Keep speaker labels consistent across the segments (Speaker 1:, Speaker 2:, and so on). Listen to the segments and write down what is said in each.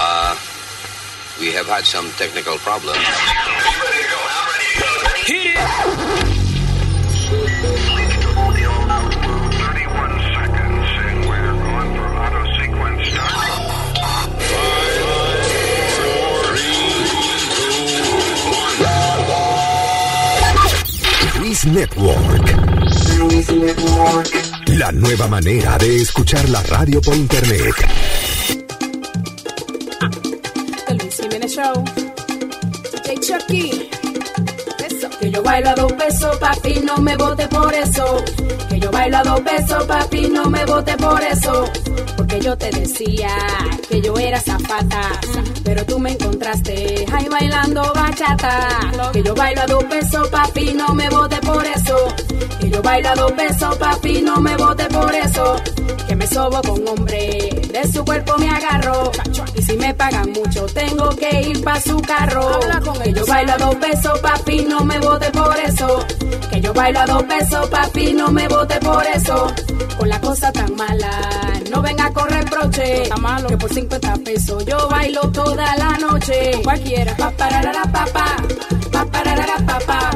Speaker 1: Uh, we have had some technical problems.
Speaker 2: Luis Network. La nueva manera de escuchar la radio por internet.
Speaker 3: The Luis Jiménez Show. DJ Chucky. Eso. Que yo bailo a dos pesos, papi, no me vote por eso. Que yo bailo a dos pesos, papi, no me vote por eso. Porque yo te decía que yo era zapata. Pero tú me encontraste ahí bailando bachata. Que yo bailo a dos pesos, papi, no me vote por eso. Que yo bailo a dos pesos, papi, no me vote por eso. Que me sobo con hombre, de su cuerpo me agarro. Y si me pagan mucho, tengo que ir pa' su carro. Que yo bailo a dos pesos, papi, no me vote por eso. Que yo bailo a dos pesos, papi, no me vote por eso. Con la cosa tan mala, no venga con reproche. Que por 50 pesos yo bailo toda la noche. Cualquiera. Pa pararara papá, pa pararara papá,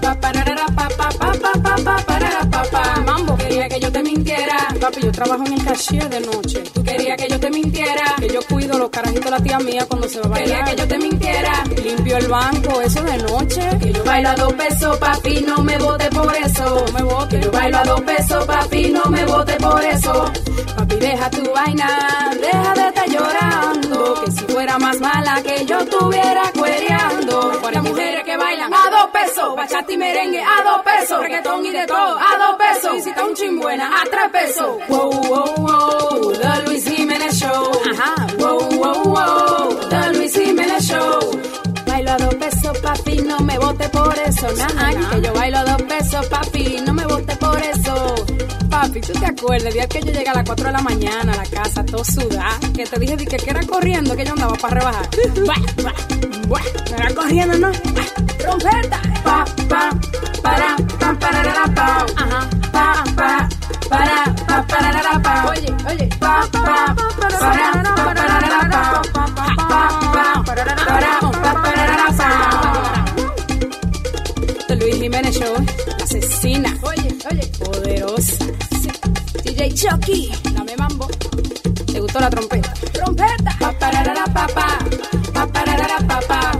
Speaker 3: pa pararara papá, pa pa pa pa parara papá. Mambo quería que yo te mintiera. Papi, yo trabajo en el cashier de noche. Tú querías que yo te mintiera. Que yo cuido los carajitos de la tía mía cuando se va a bailar. Quería que yo te mintiera. Limpio el banco, eso de noche. Que yo bailo a dos pesos, papi, no me vote por eso. No me vote. Que yo bailo a dos pesos, papi, no me vote por eso. Papi, deja tu vaina, deja de estar llorando. Que si fuera más mala que yo estuviera cuereando. Las mujeres que bailan a dos pesos, bachata y merengue a dos pesos, reggaetón y de todo a dos pesos. Y si está un chimbuena a tres pesos. Wow, wow, wow, The Luis Jiménez Show. Ajá. Wow, wow, wow, The Luis Jiménez Show. Bailo a dos pesos, papi, no me vote por eso, nada. Que yo bailo a dos pesos, papi, no me vote por eso. Papi, ¿tú te acuerdas el día que yo llegué a las 4 de la mañana a la casa, todo sudada? Que te dije di que, que era corriendo que yo andaba para rebajar. Buah, buah, buah, no era corriendo, ¿no? Buah, Roberta. Pa, pa, para, pa, pararara, pa. Ajá. Pa, pa, para, pa, pararara, pa. Oye, oye. Pa, pa, para, pa, pararara, pa. Pa, pa, para, pa, pararara, pa. De Luis Jiménez Show, la asesina. Oye, oye. Poderosa. DJ Chucky. Dame mambo. ¿Te gustó la trompeta? ¡Trompeta! Pa pararara papá. Pa pararara papá.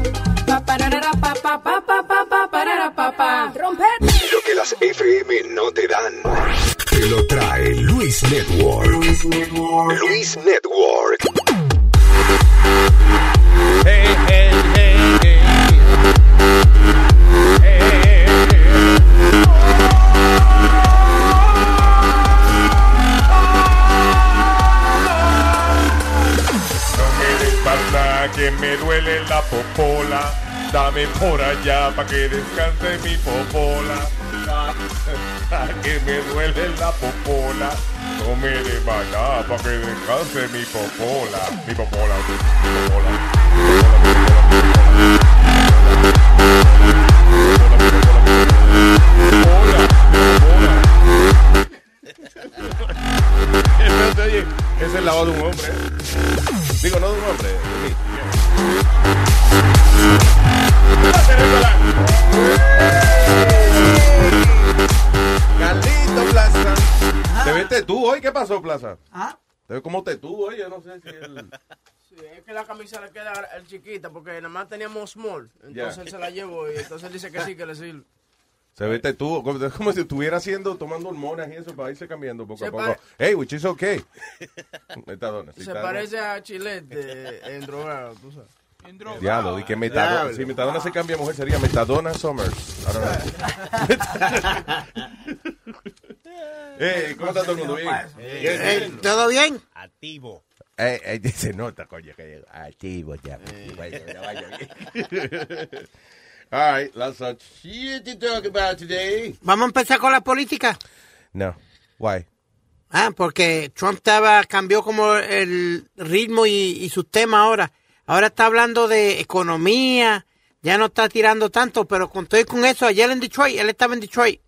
Speaker 3: Pa pararara papá. Pa pa pa pa parara papá. ¡Trompeta!
Speaker 2: Lo que las FM no te dan. Te lo trae Luis Network. Luis Network.
Speaker 4: Hey, hey, hey, hey. Hey, hey, hey. No me espalda que me duele la popola. Dame por allá pa' que descanse mi popola. Ah, que me duele la popola. No me espalda pa' que descanse mi popola. Mi popola, mi popola. Espérate, oye, Esa es la voz de un hombre. Digo, no de un hombre. de mí.
Speaker 5: Carlito Plaza.
Speaker 4: ¿Te ves tetú hoy? ¿Qué pasó, Plaza?
Speaker 6: Ah.
Speaker 4: ¿Te ves como tetú hoy? ¿eh? Yo no sé si él...
Speaker 6: Sí, es que la camisa le queda el chiquita porque nada más teníamos small. Entonces
Speaker 4: Ya.
Speaker 6: él se la llevó y entonces él dice que sí, que le sirve.
Speaker 4: Se ve tetú. Como- Es como si estuviera haciendo, tomando hormonas y eso para irse cambiando poco a
Speaker 6: Se
Speaker 4: poco.
Speaker 6: pare-
Speaker 4: Hey, which is okay. Metadona. sí,
Speaker 6: Se
Speaker 4: está-
Speaker 6: parece a Chilete en drogado, tú sabes.
Speaker 4: Diablo, y que Metadona.
Speaker 5: Diablo.
Speaker 4: Si Metadona se cambia a mujer, sería Metadona Summers. I don't know. Eh, ¿Cómo está todo el mundo? Bien. Bien, bien.
Speaker 5: Eh, ¿Todo bien?
Speaker 7: Activo.
Speaker 4: Eh, eh, dice, nota, coño, que llegó. Activo ya. pues,
Speaker 5: Eh.
Speaker 4: Vaya, vaya, vaya. All right, that's a shit to talk about today.
Speaker 5: Vamos a empezar con la política.
Speaker 4: No. Why?
Speaker 5: Ah, porque Trump estaba, cambió como el ritmo y, y sus temas ahora. Ahora está hablando de economía, ya no está tirando tanto, pero con todo y con eso, ayer en Detroit, él estaba en Detroit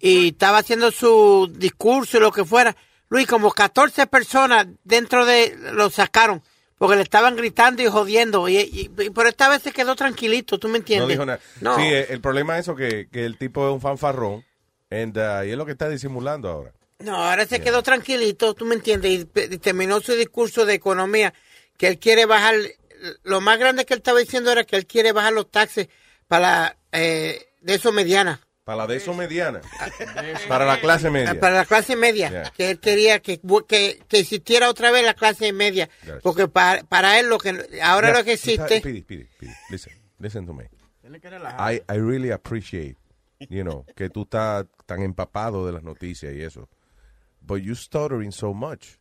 Speaker 5: y estaba haciendo su discurso y lo que fuera. Luis, como 14 personas dentro de lo sacaron Porque le estaban gritando y jodiendo. Y, y- y- pero esta vez se quedó tranquilito, ¿tú me entiendes?
Speaker 4: No dijo nada.
Speaker 5: No.
Speaker 4: Sí, eh, el problema es eso, que, que el tipo es un fanfarrón and, uh, y es lo que está disimulando ahora.
Speaker 5: No, ahora se quedó tranquilito, tú me entiendes, y, y terminó su discurso de economía, que él quiere bajar, lo más grande que él estaba diciendo era que él quiere bajar los taxes para eh, de eso mediana, Ah,
Speaker 4: Para la de eso mediana. Para la clase media.
Speaker 5: para la clase media,
Speaker 4: Yeah.
Speaker 5: que él quería que, que, que existiera otra vez la clase media,
Speaker 4: Gotcha.
Speaker 5: porque para, para él lo que ahora
Speaker 4: Yeah,
Speaker 5: lo que
Speaker 4: está-
Speaker 5: existe,
Speaker 4: Pidi, pidi, pidi. Listen, listen to me.
Speaker 6: Tiene que relajar.
Speaker 4: I, I really appreciate, you know, que tú estás tan empapado de las noticias y eso. But you stuttering so much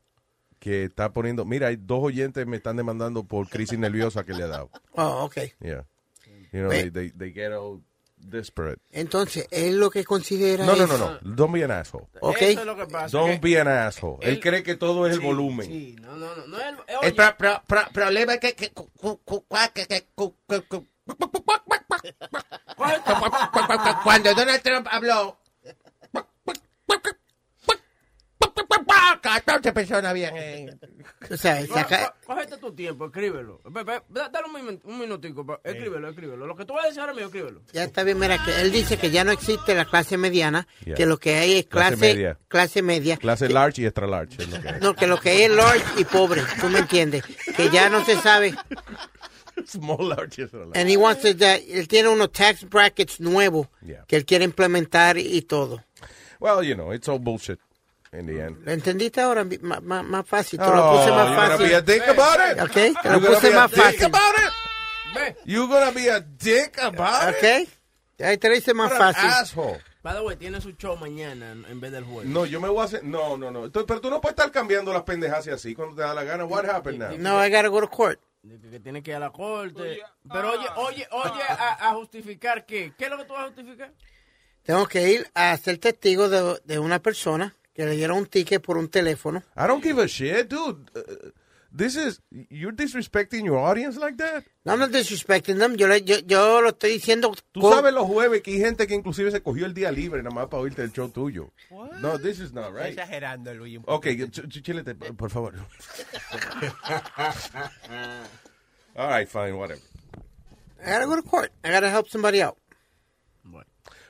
Speaker 4: que está poniendo... Mira, hay dos oyentes me están demandando por crisis nerviosa que le ha dado.
Speaker 5: oh, okay.
Speaker 4: Yeah. You know, they, they, they get all desperate.
Speaker 5: entonces él lo que considera
Speaker 4: No, no,
Speaker 5: es-
Speaker 4: no, no. Don't be an asshole.
Speaker 5: ok.
Speaker 6: Eso es lo que pasa.
Speaker 4: Don't
Speaker 6: que-
Speaker 4: be an asshole. Él
Speaker 6: Él-
Speaker 4: cree que todo es el
Speaker 6: Sí,
Speaker 4: volumen.
Speaker 6: Sí, no, no, no. no, él- él-
Speaker 7: El
Speaker 6: oye,
Speaker 7: pro- pro- pro- problema es que... que- cu- cu- cu- cua- que- que- cu- cu- cu- Cuando Donald Trump habló... 14 personas habían... eh.
Speaker 5: o sea,
Speaker 6: coge-
Speaker 5: saca-
Speaker 6: co- Cógete tu tiempo, escríbelo. Ve- ve- da- Dale un, min- un minutico, pa- escríbelo, escríbelo. Lo que tú vas a decir ahora mismo, escríbelo.
Speaker 5: Ya está bien, mira, que él dice que ya no existe la clase mediana,
Speaker 4: Yeah.
Speaker 5: que lo que hay es
Speaker 4: Clase
Speaker 5: clase,
Speaker 4: media.
Speaker 5: media. clase media.
Speaker 4: Clase large y extra large. es lo que es.
Speaker 5: No, que lo que hay es large y pobre, tú me entiendes. Que ya no se sabe.
Speaker 4: Small, large y extra large.
Speaker 5: And he wants to that- él tiene unos tax brackets nuevos
Speaker 4: Yeah.
Speaker 5: que él quiere implementar y todo.
Speaker 4: Well, you know, it's all bullshit in the end.
Speaker 5: ¿Lo entendiste ahora? M- Más, más- más fácil, te lo puse
Speaker 4: Oh, you're
Speaker 5: más
Speaker 4: gonna be a
Speaker 5: fácil.
Speaker 4: dick about it.
Speaker 5: Ok, te
Speaker 4: You're
Speaker 5: lo
Speaker 4: gonna
Speaker 5: puse
Speaker 4: be a
Speaker 5: más
Speaker 4: dick
Speaker 5: fácil.
Speaker 4: about it.
Speaker 6: Ve,
Speaker 4: You're gonna be a dick about it.
Speaker 5: Ok, ahí te lo hice más
Speaker 4: What an
Speaker 5: fácil.
Speaker 4: asshole.
Speaker 6: by the way, tiene su show mañana en en vez del jueves.
Speaker 4: No, yo me voy a hacer. No, no, no. Entonces, pero tú no puedes estar cambiando las pendejas y así cuando te da la gana. What happened now?
Speaker 5: No, I gotta go to court.
Speaker 6: Dice que tiene que ir a la corte. Pero oye, oye, oye, a, a justificar qué. ¿Qué es lo que tú vas a justificar?
Speaker 5: Tengo que ir a ser testigo de, de una persona que le dieron un ticket por un teléfono.
Speaker 4: I don't give a shit, dude. Uh, this is. You're disrespecting your audience like that.
Speaker 5: No, I'm not disrespecting them. Yo, le- yo, yo lo estoy diciendo.
Speaker 4: Tú
Speaker 5: con-
Speaker 4: sabes los jueves que hay gente que inclusive se cogió el día libre nada más para oírte el show tuyo. No, this is not right. Oh,
Speaker 7: Exagerando, Luis. un poco.
Speaker 4: Ok, ch- ch- chilete, p- por favor. All right, fine, whatever.
Speaker 5: I gotta go to court. I gotta help somebody out.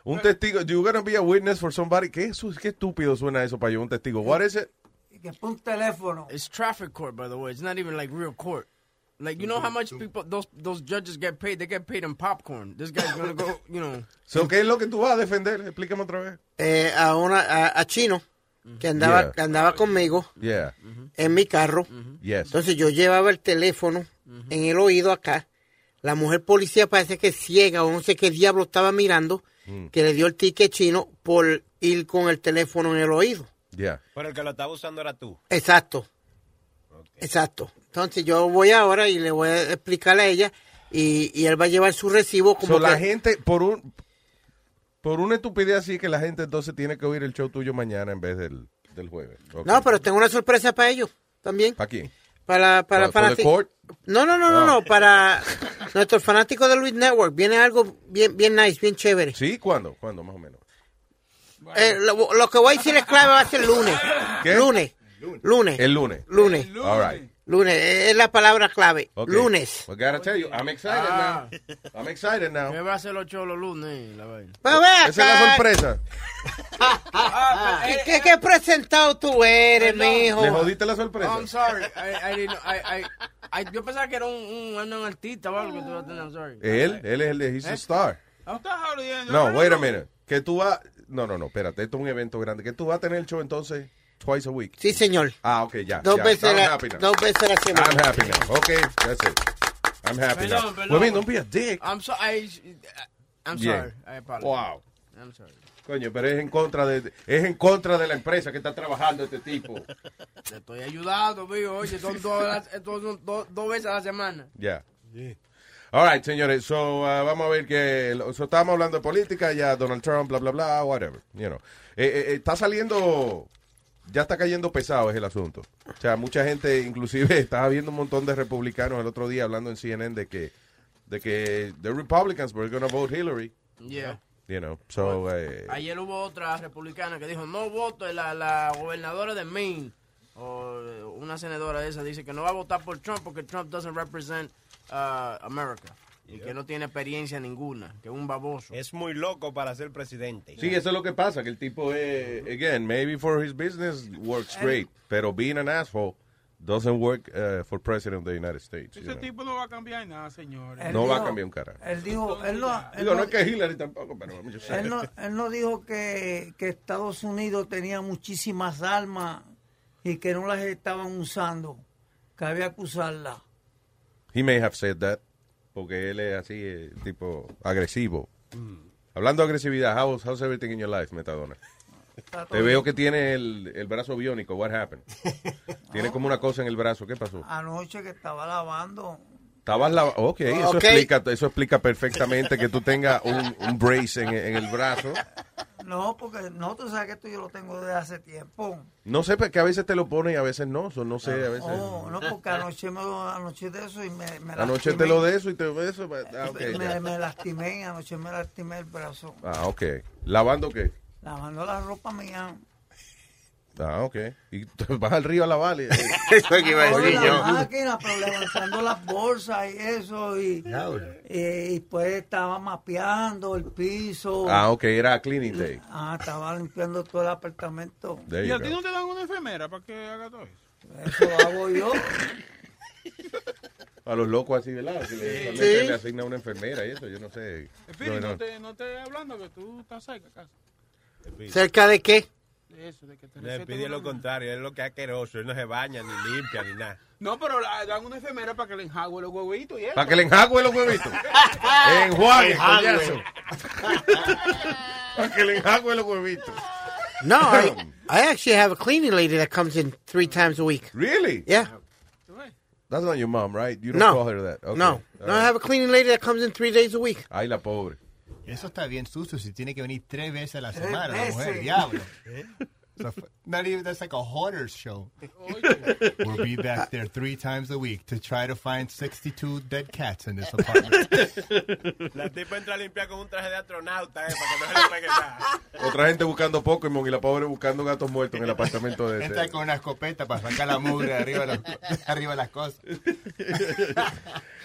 Speaker 4: Un testigo, you're gonna be a witness for somebody. ¿Qué, su- qué estúpido suena eso para yo, un testigo. What is it?
Speaker 5: Que por un teléfono.
Speaker 6: It's traffic court, by the way. It's not even like real court. Like,
Speaker 4: Mm-hmm.
Speaker 6: you know how much people, those, those judges get paid? They get paid in popcorn. This guy's gonna go, you know.
Speaker 4: So, ¿Qué es lo que tú vas a defender? Explícame otra vez.
Speaker 5: Eh, a una a, a chino que andaba
Speaker 4: Yeah.
Speaker 5: que andaba conmigo
Speaker 4: Yeah,
Speaker 5: en mi carro.
Speaker 4: yes. Mm-hmm.
Speaker 5: Entonces yo llevaba el teléfono en el oído acá. La mujer policía parece que es ciega o no sé qué diablo estaba mirando
Speaker 4: Mm.
Speaker 5: que le dio el ticket chino por ir con el teléfono en el oído.
Speaker 4: Yeah.
Speaker 2: Pero el que lo estaba usando era tú.
Speaker 5: Exacto. Exacto. Entonces yo voy ahora y le voy a explicar a ella y, y él va a llevar su recibo como
Speaker 4: So, la
Speaker 5: que-
Speaker 4: gente, por un por una estupidez así que la gente entonces tiene que oír el show tuyo mañana en vez del, del jueves. Ok.
Speaker 5: No, pero tengo una sorpresa para ellos también.
Speaker 4: ¿Para quién?
Speaker 5: Para
Speaker 4: ¿Para-
Speaker 5: para
Speaker 4: para
Speaker 5: para
Speaker 4: the court? Ah.
Speaker 5: No, no, no, no, no, para nuestros fanáticos de Luis Network viene algo bien bien nice, bien chévere.
Speaker 4: ¿Sí? ¿Cuándo? ¿Cuándo más o menos?
Speaker 5: Eh, lo, lo que voy a decir es clave va a ser lunes.
Speaker 4: ¿Qué?
Speaker 5: Lunes. Lunes.
Speaker 4: El lunes.
Speaker 5: Lunes.
Speaker 4: All right.
Speaker 5: Lunes, eh, es la palabra clave.
Speaker 4: Okay.
Speaker 5: Lunes.
Speaker 4: Well, gotta tell you, I'm excited
Speaker 6: Ah.
Speaker 4: now. I'm excited
Speaker 6: ¿Qué
Speaker 4: now.
Speaker 6: va a hacer los cholos lunes? La vaina.
Speaker 5: Pero ve
Speaker 4: Esa es la
Speaker 5: acá,
Speaker 4: sorpresa.
Speaker 5: ¿Qué, qué- qué presentado tú eres, mijo?
Speaker 4: ¿Le jodiste la sorpresa?
Speaker 6: Oh, I'm sorry. I, I didn't, I, I, I, yo pensaba que era un, un, un artista o algo que tú vas a tener. I'm sorry.
Speaker 4: Él, él es el de He's a Star.
Speaker 7: Estás jodiendo.
Speaker 4: Eh. No, wait a minute. Que tú vas... No, no, no, espérate. Esto es un evento grande. Que tú vas a tener el show entonces twice a week.
Speaker 5: Sí, señor.
Speaker 4: Ah, ok, ya.
Speaker 5: Dos
Speaker 4: ya.
Speaker 5: veces,
Speaker 4: I'm
Speaker 5: la,
Speaker 4: happy now.
Speaker 5: dos veces a la semana.
Speaker 4: I'm happy now. Ok, that's it. I'm happy
Speaker 6: Perdón,
Speaker 4: now.
Speaker 6: perdón.
Speaker 4: Well, I mean, don't be a dick.
Speaker 6: I'm so, I, I'm
Speaker 4: Yeah.
Speaker 6: sorry. I apologize.
Speaker 4: Wow.
Speaker 6: I'm sorry.
Speaker 4: Coño, pero es en contra de es en contra de la empresa que está trabajando este tipo.
Speaker 6: Te estoy ayudando, viejo. Oye, son dos, horas- son dos, dos, dos veces a la semana.
Speaker 4: Ya. All right, señores. So, uh, vamos a ver que so, estábamos hablando de política, ya Donald Trump, bla bla bla, whatever, you know. Eh, eh, está saliendo ya está cayendo pesado es el asunto. O sea, mucha gente inclusive estaba viendo un montón de republicanos el otro día hablando en CNN de que de que the Republicans were going to vote Hillary,
Speaker 6: Yeah.
Speaker 4: you know. So, eh,
Speaker 6: Ayer hubo otra republicana que dijo, no voto la, la gobernadora de Maine. o eh, una senadora esa dice que no va a votar por Trump porque Trump doesn't represent uh, America y que no tiene experiencia ninguna, que es un baboso.
Speaker 2: Es muy loco para ser presidente.
Speaker 4: Sí, eso es lo que pasa, que el tipo es, again, maybe for his business works great, pero being an asshole doesn't work uh, for president of the United States. you
Speaker 7: Ese
Speaker 4: know.
Speaker 7: tipo no va a cambiar nada, señores.
Speaker 8: Él
Speaker 4: No va a
Speaker 8: dijo-
Speaker 4: cambiar un carajo.
Speaker 8: Él dijo, él no, él
Speaker 4: Digo, no
Speaker 8: no-
Speaker 4: es que Hillary tampoco, pero yo sé.
Speaker 8: él no, él no dijo que, que Estados Unidos tenía muchísimas armas y que no las estaban usando, que había que usarlas.
Speaker 4: He may have said that, porque él es así, eh, tipo, agresivo. Hablando de agresividad, how's, how's everything in your life, Metadona? Te veo que tiene el, el brazo biónico, what happened?
Speaker 2: Ah.
Speaker 4: tiene como una cosa en el brazo, ¿qué pasó?
Speaker 8: Anoche que estaba lavando,
Speaker 4: Estabas lava- Ok, eso,
Speaker 5: Ok.
Speaker 4: Explica, eso explica perfectamente que tú tengas un, un brace en, en el brazo.
Speaker 8: no, porque no, tú sabes que esto yo lo tengo desde hace tiempo.
Speaker 4: No sé, pero que a veces te lo ponen y a veces no, so, no sé,
Speaker 2: Ah.
Speaker 4: a veces...
Speaker 8: Oh, no, porque anoche, me, anoche de eso y me, me
Speaker 4: Anoche
Speaker 8: lastimé.
Speaker 4: te lo de eso y te de eso. Ah, ok.
Speaker 8: me, me lastimé, anoche me lastimé el brazo,
Speaker 4: Ah, ok. ¿Lavando qué?
Speaker 8: lavando la ropa mía.
Speaker 4: Ah, ok. Y tú vas al río a lavar. y-
Speaker 2: Eso es que iba a
Speaker 8: Con
Speaker 2: decir
Speaker 8: la
Speaker 2: yo.
Speaker 8: máquina, pero levantando las bolsas y eso, y,
Speaker 2: Diablo.
Speaker 8: eh, y pues estaba mapeando el piso.
Speaker 4: Ah, ok, era cleaning day.
Speaker 8: Ah, estaba limpiando todo el apartamento.
Speaker 4: There
Speaker 7: ¿Y
Speaker 4: you
Speaker 7: a ti
Speaker 4: go.
Speaker 7: no te dan una enfermera para que haga todo eso?
Speaker 8: Eso lo hago yo.
Speaker 4: A los locos así, ¿verdad? Que le, le- le asigna una enfermera y eso, yo no sé.
Speaker 7: Espíritu,
Speaker 4: No,
Speaker 7: no,
Speaker 4: no.
Speaker 7: te, no te hablando que tú estás cerca, casi.
Speaker 5: ¿Cerca de qué?
Speaker 7: De eso, de que te
Speaker 2: Le
Speaker 7: recetan
Speaker 2: pide
Speaker 7: una-
Speaker 2: lo contrario, es lo que es asqueroso. Él no se baña, ni limpia, ni nada.
Speaker 7: No, pero la- dan una enfermera para que le enjague los huevitos y eso.
Speaker 4: Para que le enjagüe los huevitos. Enjuague, payaso. Para que le enjagüe los huevitos.
Speaker 5: No, I, I actually have a cleaning lady that comes in three times a week.
Speaker 4: Really?
Speaker 5: Yeah.
Speaker 7: ¿Tú ves?
Speaker 4: That's not your mom, right? You don't
Speaker 5: No.
Speaker 4: call her that. Okay.
Speaker 5: No. No, I have a cleaning lady that comes in three days a week.
Speaker 4: Ay, la pobre.
Speaker 9: Eso está bien sucio si tiene que venir tres veces a la
Speaker 8: Tres
Speaker 9: semana, la mujer,
Speaker 8: veces.
Speaker 9: diablo. So, f- not even, that's like a hoarder's show. We'll be back there three times a week to try to find 62 dead cats in this apartment.
Speaker 2: La tipa entra a limpiar con un traje de astronauta, eh, para que no se le pegue nada.
Speaker 4: Otra gente buscando Pokémon y la pobre buscando gatos muertos en el apartamento de
Speaker 9: Entra
Speaker 4: este.
Speaker 9: con una escopeta para sacar la mugre de arriba de, los- de arriba de las cosas.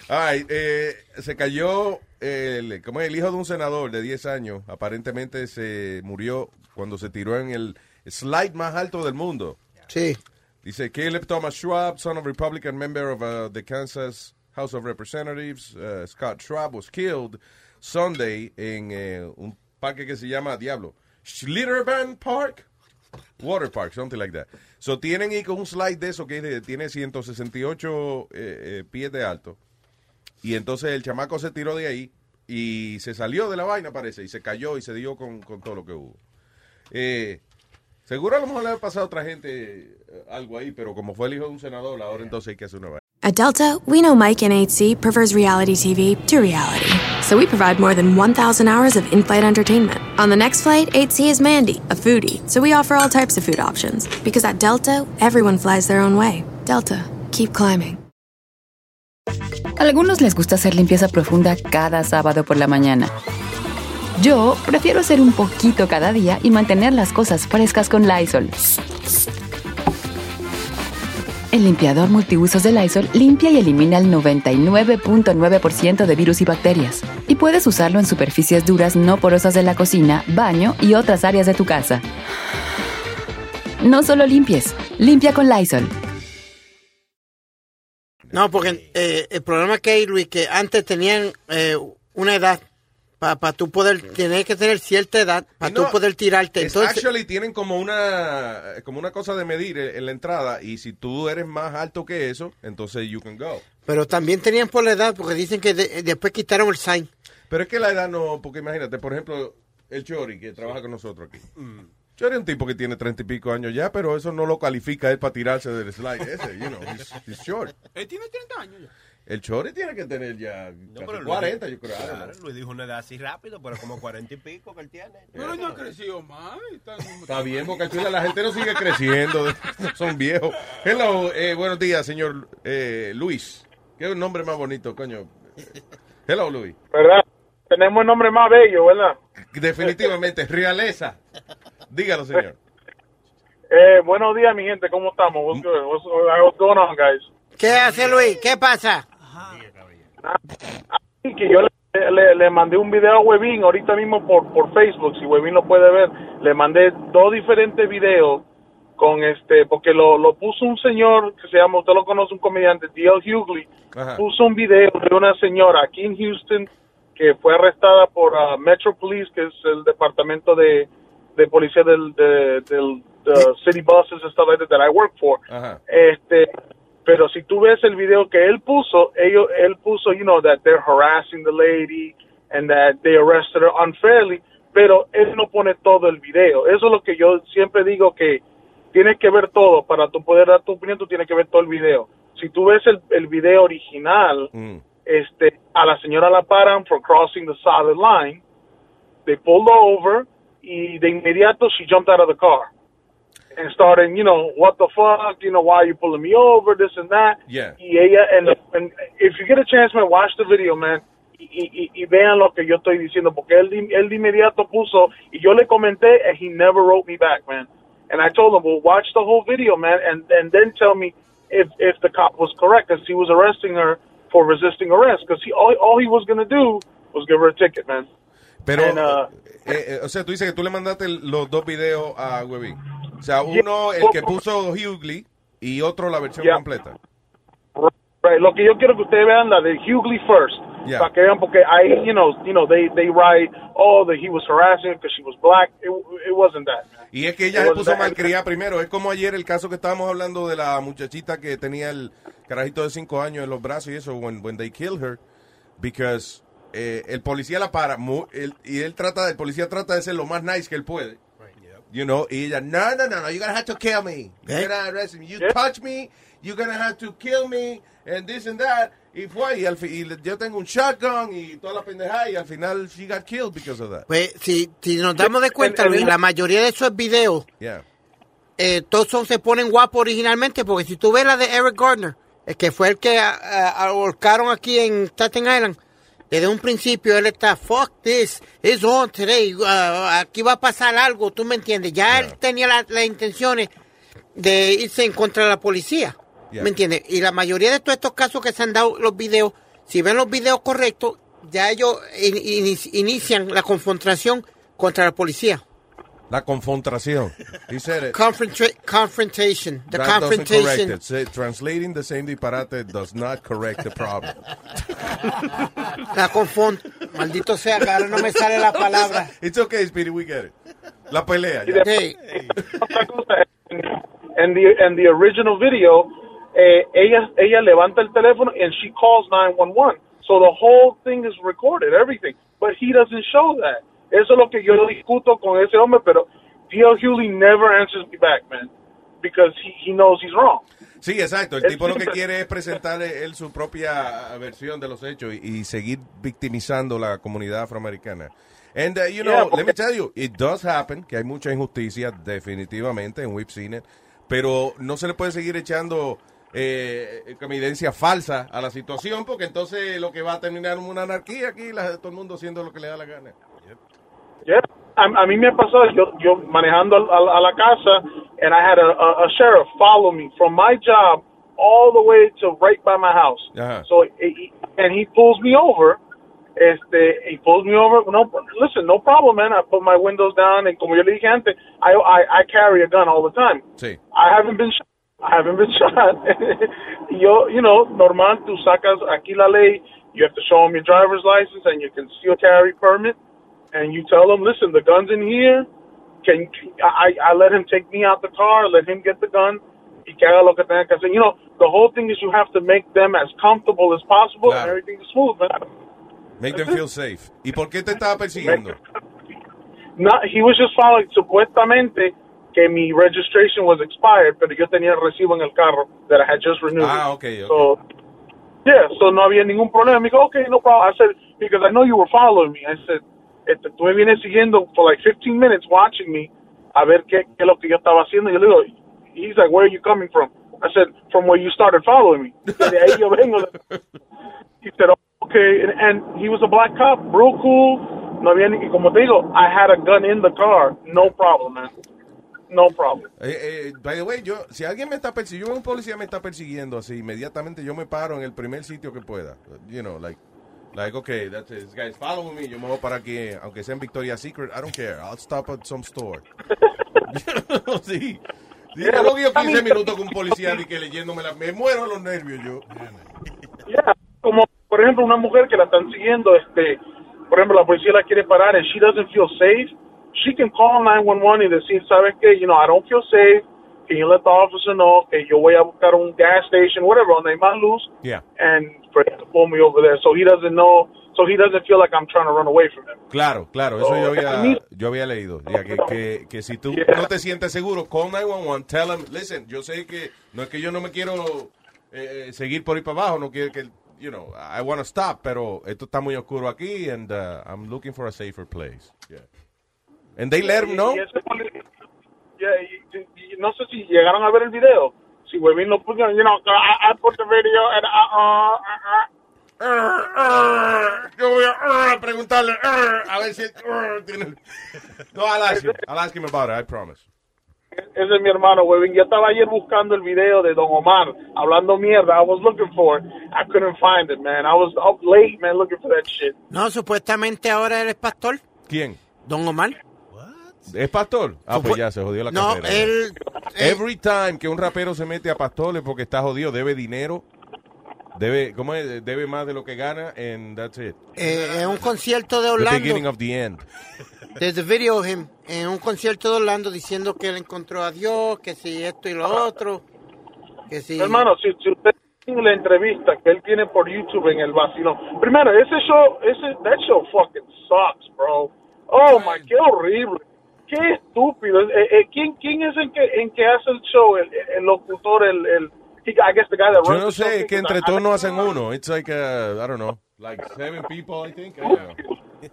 Speaker 4: All right, eh, se cayó el, ¿cómo es? el hijo de un senador de 10 años. Aparentemente se murió cuando se tiró en el slide más alto del mundo.
Speaker 5: Sí.
Speaker 4: Dice Caleb Thomas Schwab, son of Republican member of uh, the Kansas House of Representatives, uh, Scott Schwab, was killed Sunday en eh, un parque que se llama Diablo. Schlitterbahn Park? Water Park, something like that. So tienen y con un slide de eso que es de- tiene 168 eh, eh, pies de alto. Y entonces el chamaco se tiró de ahí y se salió de la vaina, parece, y se cayó y se dio con, con todo lo que hubo. Eh, seguro a lo mejor le ha pasado a otra gente eh, algo ahí, pero como fue el hijo de un senador, ahora entonces hay que hacer una vaina.
Speaker 10: At Delta, we know Mike in 8C prefers reality TV to reality. So we provide more than 1,000 hours of in flight entertainment. On the next flight, 8C is Mandy, a foodie. So we offer all types of food options. Because at Delta, everyone flies their own way. Delta, keep climbing.
Speaker 11: Algunos les gusta hacer limpieza profunda cada sábado por la mañana. Yo prefiero hacer un poquito cada día y mantener las cosas frescas con Lysol. El limpiador multiusos de Lysol limpia y elimina el 99.9% de virus y bacterias. Y puedes usarlo en superficies duras no porosas de la cocina, baño y otras áreas de tu casa. No solo limpies, limpia con Lysol.
Speaker 5: No, porque eh, el problema que hay, Luis, que antes tenían eh, una edad para tú poder, tener que tener cierta edad para
Speaker 4: No,
Speaker 5: tú poder tirarte.
Speaker 4: Es
Speaker 5: Entonces,
Speaker 4: actually tienen como una como una cosa de medir en, en la entrada y si tú eres más alto que eso, entonces you can go.
Speaker 5: pero también tenían por la edad, porque dicen que de- después quitaron el sign.
Speaker 4: Pero es que la edad Ah, no, porque imagínate, por ejemplo, el Chori que trabaja con nosotros aquí.
Speaker 7: Mm.
Speaker 4: Chori es un tipo que tiene treinta y pico años ya, pero eso no lo califica él para tirarse del slide ese, you know, he's, he's short.
Speaker 7: Él tiene 30 años ya.
Speaker 4: El Chori tiene que tener ya casi
Speaker 2: pero Luis-
Speaker 4: 40, yo creo. I don't know.
Speaker 2: Claro, Luis dijo una edad así rápido, pero como cuarenta y pico que él tiene.
Speaker 7: Pero no ha crecido más. Está,
Speaker 4: Está bien, Boca Chula, la gente no sigue creciendo, no son viejos. Hello, eh, buenos días, señor eh, Luis. Qué nombre más bonito, coño. Hello, Luis.
Speaker 7: ¿Verdad? Tenemos el nombre más bello, ¿verdad?
Speaker 4: Definitivamente, realeza. Dígalo, señor.
Speaker 12: Eh, buenos días, mi gente. ¿Cómo estamos? What's, good? What's, what's going on, guys?
Speaker 5: ¿Qué hace Luis? ¿Qué pasa?
Speaker 12: Y ah, que yo le, le- le mandé un video a Webin ahorita mismo por, por Facebook, si Webin lo puede ver. Le mandé dos diferentes videos con este, porque lo, lo puso un señor que se llama, usted lo conoce, un comediante, D.L. Hughley, puso un video de una señora aquí en Houston que fue arrestada por ah, Metro Police, que es el departamento de, de policía del, de- del uh, City Buses and stuff like that, that I work for.
Speaker 4: Eh,
Speaker 12: Este, pero si tú ves el video que él puso, ellos, él puso, you know, that they're harassing the lady and that they arrested her unfairly, pero él no pone todo el video. Eso es lo que yo siempre digo que tienes que ver todo. Para tú poder dar tu opinión, tú tienes que ver todo el video. Si tú ves el, el video original,
Speaker 4: Mm,
Speaker 12: este, a la señora la paran for crossing the solid line. They pulled her over y de inmediato she jumped out of the car and started, you know, what the fuck, you know, why are you pulling me over, this and that.
Speaker 4: Yeah.
Speaker 12: Y ella, and, and if you get a chance, man, watch the video, man. Y, y, y vean lo que yo estoy diciendo, porque él, de- él de inmediato puso, y yo le comenté, and he never wrote me back, man. And I told him, well, watch the whole video, man, and, and then tell me if, if the cop was correct, because he was arresting her for resisting arrest, because he, all, all he was going to do was give her a ticket, man.
Speaker 4: Pero,
Speaker 12: And, uh,
Speaker 4: eh, eh, o sea, tú dices que tú le mandaste el- los dos videos a Webin. O sea,
Speaker 12: Yeah.
Speaker 4: uno, el que puso Hughley, y otro la versión completa.
Speaker 12: Right. Lo que yo quiero que ustedes vean la de Hughley first.
Speaker 4: Yeah.
Speaker 12: Para que vean, porque ahí, you know, you know, they, they write, oh, that he was harassing her because she was black. It, it wasn't that.
Speaker 4: Y es que ella
Speaker 12: It
Speaker 4: se
Speaker 12: wasn't
Speaker 4: puso
Speaker 12: that.
Speaker 4: malcriada primero. Es como ayer el caso que estábamos hablando de la muchachita que tenía el carajito de 5 años en los brazos y eso, when, when they killed her, because eh, el policía la para mu- él- y él trata, el policía trata de ser lo más nice que él puede. You know, y ella, no, no, no, no, you're gonna have to kill me. You're
Speaker 1: Eh.
Speaker 4: gonna arrest me. You touch me, you're gonna have to kill me, and this and that. Y fue, y, al fi- y le- yo tengo un shotgun y toda la pendejada, y al final she got killed because of that.
Speaker 5: Pues si, si nos damos de cuenta, Luis, la mayoría de esos videos,
Speaker 4: Yeah.
Speaker 5: eh, todos son- se ponen guapos originalmente, porque si tú ves la de Eric Gardner, el que fue el que ah, ah, ahorcaron aquí en Staten Island, desde un principio él está, fuck this, it's on today, ah, aquí va a pasar algo, tú me entiendes. Ya él tenía la- las intenciones de irse en contra de la policía,
Speaker 13: Yeah.
Speaker 5: ¿me entiendes? Y la mayoría de todos estos casos que se han dado los videos, si ven los videos correctos, ya ellos in- in- inician la confrontación contra la policía.
Speaker 4: La confrontación. He said it.
Speaker 5: Confrontra- confrontation. The
Speaker 4: That doesn't correct
Speaker 5: confrontation.
Speaker 4: it. Say- Translating the same disparate does not correct the problem.
Speaker 5: La confon... Maldito sea, que ahora no me sale la palabra.
Speaker 4: It's okay, Speedy, we get it. La pelea.
Speaker 12: Y después- En the, en the original video, eh, ella, ella levanta el teléfono and she calls 911. So the whole thing is recorded, everything. But he doesn't show that. Eso es lo que yo discuto con ese hombre, pero D.L. Hewley never answers me back, man. Because he, he knows he's wrong.
Speaker 4: Sí, exacto. El tipo lo que quiere es presentar él su propia versión de los hechos y, y seguir victimizando la comunidad afroamericana. And, uh, you know,
Speaker 1: Yeah,
Speaker 4: let me tell you, it does happen, que hay mucha injusticia, definitivamente, en we've seen it, pero no se le puede seguir echando eh, como evidencia falsa a la situación, porque entonces lo que va a terminar en una anarquía aquí, la- todo el mundo haciendo lo que le da la gana.
Speaker 12: Yeah. A, a mí me ha pasado, yo, yo manejando a, a- a la casa, and I had a, a, a sheriff follow me from my job all the way to right by my house.
Speaker 4: Ajá.
Speaker 12: So, he- and he pulls me over. Este, he pulls me over. No, listen, no problem, man. I put my windows down, and como yo le dije antes, I, I, I carry a gun all the time.
Speaker 4: Sí.
Speaker 12: I haven't been shot. I haven't been shot. yo, you know, normal, tú sacas aquí la ley. You have to show them your driver's license and your concealed carry permit, and you tell them, listen, the gun's in here. Can I, I let him take me out the car, let him get the gun, y que haga lo que tenga que hacer. You know, the whole thing is you have to make them as comfortable as possible and everything's smooth, man.
Speaker 4: Make them feel safe. ¿Y por qué te estaba persiguiendo?
Speaker 12: No, he was just following, supuestamente, que mi registration was expired, pero yo tenía el recibo en el carro that I had just renewed.
Speaker 4: Ah, okay, okay.
Speaker 12: So, yeah, so no había ningún problema. Me dijo, okay, no problem. I said, because I know you were following me. I said, este, tú me vienes siguiendo for like 15 minutes watching me a ver qué, qué es lo que yo estaba haciendo. Yo le digo, he's like, where are you coming from? I said, from where you started following me. De ahí yo vengo. He said, okay, and, and he was a black cop, real cool. No había ni, y como te digo, I had a gun in the car, no problem, man. No problem.
Speaker 4: Eh, eh, by the way, yo, si alguien me está persiguiendo, yo veo un policía me está persiguiendo así, inmediatamente yo me paro en el primer sitio que pueda. You know, like, like okay, that's it. This guy's following me. Yo me voy para aquí, eh, aunque sea en Victoria's Secret, I don't care. I'll stop at some store. sí. Sí, yo lo que yo 15 minutos con un policía y que leyéndome la... Me muero los nervios yo.
Speaker 12: Yeah, Como, por ejemplo, una mujer que la están siguiendo, este, por ejemplo, la policía la quiere parar and she doesn't feel safe, she can call 911 y decir, ¿sabes qué? You know, I don't feel safe. Can you let the officer know que yo voy a buscar un gas station, whatever, donde hay más luz,
Speaker 4: Yeah.
Speaker 12: and for him to pull me over there so he doesn't know, so he doesn't feel like I'm trying to run away from him.
Speaker 4: Claro, claro, eso yo había, yo había leído. Ya que, que, que si tú no te sientes seguro, call 911, tell them, listen, yo sé que no es que yo no me quiero eh, eh, seguir por ahí para abajo, no quiero que, you know, I want to stop, pero esto está muy oscuro aquí and uh, I'm looking for a safer place. Yeah. And they let him know.
Speaker 12: Y ese poli- Yeah, y- y- y no sé si llegaron a ver el video. Si Webin lo puso, you know, I, I put the video and uh, uh,
Speaker 4: uh, uh. Yo voy a uh, preguntarle uh, a ver si uh, tiene. No, I'll ask him. I'll ask him about it. I promise.
Speaker 12: Ese es mi hermano, Webin. Yo estaba ayer buscando el video de Don Omar hablando mierda. I was looking for it. I couldn't find it, man. I was up late, man, looking for that shit.
Speaker 5: No, supuestamente ahora eres pastor,
Speaker 4: ¿Quién?
Speaker 5: don Omar.
Speaker 4: ¿Es pastor? Ah, pues ya se jodió la
Speaker 5: No,
Speaker 4: carrera.
Speaker 5: él.
Speaker 4: Every time que un rapero se mete a pastores porque está jodido, debe dinero, debe, ¿cómo es? Debe más de lo que gana, and that's it.
Speaker 5: eh, en un concierto de
Speaker 4: The beginning
Speaker 5: Orlando,
Speaker 4: of the end.
Speaker 5: desde video of him, en un concierto de Orlando diciendo que él encontró a Dios, que si esto y lo otro, que si...
Speaker 12: Hermano, si, si usted tiene la entrevista que él tiene por YouTube en el vacilón. Primero, ese show, ese, that show fucking sucks, bro. Oh my, qué horrible. Qué estúpido. Eh, eh, ¿quién, ¿Quién es el que, en que hace el show? El, el locutor, el, el. I guess the guy that
Speaker 4: Yo
Speaker 12: runs
Speaker 4: no
Speaker 12: the show
Speaker 4: sé, es que
Speaker 12: thinks
Speaker 4: entre
Speaker 12: that-
Speaker 4: todos no hacen uno. It's like, uh, I don't know, like seven people, I think. I don't know.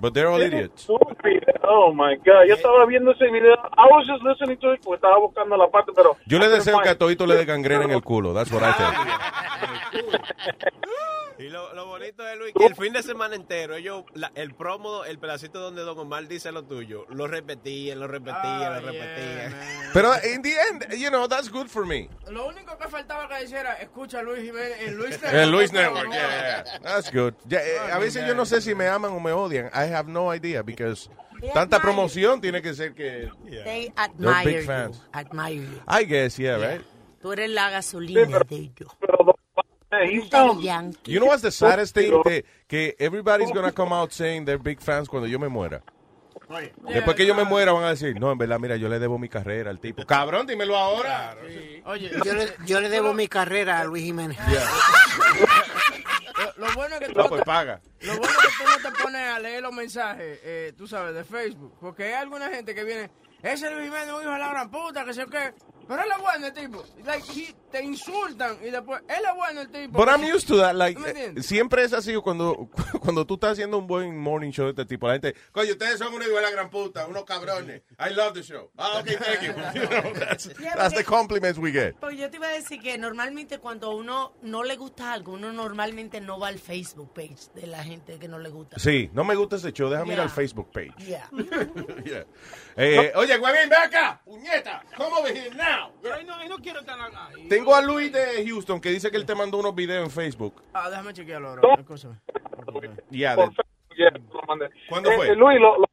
Speaker 4: But they're all idiots.
Speaker 12: Estúpido. Oh my god.
Speaker 4: Eh.
Speaker 12: Yo estaba viendo ese video. I was just listening to it porque estaba buscando la parte, pero.
Speaker 4: Yo le deseo que a Toito le dé gangrena en el culo. That's what I
Speaker 6: Ah,
Speaker 4: think.
Speaker 2: Y lo, lo bonito de Luis, que el fin de semana entero, ellos, la- el promo, el pedacito donde Don Omar dice lo tuyo, lo repetían, lo repetían, lo repetían.
Speaker 4: Pero in the end, you know, that's good for me.
Speaker 6: Lo único que faltaba que dijera, escucha Luis Jiménez en Luis Network.
Speaker 4: El Luis Network, yeah, yeah. That's good. Ya, eh, a veces yo no sé si me aman o me odian. I have no idea because tanta promoción tiene que ser que
Speaker 13: They
Speaker 4: They're
Speaker 13: admire
Speaker 4: big
Speaker 13: you.
Speaker 4: fans.
Speaker 13: Admire you.
Speaker 4: I guess, yeah, right?
Speaker 13: Tú eres la gasolina de ellos.
Speaker 4: You know what's the saddest thing? Que, que everybody's gonna come out saying they're big fans cuando yo me muera. ¿eh? Después que yo me muera van a decir, no, en verdad, mira, yo le debo mi carrera al tipo. Cabrón, dímelo ahora.
Speaker 6: Oye,
Speaker 5: Yo le, yo le debo mi carrera a Luis Jiménez.
Speaker 6: lo, lo bueno es que tú
Speaker 4: No,
Speaker 6: no
Speaker 4: pues
Speaker 6: te,
Speaker 4: paga.
Speaker 6: lo bueno es que tú no te pones a leer los mensajes, eh, tú sabes, de Facebook. Porque hay alguna gente que viene, ese Luis Jiménez, un hijo de la gran puta, que sé yo qué. Pero él es bueno el tipo. Like, he- te insultan y después, él es bueno el tipo.
Speaker 4: But I'm used to that. Like,
Speaker 6: ¿Tú me entiendes?
Speaker 4: eh, siempre es así cuando, cuando tú estás haciendo un buen morning show de este tipo. La gente, coño, ustedes son una igual gran puta, unos cabrones. I love the show. Ah, okay, thank you. You know, that's,
Speaker 13: Yeah,
Speaker 4: that's the
Speaker 13: porque-
Speaker 4: compliments we get.
Speaker 13: Pues yo te iba a decir que normalmente cuando a uno no le gusta algo, uno normalmente no va al Facebook page de la gente que no le gusta.
Speaker 4: Sí, no me gusta ese show. Déjame ir
Speaker 13: Yeah.
Speaker 4: al Facebook page.
Speaker 13: Yeah.
Speaker 4: Yeah. Eh, Oye, huevín, ve acá. Puñeta, come over here now.
Speaker 14: Pero no, no quiero estar ahí.
Speaker 4: Tengo a Luis de Houston que dice que él te mandó unos videos en Facebook.
Speaker 6: Ah, déjame chequearlo ahora. escúchame.
Speaker 4: Yeah, de-
Speaker 12: Yeah, lo mandé.
Speaker 4: ¿Cuándo
Speaker 12: Eh,
Speaker 4: fue?
Speaker 12: eh, Luis, lo, lo-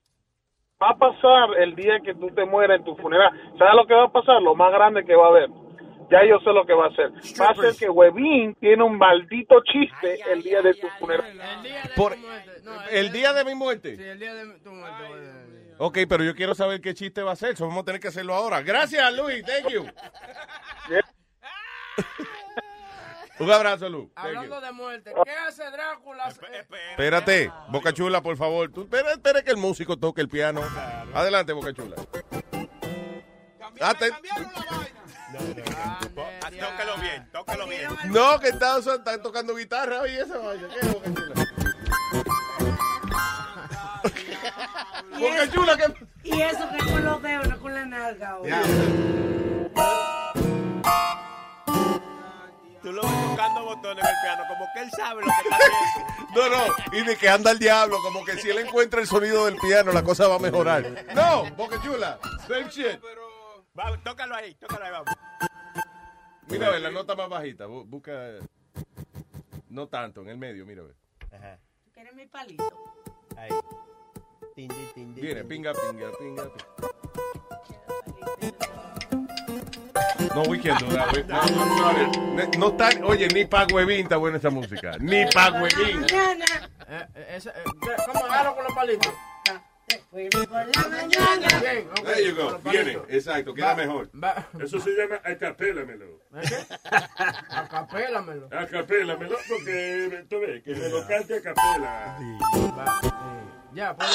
Speaker 12: va a pasar el día que tú te mueras en tu funeral. ¿Sabes lo que va a pasar? Lo más grande que va a haber. Ya yo sé lo que va a hacer. Va a ser que Webin tiene un maldito chiste el día de tu funeral.
Speaker 4: Por- el día de mi muerte.
Speaker 6: El día de tu muerte, güey.
Speaker 4: Ok, pero yo quiero saber qué chiste va a ser. so vamos a tener que hacerlo ahora. Gracias, Luis. Thank you. Un abrazo, Luis. Thank you.
Speaker 6: Hablando de muerte, ¿qué hace Drácula? Eh,
Speaker 4: Espérate, Boca Chula, por favor. Tú, espera, espera que el músico toque el piano. Adelante, Boca Chula. Ah, te-
Speaker 2: Ah, Tócalo bien, tócalo bien.
Speaker 4: No, que están, están tocando guitarra y esa vaina. ¿Qué es Boca Chula?
Speaker 13: Y eso- Y eso que es con los dedos, no con la nalga. oye.
Speaker 2: Tú lo ves tocando botones en el piano, como que él sabe lo que está haciendo.
Speaker 4: No, no, y de que anda el diablo, como que si él encuentra el sonido del piano, la cosa va a mejorar. No, Boca Chula, same shit.
Speaker 2: Vamos, tócalo ahí, tócalo ahí, vamos.
Speaker 4: Mira, a ver, la nota más bajita. bu- Busca. No tanto, en el medio, mira, a ver.
Speaker 2: Ajá.
Speaker 13: ¿Tú quieres mi palito?
Speaker 2: Ahí. Tindi, tindi,
Speaker 4: Viene,
Speaker 2: tindi.
Speaker 4: pinga, pinga, pinga. pinga. No, we can't do that. we- no, no, no, no, no, tan- oye, ni pa' huevín está buena esta música. Ni pa' huevín.
Speaker 6: Eh, eh, esa, eh, ¿Cómo agarro con los palitos? Bien, ok.
Speaker 4: There you go. Viene, exacto, queda
Speaker 6: Va- ¿Eh?
Speaker 4: mejor.
Speaker 15: Eso se llama acapélamelo.
Speaker 6: Acapélamelo.
Speaker 15: Acapélamelo porque tú ves que me lo cante a capela.
Speaker 6: eh, Ya, pues,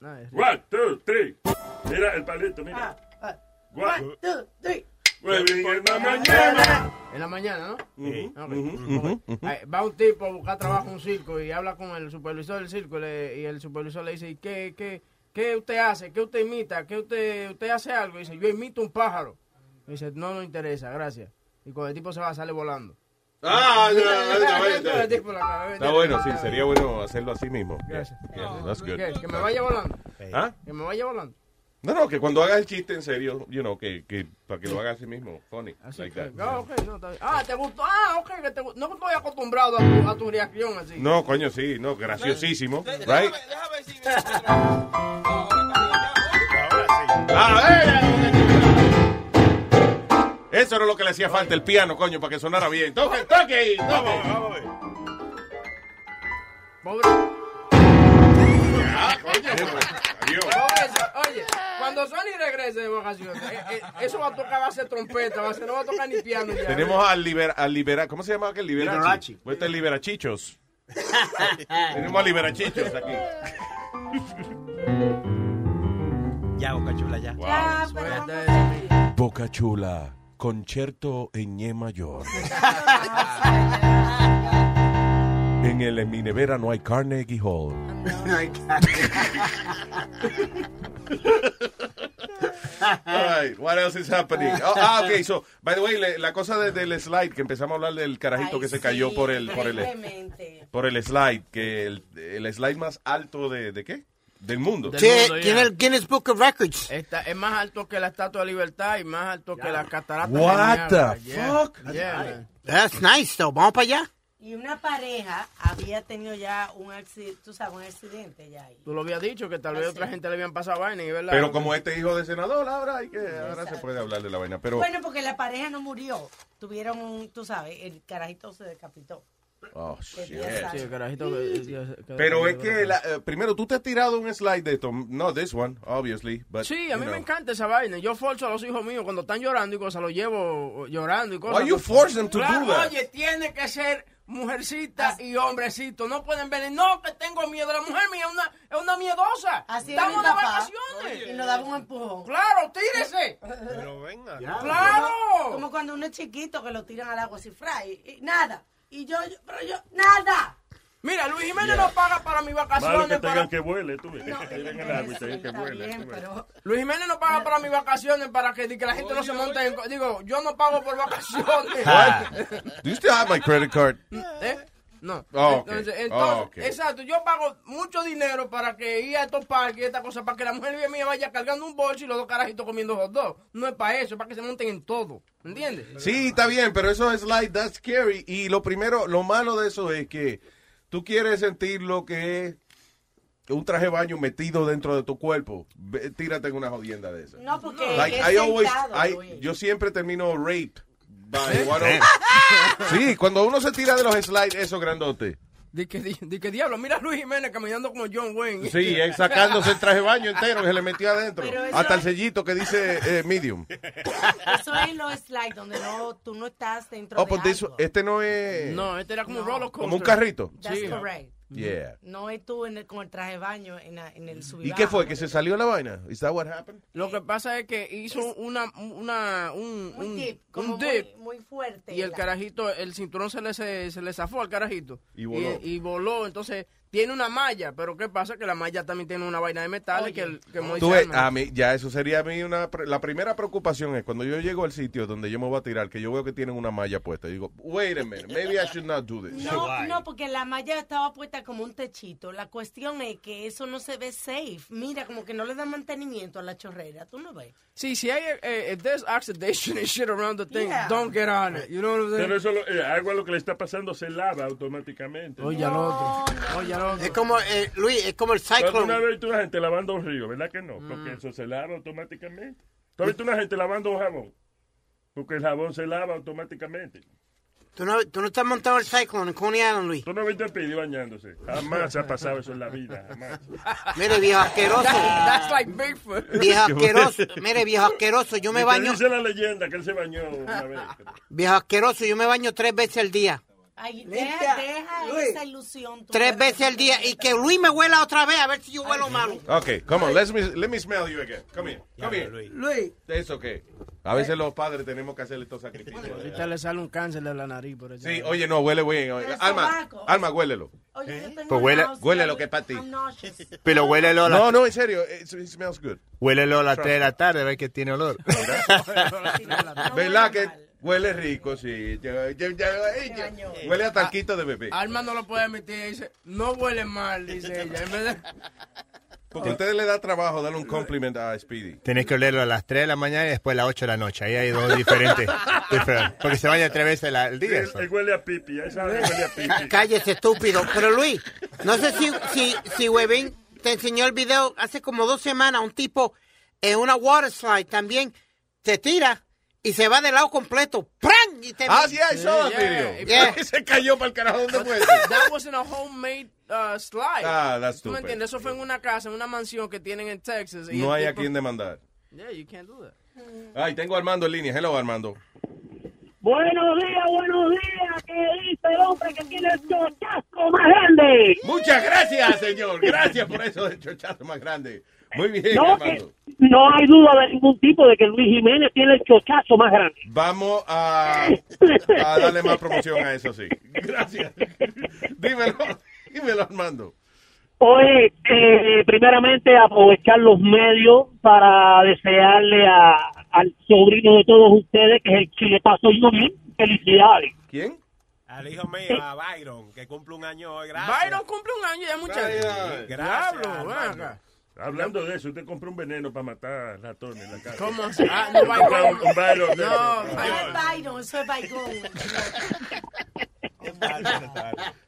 Speaker 6: podemos.
Speaker 15: One, two, three. Mira el palito, mira.
Speaker 6: Ah,
Speaker 15: One,
Speaker 13: two, three.
Speaker 15: Huevín en la mañana.
Speaker 6: En la mañana, ¿no?
Speaker 4: Mm-hmm,
Speaker 6: Ok. Ay, Va un tipo a buscar trabajo a un circo y habla con el supervisor del circo le- y el supervisor le dice, ¿y qué, qué, qué usted hace? ¿Qué usted imita? ¿Qué usted, usted hace algo? Y dice, yo imito un pájaro. Y dice, no, no interesa, gracias. Y cuando el tipo se va, sale volando.
Speaker 4: Ah, ya,
Speaker 6: El
Speaker 4: ya, ya.
Speaker 6: tipo la cagó.
Speaker 4: Está bueno, sí, sería bueno hacerlo así mismo.
Speaker 6: Gracias.
Speaker 4: Yeah, yeah, that's good.
Speaker 6: ¿Qué? Que me vaya volando.
Speaker 4: ¿Ah?
Speaker 6: Que me vaya volando.
Speaker 4: No, no, que cuando hagas el chiste en serio, you know, que, que para que lo hagas así mismo, funny, like that.
Speaker 6: Ah, ok, no, está bien. Ah, te gustó. Ah, ok, que te gustó. No estoy acostumbrado a tu, a tu reacción así.
Speaker 4: No, coño, sí, no, graciosísimo, right? Eso era lo que le hacía falta, el piano, coño, para que sonara bien. Toque, toque ahí, toque.
Speaker 6: Pobre.
Speaker 4: Adiós.
Speaker 6: Pobre, se- Oye, cuando Sony regrese de vacaciones, eh, eh, eso va a tocar, va a ser trompeta, va a ser, no va a tocar ni piano ya.
Speaker 4: Tenemos al libera, al libera, ¿cómo se llama aquel liberachi?
Speaker 6: Liberachi.
Speaker 4: Pues este es liberachichos.
Speaker 6: Eh.
Speaker 4: Tenemos a liberachichos aquí.
Speaker 2: Ya, boca chula, ya.
Speaker 13: Ya, pero vamos a seguir.
Speaker 4: Boca Chula, concierto en ñe mayor. En el en mi nevera no hay Carnegie Hall. All right, what else is happening? Oh, ah, ok, so, by the way, le- la cosa de- del slide, que empezamos a hablar del carajito
Speaker 13: Ay,
Speaker 4: que se
Speaker 13: sí,
Speaker 4: cayó por el, por el,
Speaker 13: Brevemente.
Speaker 4: por el slide, que el, el slide más alto de, de qué? Del mundo.
Speaker 6: Del Sí, mundo, ya. tiene
Speaker 5: el Guinness Book of Records.
Speaker 6: Esta es más alto que la Estatua de Libertad y más alto que la catarata. de
Speaker 5: What
Speaker 6: Niágara.
Speaker 5: the
Speaker 6: Yeah,
Speaker 5: fuck?
Speaker 6: yeah.
Speaker 5: That's nice, though. Vamos para allá.
Speaker 13: Y una pareja había tenido ya un accidente, tú sabes, un accidente ya ahí.
Speaker 6: Tú lo habías dicho, que tal vez
Speaker 13: Ah,
Speaker 6: otra
Speaker 13: sí.
Speaker 6: gente le habían pasado vaina, y ¿verdad?
Speaker 4: Pero como este hijo de senador, ahora, hay que, ahora se puede hablar de la vaina. Pero,
Speaker 13: Bueno, porque la pareja no murió. Tuvieron, un- tú sabes, el carajito se decapitó.
Speaker 4: oh,
Speaker 13: Que
Speaker 4: shit.
Speaker 13: Dios
Speaker 6: Sí, el carajito eh, que- que- que-
Speaker 4: Pero es que, la- eh, primero, tú te has tirado un slide de esto. No, this one, obviously. But,
Speaker 6: Sí,
Speaker 4: you
Speaker 6: a mí
Speaker 4: know.
Speaker 6: me encanta esa vaina. Yo forzo a los hijos míos cuando están llorando y cosas, los llevo llorando y cosas.
Speaker 4: Why you force them to
Speaker 6: Claro,
Speaker 4: do that?
Speaker 6: Oye, tiene que ser mujercita y hombrecito. No pueden ver, no, que tengo miedo. La mujer mía es una, es una miedosa.
Speaker 13: Así era
Speaker 6: Estamos
Speaker 13: mi
Speaker 6: de
Speaker 13: papá.
Speaker 6: vacaciones.
Speaker 13: Y nos daba un empujón.
Speaker 6: Claro, tírese.
Speaker 2: Pero venga.
Speaker 6: ¡Claro!
Speaker 13: Como, como cuando uno es chiquito que lo tiran al agua así, fray, y, y nada. Y yo, yo- pero yo, nada.
Speaker 6: Mira, Luis Jiménez
Speaker 15: Yeah.
Speaker 6: no paga para mis
Speaker 15: Malo que
Speaker 6: vacaciones.
Speaker 15: tengan
Speaker 6: para-
Speaker 15: que huele, tú ves.
Speaker 6: No,
Speaker 15: que tiren el agua y tengan que huele. tú ves.
Speaker 6: Luis Jiménez no paga para mis vacaciones para que, que la gente no se monte en... co- Digo, yo no pago por vacaciones.
Speaker 4: What? Do you still have my credit card?
Speaker 6: ¿Eh? No.
Speaker 4: Oh, ok.
Speaker 6: entonces,
Speaker 4: Oh,
Speaker 6: entonces,
Speaker 4: ok.
Speaker 6: exacto, yo pago mucho dinero para que ir a estos parques y estas cosas, para que la mujer mía vaya cargando un bolso y los dos carajitos comiendo hot dog. No es para eso, es para que se monten en todo. ¿Entiendes?
Speaker 4: Sí, está bien, pero eso es like, that's scary. Y lo primero, lo malo de eso es que tú quieres sentir lo que es un traje de baño metido dentro de tu cuerpo. Ve- Tírate en una jodienda de esa.
Speaker 13: No, porque
Speaker 4: Like,
Speaker 13: es
Speaker 4: I always-
Speaker 13: sentado,
Speaker 4: I-
Speaker 13: Luis.
Speaker 4: yo siempre termino rape.
Speaker 6: ¿Eh?
Speaker 4: by one of- sí, cuando uno se tira de los slides, eso grandote.
Speaker 6: Di que, di, di que diablo, mira a Luis Jiménez caminando como John Wayne.
Speaker 4: Sí, él sacándose el traje de baño entero que se le metió adentro.
Speaker 13: Pero eso-
Speaker 4: Hasta el sellito que dice eh, medium.
Speaker 13: Eso es los slides donde no, tú no estás dentro
Speaker 4: Oh,
Speaker 13: de
Speaker 4: pues de eso- este no es...
Speaker 6: No, este era como un
Speaker 13: No.
Speaker 6: roller coaster.
Speaker 4: Como un carrito.
Speaker 13: That's
Speaker 4: Sí.
Speaker 13: correct.
Speaker 4: Yeah.
Speaker 13: No es tú en el- con el traje de baño en, la- en el
Speaker 4: ¿Y
Speaker 13: subibajo.
Speaker 4: qué fue? ¿Que se salió la vaina? ¿Is that what happened?
Speaker 6: Lo que pasa es que hizo una, una, un,
Speaker 13: Muy
Speaker 6: un,
Speaker 13: deep,
Speaker 6: un
Speaker 13: como
Speaker 6: dip.
Speaker 13: Muy, muy fuerte.
Speaker 6: Y el
Speaker 13: la-
Speaker 6: carajito, el cinturón se le, se, se le zafó al carajito.
Speaker 4: Y voló.
Speaker 6: Y, y voló. Entonces, tiene una malla, pero ¿qué pasa? Que la malla también tiene una vaina de metal y que, el- que Moisés
Speaker 4: Tú ves,
Speaker 6: arma.
Speaker 4: a mí, ya eso sería a mí una... pre- La primera preocupación es cuando yo llego al sitio donde yo me voy a tirar, que yo veo que tienen una malla puesta. Digo, wait a minute, maybe I should not do this.
Speaker 13: No, no, porque la malla estaba puesta como un techito. La cuestión es que eso no se ve safe. Mira, como que no le dan mantenimiento a la chorrera. ¿Tú no ves?
Speaker 6: Sí, si hay, eh, if there's oxidation and shit around the thing,
Speaker 13: Yeah.
Speaker 6: don't get on it. You know what I'm saying?
Speaker 15: Pero eso, lo- el agua lo que le está pasando se lava automáticamente.
Speaker 6: Oye, al otro. Oye, al otro.
Speaker 5: Es como, eh, Luis, es como el cyclone.
Speaker 15: ¿Tú has visto una gente lavando un río? ¿Verdad que
Speaker 6: Mm.
Speaker 15: no? Porque eso se lava automáticamente. ¿Tú has visto una gente lavando un jabón? Porque el jabón se lava automáticamente.
Speaker 5: ¿Tú no, tú no estás montado en el cyclone en Coney Island, Luis.
Speaker 15: Tú no viste el pidi bañándose. Jamás ha pasado eso en la vida, jamás.
Speaker 5: Mire, viejo asqueroso.
Speaker 6: That's like Bigfoot.
Speaker 5: Viejo asqueroso. Mire, viejo asqueroso. Yo me
Speaker 15: Y te
Speaker 5: baño. Ah.
Speaker 15: Dice la leyenda que él se bañó una vez.
Speaker 5: Viejo asqueroso. Yo me baño tres veces al día.
Speaker 13: Ay,
Speaker 8: Limpia.
Speaker 13: deja, deja
Speaker 8: Luis.
Speaker 13: esa ilusión. tú.
Speaker 5: Tres veces al día. Y que Luis me huela otra vez a ver si yo huelo malo.
Speaker 4: Ok, come on, let me, let me smell you again. Come here, come here.
Speaker 8: Luis.
Speaker 4: It's okay. A veces los padres tenemos que hacer estos sacrificios.
Speaker 6: Ahorita le sale un cáncer de la nariz por eso.
Speaker 4: Sí, oye, no, huele bien. oye. Alma,
Speaker 6: sobaco.
Speaker 4: Alma, huélelo.
Speaker 13: Oye, yo tengo
Speaker 9: Pues huele-
Speaker 13: náusea.
Speaker 4: Huele lo que es para ti.
Speaker 13: I'm nauseous.
Speaker 9: Pero huélelo a la-
Speaker 4: No, no, en serio, it's- it smells good.
Speaker 9: Huélelo a las
Speaker 4: Trust
Speaker 9: 3 de la tarde, a ver que tiene olor.
Speaker 4: ¿Verdad que huele rico? Sí. Ya- ya- ya- ey, ya- Huele a talquito de bebé.
Speaker 6: Alma no Ah, lo puede admitir. Dice, no huele mal, dice ella. En vez de-
Speaker 4: Porque a ustedes le da trabajo darle un compliment a Speedy.
Speaker 9: Tenés que olerlo a las 3 de la mañana y después a las 8 de la noche. Ahí hay dos diferentes. diferentes. Porque se baña tres veces la- al día.
Speaker 15: Él,
Speaker 9: eso.
Speaker 15: él huele a pipi, él sabe que huele a pipi.
Speaker 5: Cállese, estúpido. Pero Luis, no sé si, si, si Webin te enseñó el video hace como dos semanas. Un tipo en una water slide también se tira y se va de lado completo. ¡Pran! Y te-
Speaker 4: Ah, sí, I saw that
Speaker 6: Yeah,
Speaker 4: video.
Speaker 5: yeah.
Speaker 4: Se cayó para el carajo donde fue.
Speaker 6: That wasn't a homemade uh, slide.
Speaker 4: Ah, that's
Speaker 6: ¿Tú me
Speaker 4: stupid.
Speaker 6: entiendes? Eso fue en una casa, en una mansión que tienen en Texas. y
Speaker 4: No
Speaker 6: el
Speaker 4: hay a
Speaker 6: tipo-
Speaker 4: quien demandar.
Speaker 6: Yeah, you can't do that.
Speaker 4: Ay, tengo a Armando en línea. Hello, Armando.
Speaker 16: Buenos días, buenos días. ¿Qué dice el hombre que tiene el chochasco más grande?
Speaker 4: Muchas gracias, señor. Gracias por eso del chochazo más grande. Muy bien,
Speaker 16: No,
Speaker 4: Armando.
Speaker 16: No hay duda de ningún tipo de que Luis Jiménez tiene el chochazo más grande.
Speaker 4: Vamos a, a darle más promoción a eso, sí. Gracias. Dímelo, dímelo, Armando.
Speaker 16: Oye, eh, primeramente aprovechar los medios para desearle a- al sobrino de todos ustedes, que es el Chile Paso Junior, felicidades.
Speaker 4: ¿Quién?
Speaker 2: Al hijo mío, a Byron, que cumple un año hoy. Gracias.
Speaker 6: Byron cumple un año ya, muchachos.
Speaker 2: Gracias,
Speaker 6: Diablo, ven
Speaker 2: Armando.
Speaker 6: acá.
Speaker 15: Hablando de eso, usted compró un veneno para matar ratones en la casa.
Speaker 6: ¿Cómo así? Ah, no,
Speaker 15: Compró
Speaker 6: Byron.
Speaker 15: un- un Byron.
Speaker 6: No,
Speaker 13: No es Byron, eso es Byron.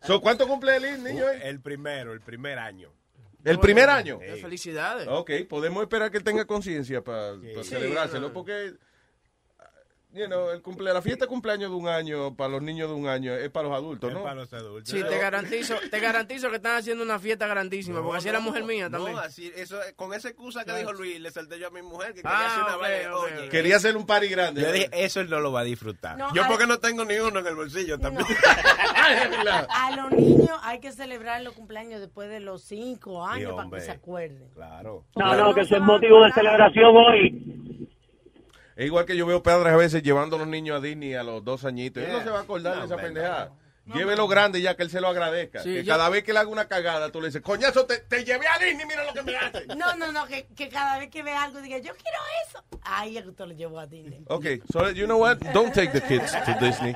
Speaker 4: So, ¿Cuánto cumple el niño? hoy?
Speaker 2: Uh, El primero, el primer año.
Speaker 4: ¿El primer año?
Speaker 6: Qué Felicidades.
Speaker 4: Ok, podemos esperar que tenga conciencia para
Speaker 6: Sí,
Speaker 4: celebrárselo,
Speaker 6: no.
Speaker 4: porque you know, el cumple, la fiesta de cumpleaños de un año, para los niños de un año, es para los adultos,
Speaker 2: Es
Speaker 4: ¿no?
Speaker 2: para los adultos.
Speaker 6: Sí, te garantizo, te garantizo que están haciendo una fiesta grandísima, porque así era mujer mía también.
Speaker 2: No, así, eso, con esa excusa que
Speaker 6: Claro.
Speaker 2: dijo Luis, le salté yo a mi mujer que
Speaker 6: Ah,
Speaker 2: quería hacer una
Speaker 6: ok,
Speaker 2: vaina.
Speaker 6: ok,
Speaker 2: Oye,
Speaker 4: Quería hacer un party grande.
Speaker 2: Yo dije, eso él no lo va a disfrutar.
Speaker 13: No,
Speaker 2: yo
Speaker 13: a-
Speaker 2: porque no tengo ni uno en el bolsillo también.
Speaker 13: A los niños hay que celebrar los cumpleaños después de los cinco años para
Speaker 2: hombre.
Speaker 13: que se acuerden.
Speaker 2: Claro.
Speaker 16: No, no, que eso es motivo de celebración hoy.
Speaker 4: Es igual que yo veo padres a veces llevando a los niños a Disney a los dos añitos. Él no
Speaker 2: Yeah.
Speaker 4: se va a acordar de
Speaker 2: No,
Speaker 4: esa
Speaker 2: hombre,
Speaker 4: pendejada. Llévelo grande ya que él se lo agradezca.
Speaker 2: Sí,
Speaker 4: que
Speaker 2: yo-
Speaker 4: cada vez que le haga una cagada, tú le dices, coñazo, te, te llevé a Disney, mira lo que me hace.
Speaker 13: No, no, no, que, que cada vez que ve algo diga, yo quiero eso. Ay, es que usted lo llevó a Disney.
Speaker 4: Ok, so you know what? Don't take the kids to Disney.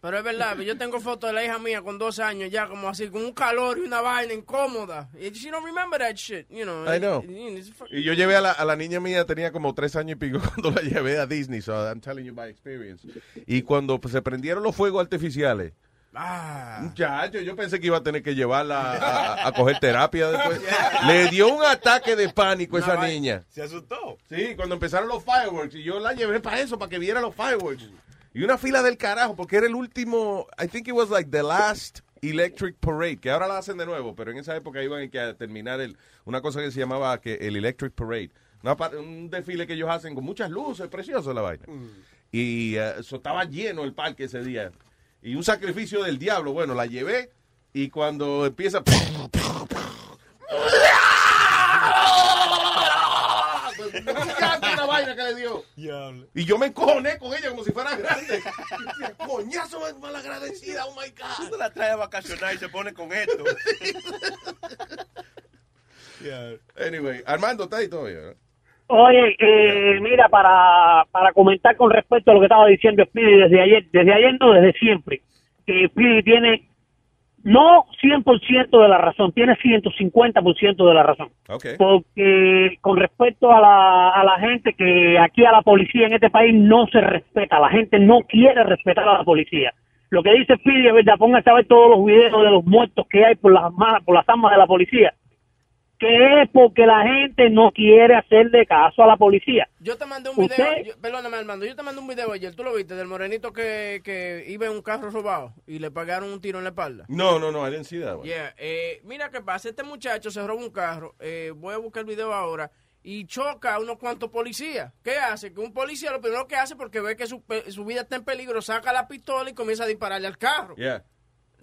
Speaker 6: Pero es verdad, yo tengo fotos de la hija mía con dos años ya, como así, con un calor y una vaina incómoda. Y she don't remember that shit, you know.
Speaker 4: I know.
Speaker 6: Y- it's fu-
Speaker 4: Y yo llevé a la, a la niña mía, tenía como tres años y pico cuando la llevé a Disney, so I'm telling you by experience. Y cuando pues, se prendieron los fuegos artificiales,
Speaker 2: Ah.
Speaker 4: muchacho, yo pensé que iba a tener que llevarla a, a- a coger terapia después. Le dio un ataque de pánico a esa niña.
Speaker 2: Se asustó.
Speaker 4: Sí, cuando empezaron los fireworks, y yo la llevé para eso, para que viera los fireworks. Y una fila del carajo, porque era el último, I think it was like the last electric parade, que ahora la hacen de nuevo, pero en esa época iban que a terminar el, una cosa que se llamaba que el electric parade. Una pa- un desfile que ellos hacen con muchas luces, precioso la vaina. Y eh, eso estaba lleno el parque ese día. Y un sacrificio del diablo, bueno, la llevé y cuando empieza... Todo
Speaker 17: Fíjate una vaina que le dio.
Speaker 4: Y yo me encojoné con ella como si fuera grande.
Speaker 17: Coñazo mal- malagradecida, oh my
Speaker 2: Tú
Speaker 17: God.
Speaker 2: te la traes a vacacionar y se pone con esto. Yeah.
Speaker 4: Anyway, Armando está ahí todavía. ¿no?
Speaker 16: Oye, eh, mira, para, para comentar con respecto a lo que estaba diciendo Speedy desde ayer, desde ayer no, desde siempre, que Speedy tiene no 100% de la razón, tiene 150% de la razón.
Speaker 4: Okay.
Speaker 16: Porque con respecto a la, a la gente que aquí a la policía en este país no se respeta, la gente no quiere respetar a la policía. Lo que dice Speedy es verdad, pónganse a ver todos los videos de los muertos que hay por las, ma- por las armas de la policía. Que es porque la gente no quiere hacerle caso a la policía.
Speaker 6: Yo te mandé un
Speaker 16: ¿Usted?
Speaker 6: video, yo- perdóname Armando, yo te mandé un video ayer, tú lo viste, del morenito que, que iba en un carro robado y le pagaron un tiro en la espalda.
Speaker 4: No, no, no, I didn't see that one.
Speaker 6: Yeah, eh, mira qué pasa, este muchacho se roba un carro, eh, voy a buscar el video ahora, y choca a unos cuantos policías. ¿Qué hace? Que un policía lo primero que hace porque ve que su, pe- su vida está en peligro, saca la pistola y comienza a dispararle al carro.
Speaker 4: Yeah.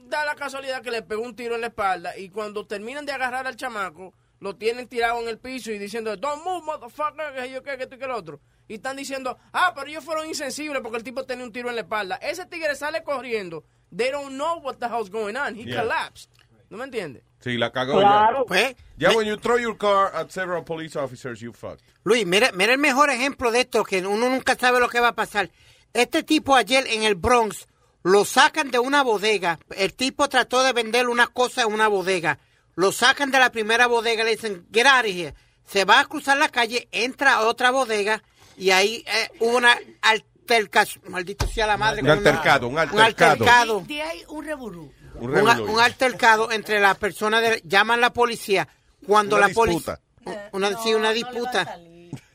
Speaker 6: Da la casualidad que le pegó un tiro en la espalda y cuando terminan de agarrar al chamaco, lo tienen tirado en el piso y diciendo, don't move, motherfucker, que yo qué, que tú que el otro. Y están diciendo, ah, pero ellos fueron insensibles porque el tipo tenía un tiro en la espalda. Ese tigre sale corriendo. They don't know what the hell's going on. He
Speaker 4: Yeah.
Speaker 6: collapsed. ¿No me entiendes?
Speaker 4: Sí, la cagó
Speaker 6: Claro.
Speaker 4: ya.
Speaker 5: Pues,
Speaker 4: Ya, when you throw your car at several police officers, you fucked.
Speaker 5: Luis, mira, mira el mejor ejemplo de esto, que uno nunca sabe lo que va a pasar. Este tipo ayer en el Bronx lo sacan de una bodega. El tipo trató de vender una cosa en una bodega. Lo sacan de la primera bodega, le dicen, get out of here. Se va a cruzar la calle, entra a otra bodega y ahí eh, hubo una altercación. Maldito sea la madre.
Speaker 4: Un
Speaker 5: que no me-
Speaker 4: altercado, un
Speaker 5: Un altercado.
Speaker 13: De, de ahí un reburú.
Speaker 4: Un
Speaker 5: un,
Speaker 4: revolú.
Speaker 5: un altercado entre las personas de- llaman a la policía cuando
Speaker 4: Una
Speaker 5: la policía
Speaker 4: disputa.
Speaker 5: una, sí, una disputa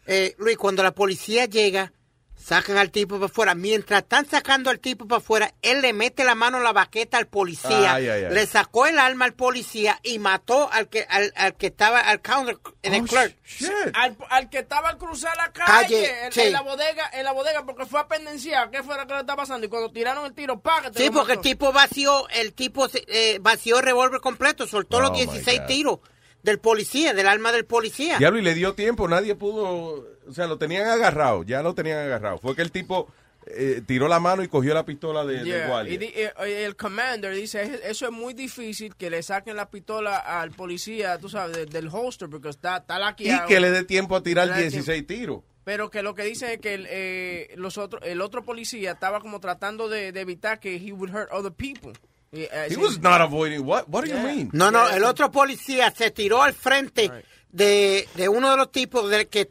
Speaker 5: Eh, Luis cuando la policía llega sacan al tipo para afuera mientras están sacando al tipo para afuera él le mete la mano en la baqueta al policía
Speaker 4: Ay, ay, ay.
Speaker 5: le sacó el arma al policía y mató al que al, al que estaba al counter en el clerk
Speaker 6: Al, al que estaba al cruzar la calle,
Speaker 5: Calle,
Speaker 6: en,
Speaker 5: sí.
Speaker 6: en la bodega, en la bodega, porque fue a pendenciar. ¿Qué fue lo que le estaba pasando? Y cuando tiraron el tiro, págate.
Speaker 5: Sí, porque el tipo vació, el tipo eh, vació el revólver completo, soltó
Speaker 4: Oh,
Speaker 5: los
Speaker 4: my
Speaker 5: 16
Speaker 4: God.
Speaker 5: tiros del policía, del arma del policía.
Speaker 4: Diablo, y le dio tiempo, nadie pudo, o sea, lo tenían agarrado, ya lo tenían agarrado. Fue que el tipo eh, tiró la mano y cogió la pistola de, del
Speaker 6: Yeah,
Speaker 4: guardia.
Speaker 6: y di- eh, eh, el commander dice, "Es- eso es muy difícil que le saquen la pistola al policía, tú sabes, de- del holster, porque está, está
Speaker 4: Y,
Speaker 6: laqueado.
Speaker 4: que le dé tiempo a tirar
Speaker 6: Le dé
Speaker 4: 16 tiros.
Speaker 6: Pero que lo que dicen es que el, eh, los otro, el otro policía estaba como tratando de, de evitar que he would hurt other people. Y, eh,
Speaker 4: He
Speaker 6: sí.
Speaker 4: was not avoiding, what, what do you mean?
Speaker 5: No, no, el otro policía se tiró al frente de, de uno de los tipos de que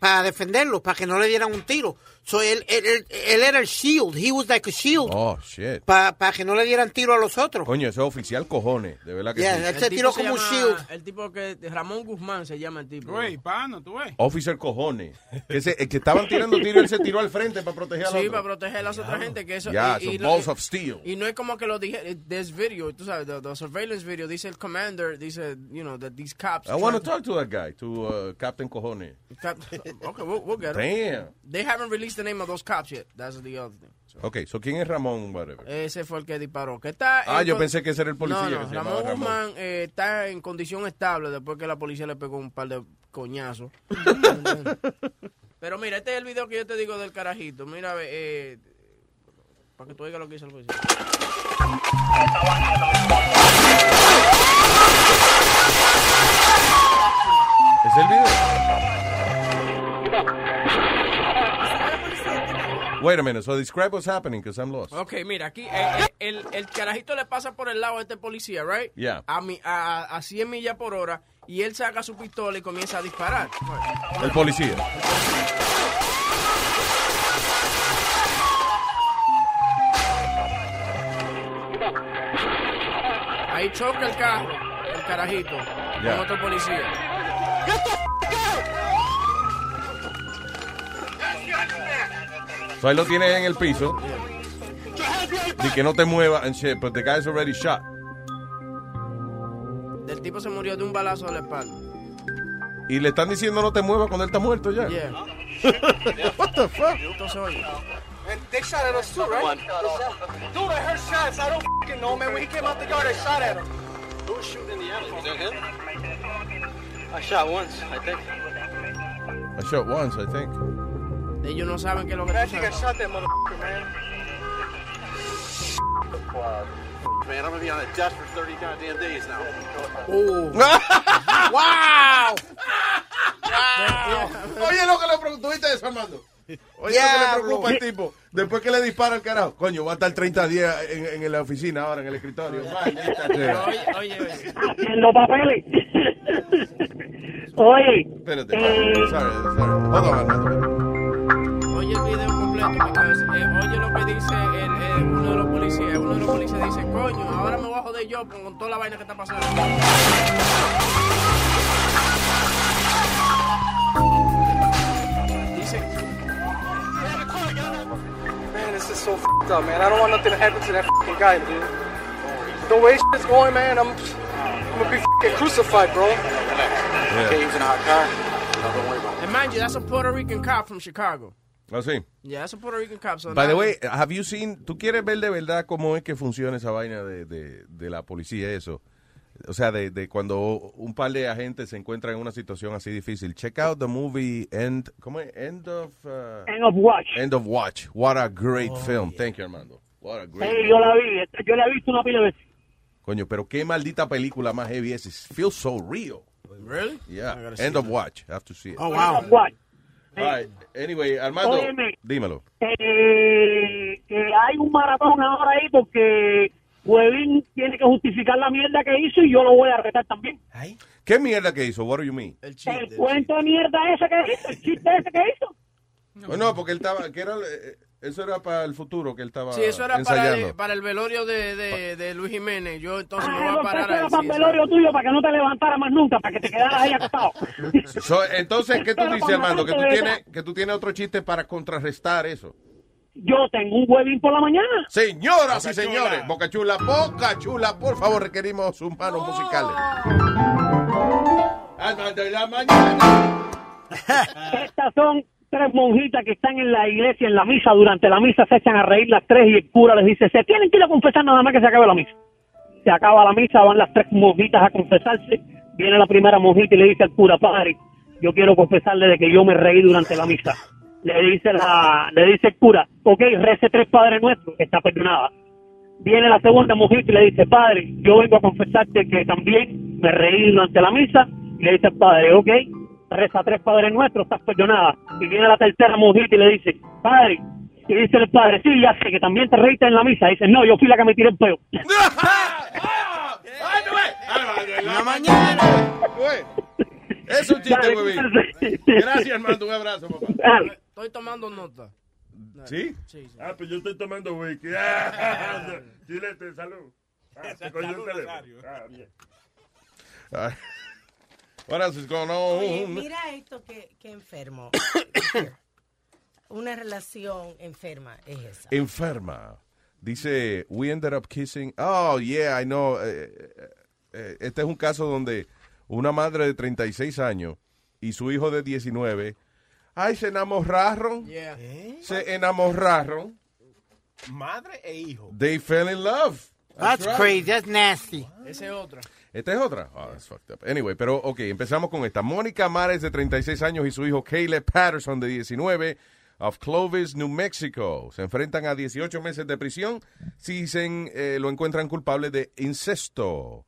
Speaker 5: para defenderlo, para que no le dieran un tiro. So, él, él, él- él era el shield, he was like a shield,
Speaker 4: Oh, shit.
Speaker 5: para que no le dieran tiro a los otros.
Speaker 4: Coño, ese oficial cojones, de verdad que
Speaker 5: Yeah,
Speaker 4: sí.
Speaker 5: that's Se
Speaker 6: El tipo
Speaker 5: tiró
Speaker 6: se
Speaker 5: como un
Speaker 6: llama-
Speaker 5: shield.
Speaker 6: El tipo que Ramón Guzmán se llama el tipo.
Speaker 14: Güey, pano, tú ves.
Speaker 4: Officer cojones. Que, se- eh, que estaban tirando tiros, él se tiró al frente para proteger a la
Speaker 6: Sí, para proteger a las otras gente que eso.
Speaker 4: Ya,
Speaker 6: y-
Speaker 4: son
Speaker 6: y lo-
Speaker 4: balls of steel.
Speaker 6: Y no es como que lo dije, eh, this video, tú sabes, the, the surveillance video, dice el commander, dice, you know, that these cops.
Speaker 4: I want to talk to that guy, to uh, Captain Cojones.
Speaker 6: Cop- uh, okay, we'll, we'll get it.
Speaker 4: Damn.
Speaker 6: They haven't released the name of those cops yet. That's the other thing.
Speaker 4: Ok, so ¿quién es Ramón? Whatever.
Speaker 6: Ese fue el que disparó. ¿Qué está?
Speaker 4: Ah,
Speaker 6: en
Speaker 4: yo
Speaker 6: con-
Speaker 4: pensé que ese era el policía
Speaker 6: No, no,
Speaker 4: que se
Speaker 6: Ramón
Speaker 4: llamaba Ramón.
Speaker 6: Guzmán eh, está en condición estable después que la policía le pegó un par de coñazos. Pero mira, este es el video que yo te digo del carajito. Mira, eh, para que tú oigas lo que hizo el policía.
Speaker 4: ¿Es el video? Wait a minute, so describe what's happening, because I'm lost.
Speaker 6: Ok, mira, aquí
Speaker 4: Ah.
Speaker 6: eh, eh, el, el carajito le pasa por el lado a este policía, ¿right?
Speaker 4: Yeah.
Speaker 6: A, mi, a, a 100 millas por hora y él saca su pistola y comienza a disparar.
Speaker 4: El policía.
Speaker 6: Ahí choca el carro, el carajito,
Speaker 4: Yeah.
Speaker 6: con otro policía.
Speaker 4: So ahí lo tienes en el piso. Y que no te mueva and shit, but the guy's already shot.
Speaker 6: El tipo se murió de un balazo a la espalda.
Speaker 4: Y le están diciendo no te muevas cuando él está muerto ya.
Speaker 6: Yeah.
Speaker 4: What the fuck?
Speaker 6: Entonces, oye.
Speaker 3: And they shot at us too, right? Dude, I heard shots. I don't fucking know, man. When he came out the yard, I shot at him. Who was shooting in the end? Was that him? I shot once, I think.
Speaker 4: I shot once, I think.
Speaker 6: Ellos no saben que lo que
Speaker 3: Man, I
Speaker 6: tú
Speaker 3: think I
Speaker 6: sabes.
Speaker 3: shot that motherfucker, man.
Speaker 18: Man, I'm gonna be on a desk for 30 goddamn days now.
Speaker 4: Uh.
Speaker 9: Uh.
Speaker 4: ¡Wow! Oye, lo que le preguntó, ¿viste eso, Armando? Oye, lo que le preocupa al tipo. Después que le dispara el carajo, coño, va a estar 30 días en, en la oficina ahora, en el escritorio. Vaya,
Speaker 16: En los papeles. Oye, eh,
Speaker 4: Espérate, sorry, sorry. Hold on, Armando.
Speaker 6: Oye el video completo, because, eh, oye lo que dice el, eh, uno de los policías. eh, Uno de los policías dice, coño, ahora me voy a joder yo con, con toda la vaina que está pasando. Dice,
Speaker 3: Man, this is so fucked up, man. I don't want nothing to happen to that fucking guy, dude. The way shit's going, man, I'm, I'm gonna be fucking crucified, bro.
Speaker 4: Okay, he was in a hot
Speaker 3: car. No, don't worry about
Speaker 6: and mind you, that's a Puerto Rican cop from Chicago.
Speaker 4: Así.
Speaker 6: Yeah, that's a Puerto Rican cop. So
Speaker 4: By the
Speaker 6: now-
Speaker 4: way, have you seen, tú quieres ver de verdad cómo es que funciona esa vaina de, de, de la policía, eso? O sea, de, de cuando un par de agentes se encuentran en una situación así difícil. Check out the movie End, ¿cómo es? End of... uh,
Speaker 16: End of Watch.
Speaker 4: End of Watch. What a great film. Thank you, Armando. What a great
Speaker 16: sí, yo la vi, yo la he visto una pila de veces.
Speaker 4: Coño, pero qué maldita película más heavy es. It feels so real.
Speaker 6: Really?
Speaker 4: Yeah. End of Watch. Have to see it.
Speaker 16: Oh, wow. End of Watch.
Speaker 4: All right. Anyway, Armando,
Speaker 16: Óyeme.
Speaker 4: dímelo.
Speaker 16: Eh, que hay un maratón ahora ahí porque Huevín tiene que justificar la mierda que hizo y yo lo voy a retar también.
Speaker 4: ¿Qué mierda que hizo? What do you mean?
Speaker 16: El cuento de mierda ese que hizo, el chiste ese que hizo.
Speaker 4: No, Oh, no, porque él estaba, que era, eh, eso era para el futuro que él estaba
Speaker 6: Sí, eso era para
Speaker 4: ensayando.
Speaker 6: el, para el velorio de, de, de Luis Jiménez. Yo entonces me
Speaker 16: Ah,
Speaker 6: voy a
Speaker 16: no,
Speaker 6: parar
Speaker 16: eso era
Speaker 6: ahí.
Speaker 16: para el velorio tuyo para que no te levantara más nunca, para que te quedaras ahí acostado.
Speaker 4: So, entonces, ¿qué tú
Speaker 16: Pero
Speaker 4: dices,
Speaker 16: para
Speaker 4: Armando? Que tú,
Speaker 16: matarte de
Speaker 4: tienes, que tú tienes otro chiste para contrarrestar eso.
Speaker 16: Yo tengo un Huevín por la mañana.
Speaker 4: Señoras y señores, Boca Chula, Boca Chula, por favor, requerimos sus manos musicales. Armando de la mañana.
Speaker 16: Estas son tres monjitas que están en la iglesia, en la misa. Durante la misa se echan a reír las tres y el cura les dice, se tienen que ir a confesar nada más que se acabe la misa. Se acaba la misa, van las tres monjitas a confesarse. Viene la primera monjita y le dice al cura, padre, yo quiero confesarle de que yo me reí durante la misa. Le dice, la, le dice el cura, ok, rece tres padres nuestros, que está perdonada. Viene la segunda monjita y le dice, padre, yo vengo a confesarte que también me reí durante la misa. Y le dice al padre, ok, reza tres padres nuestros, estás perdonada. Y viene la tercera monjita y le dice, padre, y dice el padre, sí, ya sé que también te reíste en la misa. Y dice, no, yo fui la que me tiré el peo.
Speaker 4: Ah, la mañana. Es un chiste,
Speaker 16: Dale,
Speaker 4: huevín.
Speaker 16: cuídense.
Speaker 4: Gracias, Armando. Un abrazo, papá.
Speaker 6: Estoy tomando nota.
Speaker 4: ¿Sí?
Speaker 15: Ah, pues yo estoy tomando whisky. Ah, Chilete, salud. Ah, se cogió el teléfono. Ah, bien.
Speaker 4: Ah. What else is going on?
Speaker 13: Oye,
Speaker 2: Mm.
Speaker 13: mira esto que, que enfermo. Una relación enferma es esa.
Speaker 4: Enferma. Dice, we ended up kissing. Oh, yeah, I know. Eh, eh, este es un caso donde una madre de 36 años y su hijo de 19, ay, Oh, se enamoraron. Se enamoraron.
Speaker 2: Madre e hijo.
Speaker 4: They fell in love.
Speaker 5: That's crazy. That's nasty.
Speaker 6: Esa es otra.
Speaker 4: Esta es otra. Oh, that's fucked up. Anyway, pero ok, empezamos con esta. Mónica Mares, de 36 años, y su hijo Caleb Patterson, de 19, of Clovis, New Mexico. Se enfrentan a 18 meses de prisión si se, en- eh, lo encuentran culpable de incesto.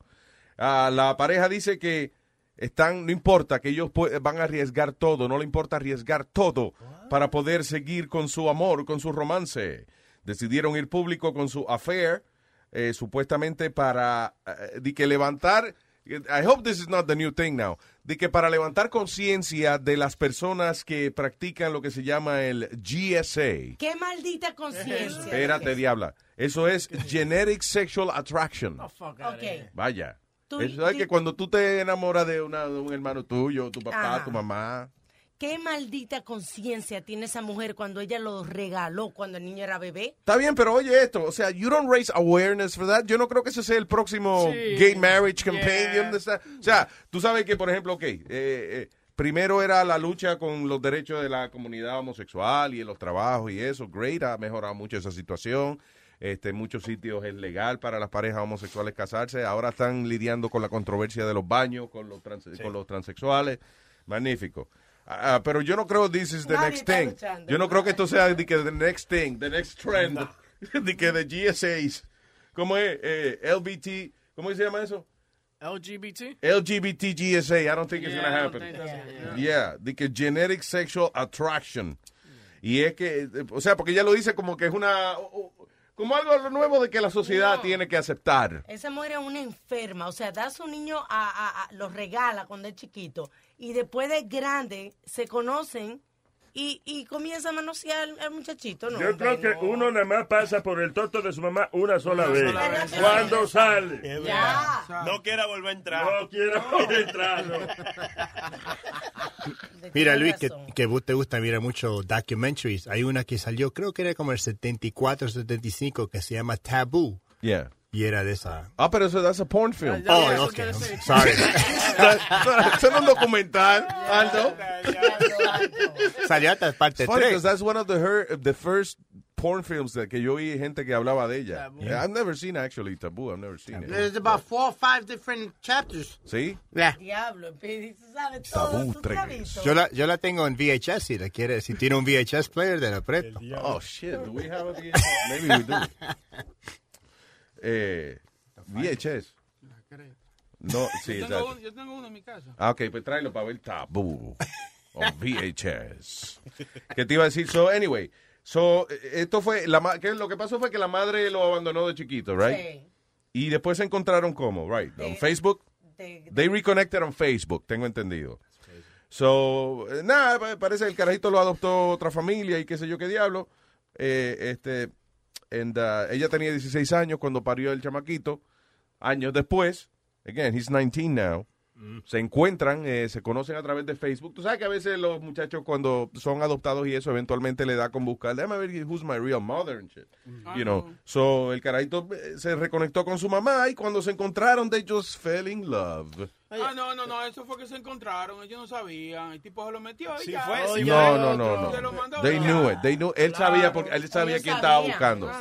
Speaker 4: Ah, la pareja dice que están, no importa, que ellos pu- van a arriesgar todo, no le importa arriesgar todo para poder seguir con su amor, con su romance. Decidieron ir público con su affair, eh, supuestamente para eh, de que levantar. I hope this is not the new thing now. De que para levantar conciencia de las personas que practican lo que se llama el GSA.
Speaker 13: Qué maldita conciencia.
Speaker 4: Espérate, diabla. Eso es Generic Sexual Attraction.
Speaker 13: Ok.
Speaker 4: Vaya.
Speaker 13: Tú-
Speaker 4: Eso es
Speaker 13: tú-
Speaker 4: que cuando tú te enamoras de, una, de un hermano tuyo, tu papá,
Speaker 13: Ajá.
Speaker 4: tu mamá.
Speaker 13: Qué maldita conciencia tiene esa mujer cuando ella lo regaló cuando el niño era bebé.
Speaker 4: Está bien, pero oye esto, o sea, you don't raise awareness for that. Yo no creo que ese sea el próximo
Speaker 13: Sí.
Speaker 4: gay marriage campaign.
Speaker 13: Yeah.
Speaker 4: you understand? O sea, tú sabes que, por ejemplo, ok, eh, eh, primero era la lucha con los derechos de la comunidad homosexual y en los trabajos y eso. Great, ha mejorado mucho esa situación. Este, en muchos sitios es legal para las parejas homosexuales casarse. Ahora están lidiando con la controversia de los baños, con los, trans- con los transexuales. Magnífico. Ah, pero yo no creo this is the
Speaker 13: Nadie
Speaker 4: next
Speaker 13: está
Speaker 4: thing.
Speaker 13: luchando.
Speaker 4: Yo no creo que esto sea de que the next thing, the next trend, de que the GSAs. ¿Cómo es? Eh, LBT, ¿cómo se llama eso?
Speaker 6: LGBT?
Speaker 4: LGBT GSA, I don't think it's
Speaker 6: Yeah,
Speaker 4: going to
Speaker 6: I don't
Speaker 4: happen.
Speaker 6: think that's-
Speaker 4: Yeah. de que genetic sexual attraction. Y es que, eh, o sea, porque ella lo dice como que es una, o- o- como algo nuevo de que la sociedad tiene que aceptar.
Speaker 13: Esa mujer es una enferma, o sea, da a su niño a, a- a- lo regala cuando es chiquito y después de grande se conocen y, y comienza a manosear al, al muchachito, ¿no?
Speaker 15: Yo creo que uno nada más pasa por el toto de su mamá una sola
Speaker 13: Una
Speaker 15: vez.
Speaker 13: sola vez.
Speaker 15: Cuando sale.
Speaker 13: Ya.
Speaker 2: No quiera volver a entrar.
Speaker 15: No quiero volver a entrar. no.
Speaker 9: Mira, Luis, que, que vos te gusta mira mucho documentaries. Hay una que salió, creo que era como el 74, 75, que se llama Taboo.
Speaker 4: Yeah.
Speaker 9: Y era de esa.
Speaker 4: Ah, pero eso, that's a porn film.
Speaker 9: Oh, ok. Sorry.
Speaker 4: Eso era un documental, Aldo.
Speaker 9: Salió hasta parte
Speaker 4: It's funny 'cause
Speaker 9: 3.
Speaker 4: that's one of the, her, the first porn films that que yo vi gente que hablaba de ella.
Speaker 5: Yeah.
Speaker 4: I've never seen actually Taboo. I've never seen it.
Speaker 5: There's about four or five different chapters.
Speaker 4: ¿Sí?
Speaker 13: Diablo, Pidi, tú sabes todo,
Speaker 9: Tabú
Speaker 13: tú
Speaker 9: 3.
Speaker 13: sabes todo.
Speaker 9: Yo la, yo la tengo en VHS si la quiere. Si tiene un VHS player, de la preto.
Speaker 4: Oh, shit. Do we have a VHS? Maybe we do. Eh, VHS. No,
Speaker 14: Ah, Yo
Speaker 4: sí,
Speaker 14: tengo,
Speaker 4: exacto.
Speaker 14: uno, yo tengo uno en mi casa.
Speaker 4: Ah, ok, pues tráelo para ver Tabú. O VHS. ¿Qué te iba a decir? So, anyway. So, eh, esto fue... La ma- que lo que pasó fue que la madre lo abandonó de chiquito, right?
Speaker 13: Sí.
Speaker 4: Y después se encontraron cómo, right? On
Speaker 13: De-
Speaker 4: Facebook.
Speaker 13: de-
Speaker 4: They reconnected on Facebook, tengo entendido. So, eh, nada, pa- parece que el carajito lo adoptó otra familia y qué sé yo qué diablo. Eh, este, and, uh, ella tenía 16 años cuando parió el chamaquito. Años después, again, he's 19 now. Se encuentran, eh, se conocen a través de Facebook. Tú sabes que a veces los muchachos cuando son adoptados y eso, eventualmente le da con buscar, déjame ver who's my real mother and shit. You know. So, el carajito eh, se reconectó con su mamá y cuando se encontraron, they just fell in love.
Speaker 14: Ah, no, no, no, eso fue que se encontraron, ellos no sabían, el tipo se lo metió y
Speaker 2: Sí
Speaker 14: ya.
Speaker 2: fue, sí
Speaker 4: No, no, no, no. They knew it. They knew, él sabía porque él sabía quién estaba buscando.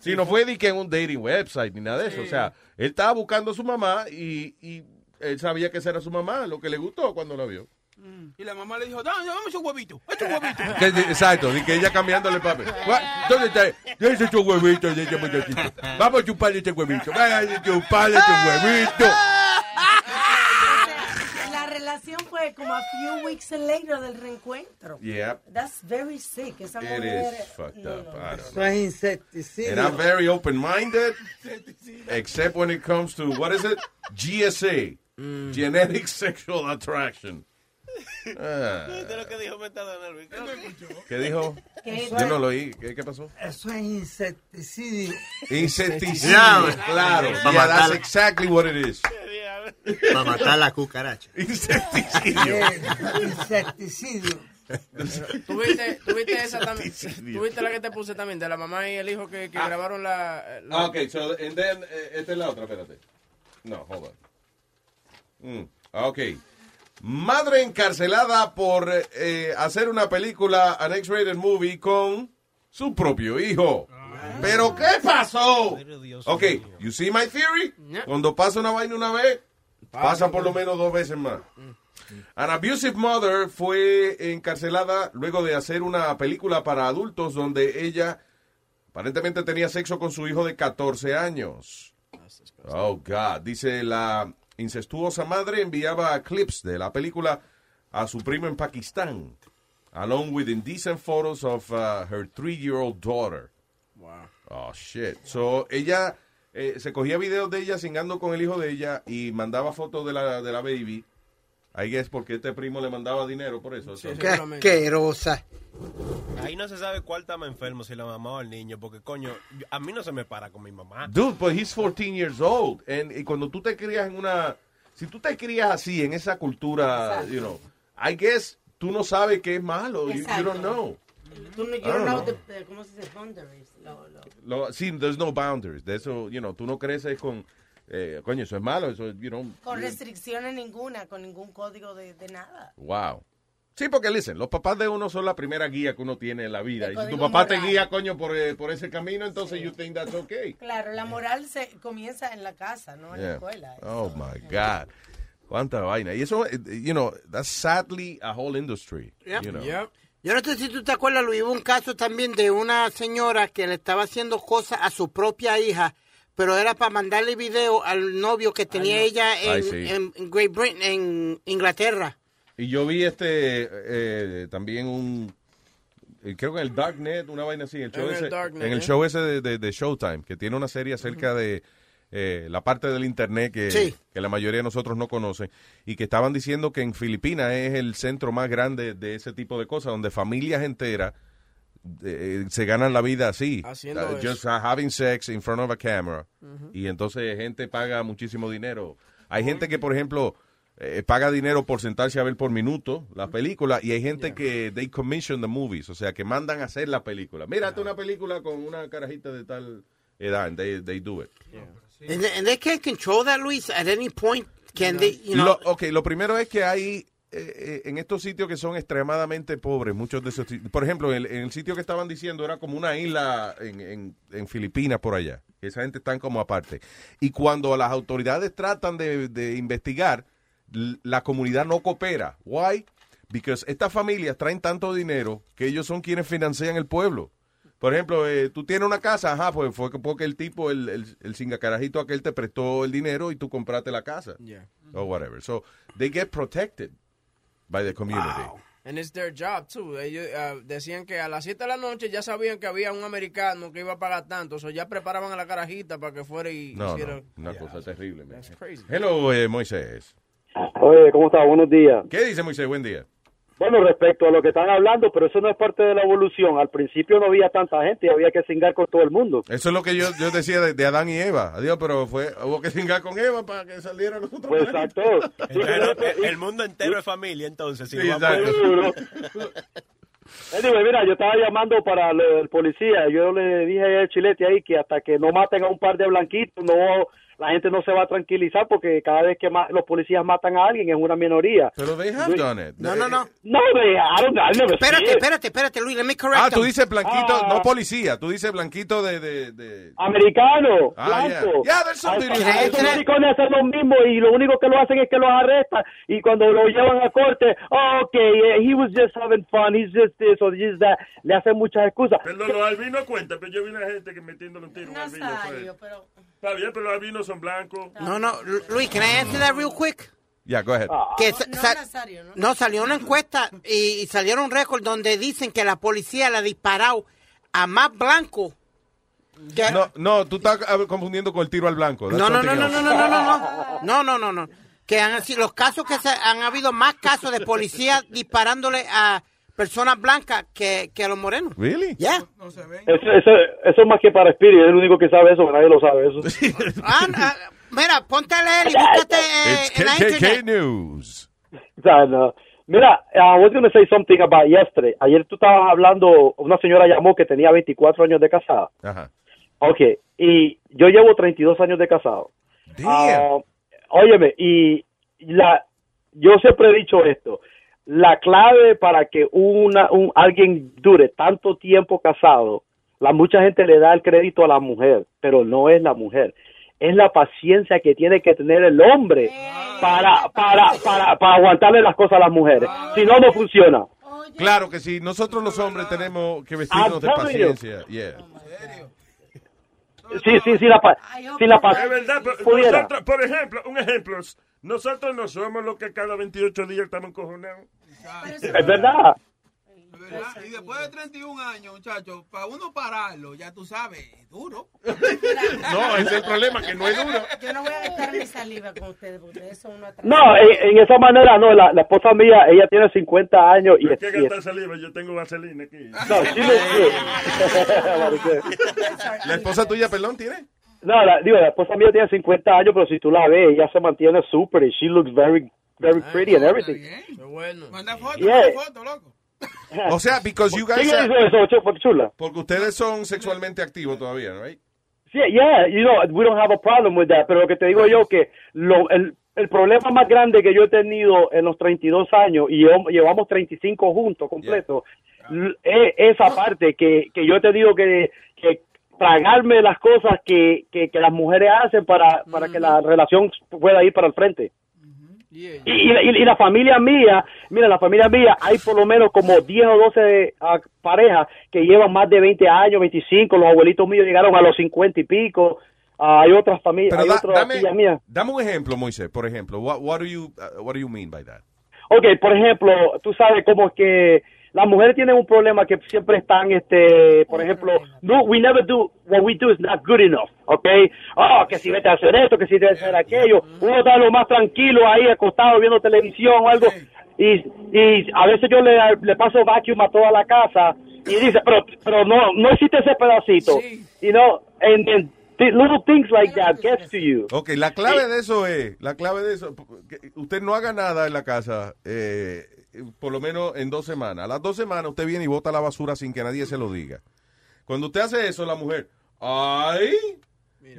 Speaker 4: Si no fue ni que en un dating website ni nada de eso.
Speaker 14: Sí.
Speaker 4: O sea, él estaba buscando a su mamá y, y él sabía que esa era su mamá, lo que le gustó cuando la vio.
Speaker 14: Mm. Y la mamá le dijo, dame, dame su huevito, echa un huevito.
Speaker 4: Que- que- Exacto, y que ella cambiándole papel. What? ¿Dónde está? Ya hice tu huevito, ya hice muchachito. Vamos a chuparle este huevito. Vaya a chuparle este huevito.
Speaker 13: La relación fue como a few weeks later del reencuentro.
Speaker 4: Yeah,
Speaker 13: That's very sick. Esa
Speaker 4: it
Speaker 13: mujer.
Speaker 4: is fucked up. I don't
Speaker 8: Eso es insecticida.
Speaker 4: And I'm very open-minded, except when it comes to what is it? GSA,
Speaker 9: Mm.
Speaker 4: genetic sexual attraction. Ah,
Speaker 2: De lo que dijo Metadona, Luis.
Speaker 4: ¿Qué dijo?
Speaker 8: ¿Qué?
Speaker 4: Yo no lo oí. ¿Qué, qué pasó?
Speaker 8: Eso es insecticida.
Speaker 4: Insecticida, claro.
Speaker 9: Va a
Speaker 4: Yeah, that's
Speaker 9: matar-
Speaker 4: exactly what it is.
Speaker 9: Para matar la cucaracha.
Speaker 8: Eh, Insecticidio.
Speaker 6: ¿Tuviste, tuviste esa también?
Speaker 4: Insecticidio.
Speaker 6: ¿Tuviste la que te puse también? De la mamá y el hijo que,
Speaker 4: Ah.
Speaker 6: que grabaron la... la-
Speaker 4: Okay, Ah, so and then eh, esta es la otra, espérate. No, hold on. Mm, okay. Madre encarcelada por eh, hacer una película, an X-rated movie con su propio hijo. Pero ¿qué pasó? Ok, you see my theory? Cuando pasa una vaina una vez, pasa por lo menos dos veces más. An abusive mother fue encarcelada luego de hacer una película para adultos donde ella aparentemente tenía sexo con su hijo de 14 años. Oh, God. Dice, la incestuosa madre enviaba clips de la película a su primo en Pakistán, along with indecent photos of uh, her three-year-old daughter.
Speaker 6: Wow.
Speaker 4: Oh, shit. So, ella eh, se cogía videos de ella cingando con el hijo de ella y mandaba fotos de la, de la baby. Ahí es porque este primo le mandaba dinero por eso. So-
Speaker 5: Qué asquerosa.
Speaker 2: Ahí no se sabe cuál está más enfermo, si la mamá o el niño, porque coño, yo- a mí no se me para con mi mamá.
Speaker 4: Dude, but he's 14 years old. And, y cuando tú te crías en una... Si tú te crías así, en esa cultura, you know, I guess tú no sabes qué es malo. You, you don't
Speaker 13: Exacto.
Speaker 4: know.
Speaker 13: Tú no,
Speaker 4: I don't
Speaker 13: you don't know
Speaker 4: know.
Speaker 13: the- the- ¿Cómo se dice? Boundaries. Lo- lo-
Speaker 4: Lo, sí, there's no boundaries. De eso, you know, tú no creces con... eh, coño, eso es malo. Eso, you know...
Speaker 13: Con
Speaker 4: you-
Speaker 13: restricciones ninguna, con ningún código de, de nada.
Speaker 4: Wow. Sí, porque dicen, los papás de uno son la primera guía que uno tiene en la vida.
Speaker 13: El
Speaker 4: Y si tu
Speaker 13: código
Speaker 4: papá te
Speaker 13: moral.
Speaker 4: guía, coño, por, eh, por ese camino, entonces you think that's okay.
Speaker 13: Claro, la moral se comienza en la casa, no en
Speaker 4: Yeah.
Speaker 13: la escuela.
Speaker 4: Oh my God. Cuánta vaina. Y eso, eh, you know, that's sadly a whole industry.
Speaker 5: Yep.
Speaker 4: You know.
Speaker 5: Yo no sé si tú te acuerdas, Luis, hubo un caso también de una señora que le estaba haciendo cosas a su propia hija, pero era para mandarle video al novio que tenía ella en,
Speaker 4: Ay, sí.
Speaker 5: en- en Great Britain, en Inglaterra.
Speaker 4: Y yo vi este eh, también un eh, creo que en el Darknet, una vaina así, el show
Speaker 5: En el
Speaker 4: ese,
Speaker 5: Darknet,
Speaker 4: en el
Speaker 5: ¿eh?
Speaker 4: show ese de, de- de Showtime, que tiene una serie acerca de eh, la parte del internet que,
Speaker 5: Sí.
Speaker 4: que la mayoría de nosotros no conocen, y que estaban diciendo que en Filipinas es el centro más grande de ese tipo de cosas, donde familias enteras eh, se ganan la vida así,
Speaker 6: Haciendo
Speaker 4: Uh,
Speaker 6: eso.
Speaker 4: just uh, having sex in front of a camera,
Speaker 6: Ujú.
Speaker 4: y entonces gente paga muchísimo dinero. Hay gente que, por ejemplo, eh, paga dinero por sentarse a ver por minuto la película y hay gente que they commission the movies, o sea, que mandan a hacer la película. Mira, una película con una carajita de tal edad, and they, they do it.
Speaker 5: And, they- and they can't control that, Luis, at any point. Can they, you know,
Speaker 4: Lo- ok, lo primero es que hay eh, eh, en estos sitios que son extremadamente pobres, muchos de esos sitios- Por ejemplo, el, en el sitio que estaban diciendo era como una isla en, en- en Filipinas por allá. Esa gente están como aparte. Y cuando las autoridades tratan de, de investigar, l- la comunidad no coopera. Why? Because estas familias traen tanto dinero que ellos son quienes financian el pueblo. Por ejemplo, eh, tú tienes una casa, ajá, pues fue que- porque el tipo, el, el, el cingacarajito aquel te prestó el dinero y tú compraste la casa. Or whatever. So they get protected by the community.
Speaker 6: And it's their job, too. Ellos ah, decían que a las 7 de la noche ya sabían que había un americano que iba a pagar tanto. O sea, ya preparaban a la carajita para que fuera y
Speaker 4: No,
Speaker 6: hiciera...
Speaker 4: no, una cosa terrible. man.
Speaker 6: crazy.
Speaker 4: Hello, eh, Moisés.
Speaker 19: Oye, ¿cómo está? Buenos días.
Speaker 4: ¿Qué dice Moisés? Buen día.
Speaker 19: Bueno, respecto a lo que están hablando, pero eso no es parte de la evolución. Al principio no había tanta gente y había que cingar con todo el mundo.
Speaker 4: Eso es lo que yo, yo decía de, de Adán y Eva. Adiós, pero fue, hubo que cingar con Eva para que saliera los otros.
Speaker 19: exacto.
Speaker 2: Pero el, el mundo entero es familia, entonces. Si
Speaker 4: Sí,
Speaker 2: no vamos-
Speaker 19: Anyway, mira, yo estaba llamando para lo- el policía. Yo le dije al chilete ahí que hasta que no maten a un par de blanquitos, no la gente no se va a tranquilizar porque cada vez que ma- los policías matan a alguien es una minoría.
Speaker 4: Pero they have done it.
Speaker 5: No, no, no.
Speaker 19: No, they haven't done it.
Speaker 5: Espérate, espérate, espérate, Luis, let me correct
Speaker 4: Ah, tú
Speaker 5: him.
Speaker 4: dices blanquito, no policía, tú dices blanquito de... de, de-
Speaker 19: Americano,
Speaker 4: Ah, yeah.
Speaker 19: blanco. Ah,
Speaker 4: Yeah, there's something in
Speaker 19: Esos
Speaker 4: it.
Speaker 19: maricones hacen lo mismo y lo único que lo hacen es que los arrestan y cuando lo llevan a corte, oh, okay, yeah, he was just having fun, he's just this or he's that, le hacen muchas excusas.
Speaker 15: Perdón, los albinos cuentan, pero yo vi una gente que metiéndole un tiro a un albino. ¿sabes? Está bien, pero los albinos son blancos.
Speaker 5: No, no, Lu- Luis, can I answer that real quick?
Speaker 4: Yeah, go ahead.
Speaker 5: Que sa- sa- Ah, no, salió una encuesta y, y salieron un récord donde dicen que la policía le ha disparado a más blancos. que-
Speaker 4: No, no, tú estás ah, confundiendo con el tiro al blanco. That's
Speaker 5: No, no, no,
Speaker 4: something
Speaker 5: no, no,
Speaker 4: else.
Speaker 5: no, no, no, no, no, no, no. Que han sido los casos que se han habido más casos de policías disparándole a personas blancas que, que a los morenos.
Speaker 4: Really?
Speaker 5: Yeah.
Speaker 19: Eso, eso, eso es más que para Spirit, es el único que sabe eso, que nadie lo sabe eso.
Speaker 5: Ah, ah, mira, ponte a leer y búscate eh,
Speaker 4: It's
Speaker 5: en la
Speaker 4: KKK
Speaker 5: internet.
Speaker 4: News.
Speaker 19: sea, no. Mira, uh, I was going to say something about yesterday. Ayer tú estabas hablando, una señora llamó que tenía 24 años de casada.
Speaker 4: Ajá.
Speaker 19: Ok, y yo llevo 32 años de casado. Ah, óyeme, y la, yo siempre he dicho esto. La clave para que una, un, alguien dure tanto tiempo casado, la mucha gente le da el crédito a la mujer, pero no es la mujer. Es la paciencia que tiene que tener el hombre para, para, para, para aguantarle las cosas a las mujeres. Si no, no funciona.
Speaker 4: Claro que sí, nosotros los hombres tenemos que vestirnos de
Speaker 19: I'm telling you.
Speaker 4: paciencia. Yeah.
Speaker 19: Sí, sí, sí, la, pa- sí, la paciencia.
Speaker 15: Es verdad, pero
Speaker 19: pudiera.
Speaker 15: nosotros, por ejemplo, un ejemplo, nosotros no somos los que cada 28 días estamos encojonados.
Speaker 19: Es verdad.
Speaker 14: ¿verdad? Y después de 31 años, muchachos, para uno pararlo, ya tú sabes, es duro.
Speaker 4: No, ese es el problema, que no es duro.
Speaker 13: Yo no voy a gastar mi saliva con ustedes porque ustedes son una
Speaker 19: No, en, en esa manera no. La, la esposa mía, ella tiene 50 años y
Speaker 15: ¿Por
Speaker 19: es.
Speaker 15: qué
Speaker 19: y es-
Speaker 15: gastar saliva? Yo tengo vaselina aquí.
Speaker 19: No, sí, sí.
Speaker 4: ¿La esposa tuya, perdón, tiene?
Speaker 19: No, la, digo, la esposa mía tiene 50 años, pero si tú la ves, ella se mantiene súper y she looks very, very pretty and everything.
Speaker 14: Manda foto,
Speaker 19: Yeah.
Speaker 14: manda foto, loco.
Speaker 4: O sea, because you
Speaker 19: ¿Quién
Speaker 4: guys
Speaker 19: hizo
Speaker 4: are-
Speaker 19: eso, Cho- chula?
Speaker 4: Porque ustedes son sexualmente activos todavía, ¿no? Right?
Speaker 19: Sí, yeah, you know, we don't have a problem with that, pero lo que te digo yo que lo, el, el problema más grande que yo he tenido en los 32 años, y llevo- llevamos 35 juntos, completo, l- es esa parte que, que yo he tenido que, que tragarme las
Speaker 4: Mm.
Speaker 19: cosas que, que, que las mujeres hacen para, para que la relación pueda ir para el frente. Y, y la- y- y la familia mía, mira, la familia mía, hay por lo menos como 10 o 12 ah, parejas que llevan más de 20 años, 25, los abuelitos míos llegaron a los 50 y pico, Ah, hay otras familias,
Speaker 4: Pero
Speaker 19: hay
Speaker 4: da-
Speaker 19: otras
Speaker 4: dame,
Speaker 19: tías mías.
Speaker 4: dame un ejemplo, Moisés, por ejemplo. What, what, do you, uh, what do you mean by that?
Speaker 19: Ok, por ejemplo, tú sabes como que las mujeres tienen un problema que siempre están, este, por ejemplo, no, we never do, what we do is not good enough, ok? Oh, que si vete a hacer esto, que si vete a hacer aquello, uno está lo más tranquilo ahí acostado viendo televisión o algo, y, y a veces yo le, le paso vacuum a toda la casa y dice, pero, pero no, no existe ese pedacito, you know, and, and th- little things like that gets to you.
Speaker 4: Ok, la clave de eso es, la clave de eso, que usted no haga nada en la casa, eh, por lo menos en dos semanas. A las dos semanas usted viene y bota la basura sin que nadie se lo diga. Cuando usted hace eso, la mujer, ¡ay!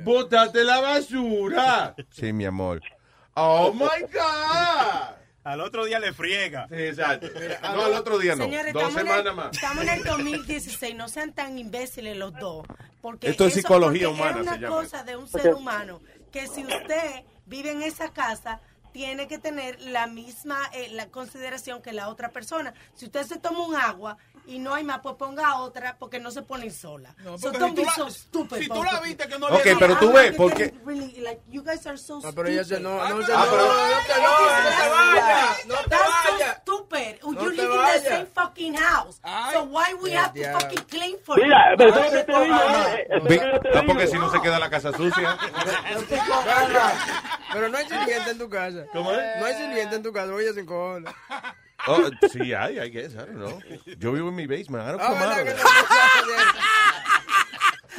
Speaker 4: ¡Bótate la basura! Sí, mi amor. ¡Oh, my God!
Speaker 2: Al otro día le friega.
Speaker 4: Exacto. No, al otro día no.
Speaker 20: Señores,
Speaker 4: Dos
Speaker 20: estamos en-
Speaker 4: semanas más.
Speaker 20: Estamos en el 2016, no sean tan imbéciles los dos. Porque
Speaker 4: Esto es
Speaker 20: eso-
Speaker 4: psicología
Speaker 20: porque
Speaker 4: humana,
Speaker 20: Es una
Speaker 4: se llama
Speaker 20: cosa
Speaker 4: eso.
Speaker 20: de un ser
Speaker 4: Ok.
Speaker 20: humano que si usted vive en esa casa tiene que tener la misma eh, la consideración que la otra persona. Si usted se toma un agua y no hay más, pues ponga otra porque no se ponen sola.
Speaker 7: No,
Speaker 20: So
Speaker 7: porque
Speaker 20: don't
Speaker 7: si
Speaker 20: be
Speaker 7: tú
Speaker 20: so
Speaker 7: la-
Speaker 20: stupid,
Speaker 7: si tú
Speaker 20: both
Speaker 7: la
Speaker 20: of you.
Speaker 7: viste que
Speaker 4: no le- Ok, pero tú ves,
Speaker 20: I
Speaker 4: porque-
Speaker 20: can't really, like, you guys are so
Speaker 6: pero ella se
Speaker 20: stupid.
Speaker 6: enoja, no,
Speaker 20: Ah,
Speaker 6: se enoja.
Speaker 20: pero-
Speaker 6: No te enojes, no te vayas, no te
Speaker 20: That's so
Speaker 6: vayas.
Speaker 20: stupid. You
Speaker 6: No te
Speaker 20: live in the
Speaker 6: vayas.
Speaker 20: same fucking house. so why we have to fucking clean for
Speaker 19: Mira, eh,
Speaker 20: you?
Speaker 19: pero eso es lo que te digo,
Speaker 4: Ve, ah, porque si no se queda la casa sucia.
Speaker 6: Pero no hay sirvienta en tu casa.
Speaker 4: ¿Cómo es?
Speaker 6: No hay sirvienta en tu casa, oye, sin cojones.
Speaker 4: Oh, sí, hay, I guess, I don't know. Yo vivo en mi basement, I don't
Speaker 6: Ah,
Speaker 4: come out
Speaker 6: ¿verdad
Speaker 4: of
Speaker 6: que
Speaker 4: it.
Speaker 6: no?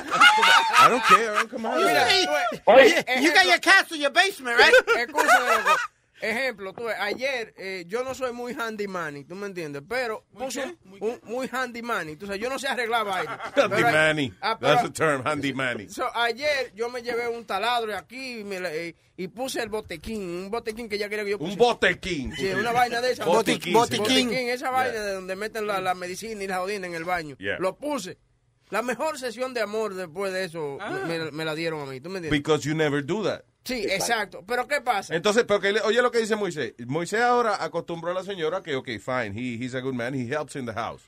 Speaker 4: I don't care, I don't come out of it.
Speaker 6: Oye,
Speaker 5: you got your cats in your basement, right?
Speaker 6: Escúchame, loco. Ejemplo, tú ves, ayer eh, yo no soy muy handyman, ¿tú me entiendes? Pero puse un- muy handyman, tú sabes, yo no sé arreglar vainas.
Speaker 4: Handy
Speaker 6: Pero,
Speaker 4: Manny.
Speaker 6: ah, pero-
Speaker 4: That's the term, Handy Manny.
Speaker 6: So, ayer yo me llevé un taladro aquí y, me la- eh, y puse el botequín, un botequín que ya quería que yo pusiera.
Speaker 4: Un botequín.
Speaker 6: Sí, una vaina de esa.
Speaker 4: Botiquín.
Speaker 6: esa
Speaker 4: Yeah.
Speaker 6: vaina de donde meten la, la medicina y la jodina en el baño.
Speaker 4: Yeah.
Speaker 6: Lo puse. La mejor sesión de amor después de eso me, me la dieron a mí. ¿Tú me entiendes?
Speaker 4: Ah. Because you never do that.
Speaker 6: sí, exacto. Pero ¿qué pasa?
Speaker 4: Entonces, pero que le- oye lo que dice Moisés. Moisés ahora acostumbró a la señora que, ok, fine, he, he's a good man, he helps in the house.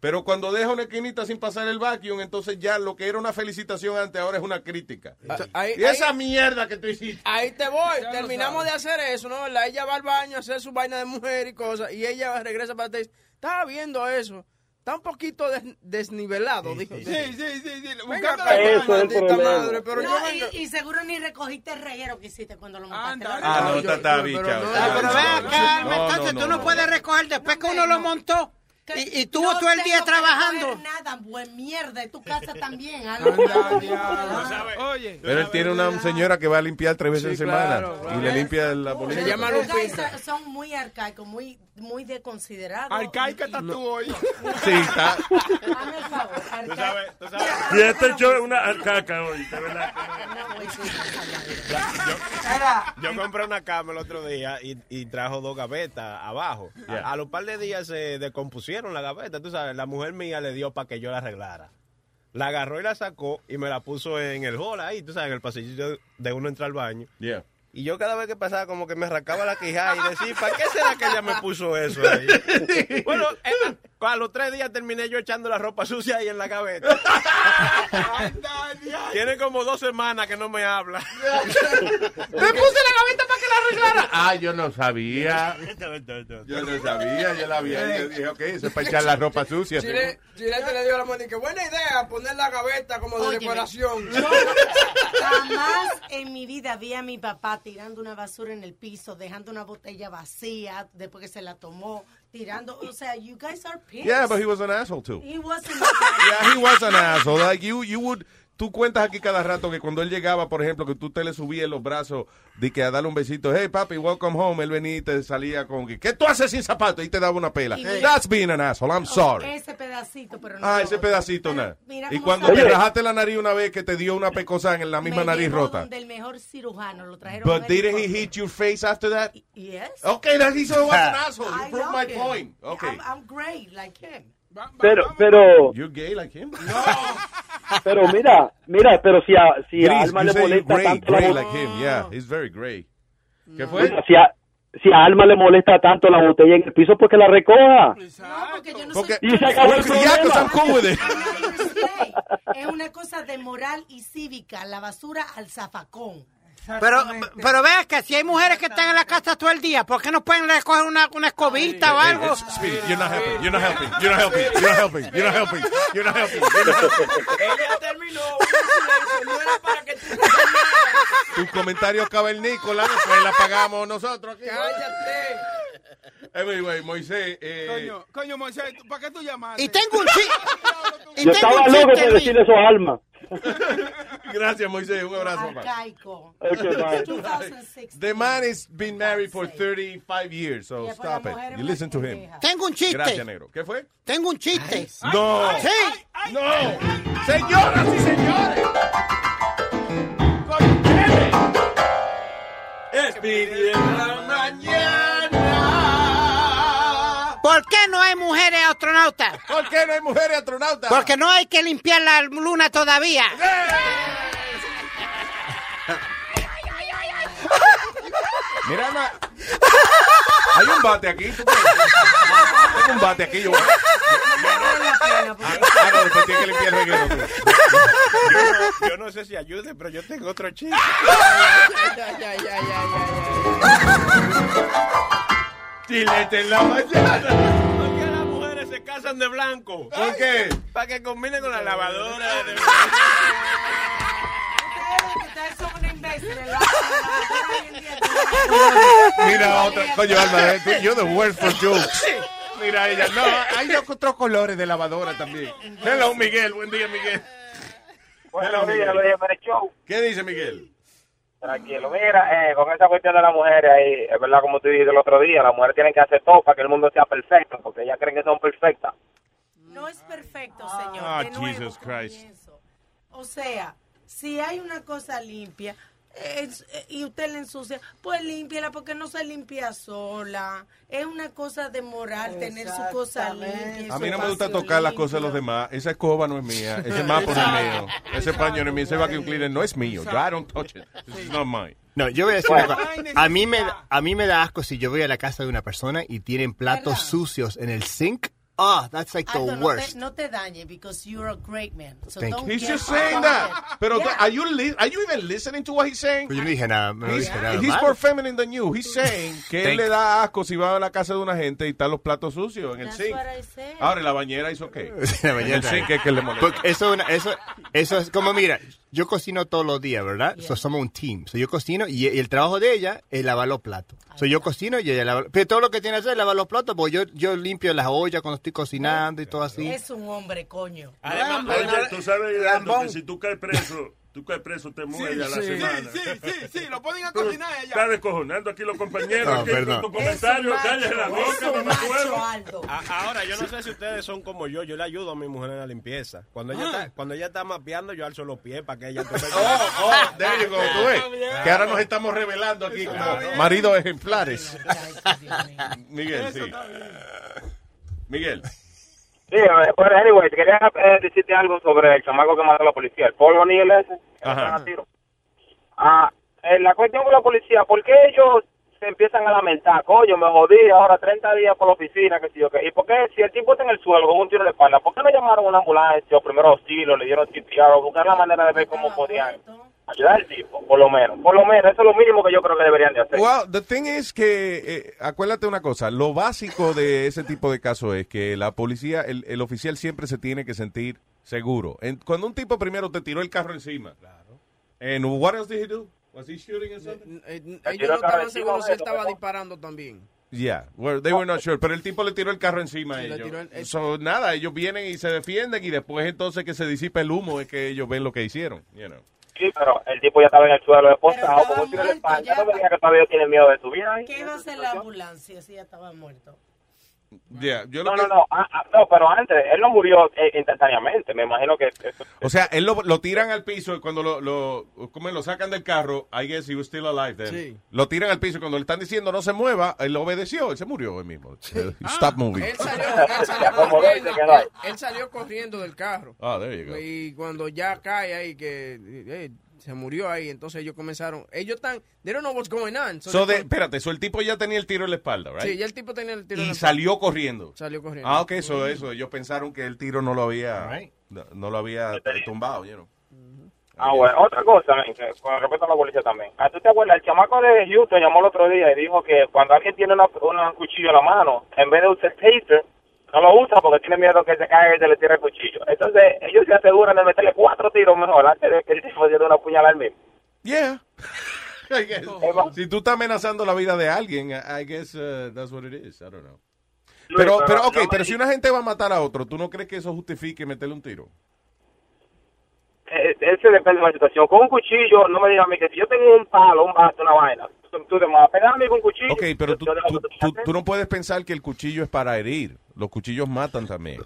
Speaker 4: Pero cuando deja una esquinita sin pasar el vacuum, entonces ya lo que era una felicitación antes ahora es una crítica.
Speaker 6: Ah,
Speaker 4: y esa mierda que tú hiciste.
Speaker 6: Ahí te voy.
Speaker 4: Ya lo
Speaker 6: Terminamos de
Speaker 4: sabes.
Speaker 6: hacer eso, ¿no? ¿Verdad? Ella va al baño a hacer su vaina de mujer y cosas. Y ella regresa para atrás. Estaba viendo eso. Está un poquito des- desnivelado, dijo.
Speaker 7: Sí, sí, sí, sí.
Speaker 6: Venga,
Speaker 7: Buscando
Speaker 6: acá,
Speaker 7: la-
Speaker 6: maldita madre, pero yo
Speaker 20: No,
Speaker 6: vengo-
Speaker 20: y, y seguro ni recogiste el reguero que hiciste cuando lo montaste.
Speaker 4: Ah, no, está, está bicha, está
Speaker 5: Pero
Speaker 4: bicha.
Speaker 5: ve acá,
Speaker 4: No,
Speaker 5: Alma,
Speaker 4: no,
Speaker 5: entonces
Speaker 4: no,
Speaker 5: tú no,
Speaker 4: no.
Speaker 5: puedes recoger después que uno lo montó y, y tuvo todo el día
Speaker 20: tengo que
Speaker 5: trabajando.
Speaker 20: recoger Nada, buen mierda, y tu casa también. ¿ah?
Speaker 6: Oye.
Speaker 4: Pero él tiene una señora que va a limpiar tres veces en semana
Speaker 6: claro, claro.
Speaker 4: y le limpia la bolita.
Speaker 20: Los guys son- son muy arcaicos, muy, muy desconsiderados. Arcaica estás tú hoy.
Speaker 4: Sí, está.
Speaker 20: Dame el favor. arcaica.
Speaker 21: Y este show es una arcaca hoy, de verdad.
Speaker 2: Yo compré una cama el otro día y, y trajo dos gavetas abajo.
Speaker 4: Yeah.
Speaker 2: A, a los par de días se descompusieron la gaveta, tú sabes. La mujer mía le dio para que yo la arreglara. La agarró y la sacó y me la puso en el hall ahí, tú sabes, en el pasillo de uno entrar al baño.
Speaker 4: Yeah.
Speaker 2: Y yo cada vez que pasaba como que me arrancaba la quijada y decía, ¿para qué será que ella me puso eso ahí? bueno, eh, a los tres días terminé yo echando la ropa sucia ahí en la gaveta. Tiene como dos semanas que no me habla.
Speaker 4: la gaveta para que la arreglara. Ah, yo no sabía. Yo no sabía, yo la vi. Yo dije, ok, eso es para echar la ropa sucia.
Speaker 6: Chile, Chilete le dio la mano y que buena idea poner la gaveta como de
Speaker 20: Óyeme,
Speaker 6: decoración.
Speaker 20: Jamás en mi vida vi a mi papá tirando una basura en el piso, dejando una botella vacía después que se la tomó, tirando. O sea, you guys are pimps.
Speaker 4: Yeah, but he was an asshole too.
Speaker 20: He wasn't-
Speaker 4: Yeah, he was an asshole. Like you, you would. Tú cuentas aquí cada rato que cuando él llegaba, por ejemplo, que tú te le subías en los brazos de que a darle un besito, hey papi, welcome home, él venía y te salía con que, ¿qué tú haces sin zapatos? Y te daba una pela.
Speaker 20: Y mira-
Speaker 4: That's being an asshole, I'm sorry.
Speaker 20: Ese pedacito, pero no.
Speaker 4: Ah,
Speaker 20: todo.
Speaker 4: ese pedacito, nada.
Speaker 20: Mira
Speaker 4: Y
Speaker 20: cómo
Speaker 4: cuando
Speaker 20: sabe.
Speaker 4: te
Speaker 20: Oye.
Speaker 4: rajaste la nariz una vez que te dio una pecosa en la misma
Speaker 20: Me
Speaker 4: nariz
Speaker 20: llevó
Speaker 4: rota.
Speaker 20: Donde el mejor cirujano lo trajeron.
Speaker 4: But
Speaker 20: a él y
Speaker 4: didn't he
Speaker 20: todo.
Speaker 4: hit your face after that?
Speaker 20: Yes.
Speaker 4: Okay, that he so was an asshole.
Speaker 20: I
Speaker 4: You proved
Speaker 20: love
Speaker 4: my
Speaker 20: him.
Speaker 4: point. Okay.
Speaker 20: I'm, I'm great, like him.
Speaker 19: Pero, pero,
Speaker 4: You're gay like him?
Speaker 19: pero mira, mira, pero si a, si a
Speaker 4: Gris,
Speaker 19: Alma
Speaker 4: you
Speaker 19: le
Speaker 4: say you're
Speaker 19: molesta
Speaker 4: gray,
Speaker 19: tanto la
Speaker 4: gray
Speaker 19: voz-
Speaker 4: like him. Yeah, he's very gray. ¿Qué fue?
Speaker 19: Mira, si, a, si a Alma le molesta tanto la botella en el piso, porque la recoja.
Speaker 4: Porque
Speaker 19: Y se acabó el
Speaker 4: Yakos, I'm
Speaker 19: problema.
Speaker 4: cool with it.
Speaker 20: Es una cosa de moral y cívica, la basura al zafacón.
Speaker 5: Pero, pero veas que si hay mujeres que están en la casa todo el día, ¿por qué no pueden recoger una, una escobita o
Speaker 4: Hey,
Speaker 5: algo?
Speaker 4: it's- Speedy, you're not helping. You're not helping. You're not helping. You're not helping. You're not helping. You're not helping. You're not helping. Tu comentario cavernícola, después la pagamos nosotros. aquí.
Speaker 7: Cállate.
Speaker 4: Anyway, Moisés. eh,
Speaker 7: Coño, coño, Moisés, ¿para qué tú llamaste?
Speaker 5: Y tengo un chiste.
Speaker 19: Yo estaba loco por decir eso a Alma.
Speaker 4: Gracias, Moisés. Un abrazo. pa.
Speaker 20: Arcaico.
Speaker 4: Okay, bye.
Speaker 20: 2006.
Speaker 4: The man has been married for 35 years, so stop it. You listen to him.
Speaker 5: Tengo un chiste.
Speaker 4: Gracias, negro. ¿Qué fue?
Speaker 5: Tengo un chiste.
Speaker 4: No.
Speaker 5: Sí.
Speaker 4: No. Señoras y señores. Speedy en la mañana.
Speaker 5: ¿Por qué no hay mujeres astronautas?
Speaker 4: ¿Por qué no hay mujeres astronautas?
Speaker 5: Porque no hay que limpiar la luna todavía.
Speaker 4: Mira, Ana, hay un bate aquí. ¿tú crees? Tengo un bate aquí. Yo voy Ah, no, después tiene que limpiar el reguero. pues. tú.
Speaker 2: Yo, no sé si ayude, pero yo tengo otro chiste.
Speaker 4: Chilete en la mañana.
Speaker 2: ¿Por qué las mujeres se casan de blanco?
Speaker 4: ¿Por qué?
Speaker 2: Para que combinen con la lavadora.
Speaker 4: Eh,
Speaker 20: Ustedes son unos imbéciles.
Speaker 4: Mira otra. Coño, Alma, eh, tú- you're the worst for jokes. Mira ella. No, hay otros colores de lavadora también. Hello, Miguel. Buen día, Miguel. Hello,
Speaker 1: Buenos días,
Speaker 4: Miguel.
Speaker 1: lo para el show.
Speaker 4: ¿Qué dice Miguel?
Speaker 1: Tranquilo. Mira, eh, con esa cuestión de las mujeres ahí, es verdad como tú dijiste el otro día, las mujeres tienen que hacer todo para que el mundo sea perfecto, porque ellas creen que son perfectas.
Speaker 20: No es perfecto, señor.
Speaker 4: Ah,
Speaker 20: de nuevo
Speaker 4: Jesus Christ.
Speaker 20: comienzo. O sea, si hay una cosa limpia eh, es- eh, y usted la ensucia, pues límpiala porque no se limpia sola. Es una cosa de moral tener su cosa limpia.
Speaker 4: A mí
Speaker 20: su
Speaker 4: no me gusta
Speaker 20: espacio
Speaker 4: tocar las
Speaker 20: limpio.
Speaker 4: cosas de los demás. Esa escoba no es mía. Ese mapa no es mío. Ese paño no es mío. Ese vacuum cleaner no es mío. I don't touch it. This is not mine.
Speaker 9: No, yo voy a decir una cosa. A mí, me, a mí me da asco si yo voy a la casa de una persona y tienen platos sucios en el sink. Ah, that's like the
Speaker 20: Aldo, no
Speaker 9: worst.
Speaker 20: te, no te dañes because you're a great man. So
Speaker 9: Thank
Speaker 20: don't
Speaker 9: you.
Speaker 4: He's
Speaker 20: get
Speaker 4: just saying that. Pero tú- are you li- are you even listening to what he's saying?
Speaker 9: Pero yo no dije nada, no dije nada.
Speaker 4: He's
Speaker 9: malo.
Speaker 4: more feminine than you. He's saying que él
Speaker 9: Thank
Speaker 4: le da asco si va a la casa de una gente y están los platos sucios en el
Speaker 20: That's
Speaker 4: sink.
Speaker 20: what I said.
Speaker 4: Ahora, en la bañera hizo qué?
Speaker 9: La
Speaker 4: En el
Speaker 9: mañana.
Speaker 4: sink es que le molesta.
Speaker 9: Porque Eso, es una- eso, eso es como, mira, yo cocino todos los días, ¿verdad? So, somos un team. So, yo cocino y, y el trabajo de ella es lavar los platos.
Speaker 20: Ah,
Speaker 9: So, yo cocino y ella lava. Pero todo lo que tiene que hacer es lavar los platos, porque yo, yo limpio las ollas cuando estoy cocinando y todo así.
Speaker 20: Es un hombre, coño.
Speaker 15: Además,
Speaker 20: Rambo, no-
Speaker 15: tú sabes Gerardo, que si tú caes preso, tú caes preso, te mueres a la
Speaker 7: sí,
Speaker 15: semana.
Speaker 7: sí, sí, sí, lo ponen a
Speaker 15: Tú
Speaker 2: eh.
Speaker 7: cocinar ella.
Speaker 15: Estás descojonando aquí los compañeros.
Speaker 9: Ah,
Speaker 15: aquí con
Speaker 9: perdón.
Speaker 15: tu comentario, cállate la boca, mamá
Speaker 2: A- Ahora, yo no sé si ustedes son como yo. Yo le ayudo a mi mujer en la limpieza. Cuando ella, está, cuando ella está mapeando, yo alzo los pies para que ella...
Speaker 4: Ah. Oh, oh, there you go, tú ves. Que ahora nos estamos revelando aquí como maridos ejemplares. Miguel, sí. Miguel.
Speaker 1: Sí, eh, bueno, anyway, te quería eh, decirte algo sobre el chamaco que mandó la policía, el polvo ni el ese.
Speaker 4: Ajá.
Speaker 1: Ah, eh, la cuestión con la policía, ¿por qué ellos se empiezan a lamentar? Coño, me jodí, ahora 30 días por la oficina, que sí yo qué. ¿Y por qué si el tipo está en el suelo con un tiro de espalda, por qué no llamaron a una ambulancia o primero auxilio, le dieron TPR o buscar la manera de ver cómo podían ayudar al tipo, por lo menos? Por lo menos, eso es lo mínimo que yo creo que deberían de hacer.
Speaker 4: Well, the thing is que, eh, acuérdate una cosa, lo básico de ese tipo de casos es que la policía, el, el oficial siempre se tiene que sentir seguro. En- cuando un tipo primero te tiró el carro encima, and what else did he do? Was he shooting at
Speaker 6: something?
Speaker 2: Eh,
Speaker 4: tiró
Speaker 6: Ellos no
Speaker 4: cara
Speaker 6: estaban
Speaker 4: encima
Speaker 6: seguros si
Speaker 4: de
Speaker 6: él
Speaker 4: eso,
Speaker 6: estaba
Speaker 4: pero-
Speaker 6: disparando también.
Speaker 4: Yeah, well, they were not sure, pero el tipo le tiró el carro encima a
Speaker 6: Sí, le
Speaker 4: ellos.
Speaker 6: tiró el- eh.
Speaker 4: So, nada, ellos vienen y se defienden y después entonces que se disipa el humo es que ellos ven lo que hicieron, you know.
Speaker 1: Sí, pero el tipo ya estaba en el suelo desposado, con un tiro de espalda, ya no veía que todavía tiene miedo de su vida. ahí.
Speaker 20: ¿Qué iba a hacer la ambulancia si ya estaba muerto?
Speaker 4: Yeah, yo
Speaker 1: No, no, no, ah, ah, no, pero antes, él no murió eh, instantáneamente, me imagino que... eso-
Speaker 4: O sea, él lo, lo tiran al piso y cuando lo, lo, como lo sacan del carro, I guess he was still alive then.
Speaker 6: Sí.
Speaker 4: Lo tiran al piso y cuando le están diciendo no se mueva, él obedeció, él se murió él mismo. Eh, Stop moving.
Speaker 6: Ah, Él salió, él salió
Speaker 1: Ya como
Speaker 6: corriendo,
Speaker 1: veinte quedó ahí.
Speaker 6: él- él salió corriendo del carro.
Speaker 4: Ah, there you go.
Speaker 6: Y cuando ya cae ahí, que eh, se murió ahí. Entonces ellos comenzaron. Ellos están. They don't know what's going on. So
Speaker 4: So
Speaker 6: they-
Speaker 4: de- espérate, so el tipo ya tenía el tiro en la espalda, ¿right?
Speaker 6: Sí, ya el tipo tenía el tiro. en
Speaker 4: y
Speaker 6: la-
Speaker 4: salió corriendo.
Speaker 6: Salió corriendo.
Speaker 4: Ah, ok, eso, eso. Ellos pensaron que el tiro no lo había, no, no lo había eh, tumbado, you know.
Speaker 1: Ah, bueno, otra cosa, men, que con respecto a la policía también. Ah, ¿Tú te acuerdas? El chamaco de Houston llamó el otro día y dijo que cuando alguien tiene una, una cuchillo en la mano, en vez de usar taser, no lo usa porque tiene miedo que se caiga y se le tire el cuchillo. Entonces, ellos se aseguran de meterle cuatro tiros mejor antes de que el tipo se dé una puñalada al mismo.
Speaker 4: Yeah. I guess. Si tú estás amenazando la vida de alguien, I I guess uh, that's what it is. I don't know.
Speaker 1: Luis,
Speaker 4: Pero,
Speaker 1: pero
Speaker 4: pero,
Speaker 1: no
Speaker 4: ok,
Speaker 1: me-
Speaker 4: pero si una gente va a matar a otro, ¿tú no crees que eso justifique meterle un tiro?
Speaker 1: Eh, Ese depende de la situación. Con un cuchillo, no me digas a mí que si yo tengo un palo, un bate, una vaina, tú, tú te vas a pegar a mí con un cuchillo.
Speaker 4: Ok, pero tú,
Speaker 1: yo dejo
Speaker 4: tú-
Speaker 1: que tú-
Speaker 4: tú- tú no puedes pensar que el cuchillo es para herir. Los cuchillos matan también.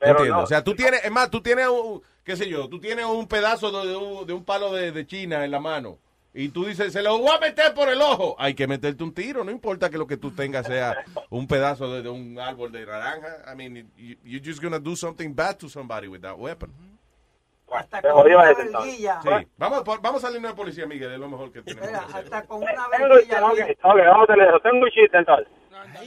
Speaker 4: Entiendo.
Speaker 1: no.
Speaker 4: O sea, tú tienes, es más, tú tienes, un, qué sé yo, tú tienes un pedazo de, de un, de un palo de, de China en la mano. Y tú dices, se lo voy a meter por el ojo. Hay que meterte un tiro, no importa que lo que tú tengas sea un pedazo de, de un árbol de naranja. I mean, you, you're just gonna do something bad to somebody with that weapon.
Speaker 8: Hasta
Speaker 1: con jodió una ese, entonces.
Speaker 8: verguilla.
Speaker 4: Sí. Vamos, a por- vamos a salirnos de policía, Miguel, es lo mejor que tenemos.
Speaker 8: Espera,
Speaker 4: que hacer.
Speaker 8: hasta con una
Speaker 1: Tengo,
Speaker 8: verguilla,
Speaker 1: ok,
Speaker 8: Luis,
Speaker 1: ok, vamos a tener, tengo un chiste entonces.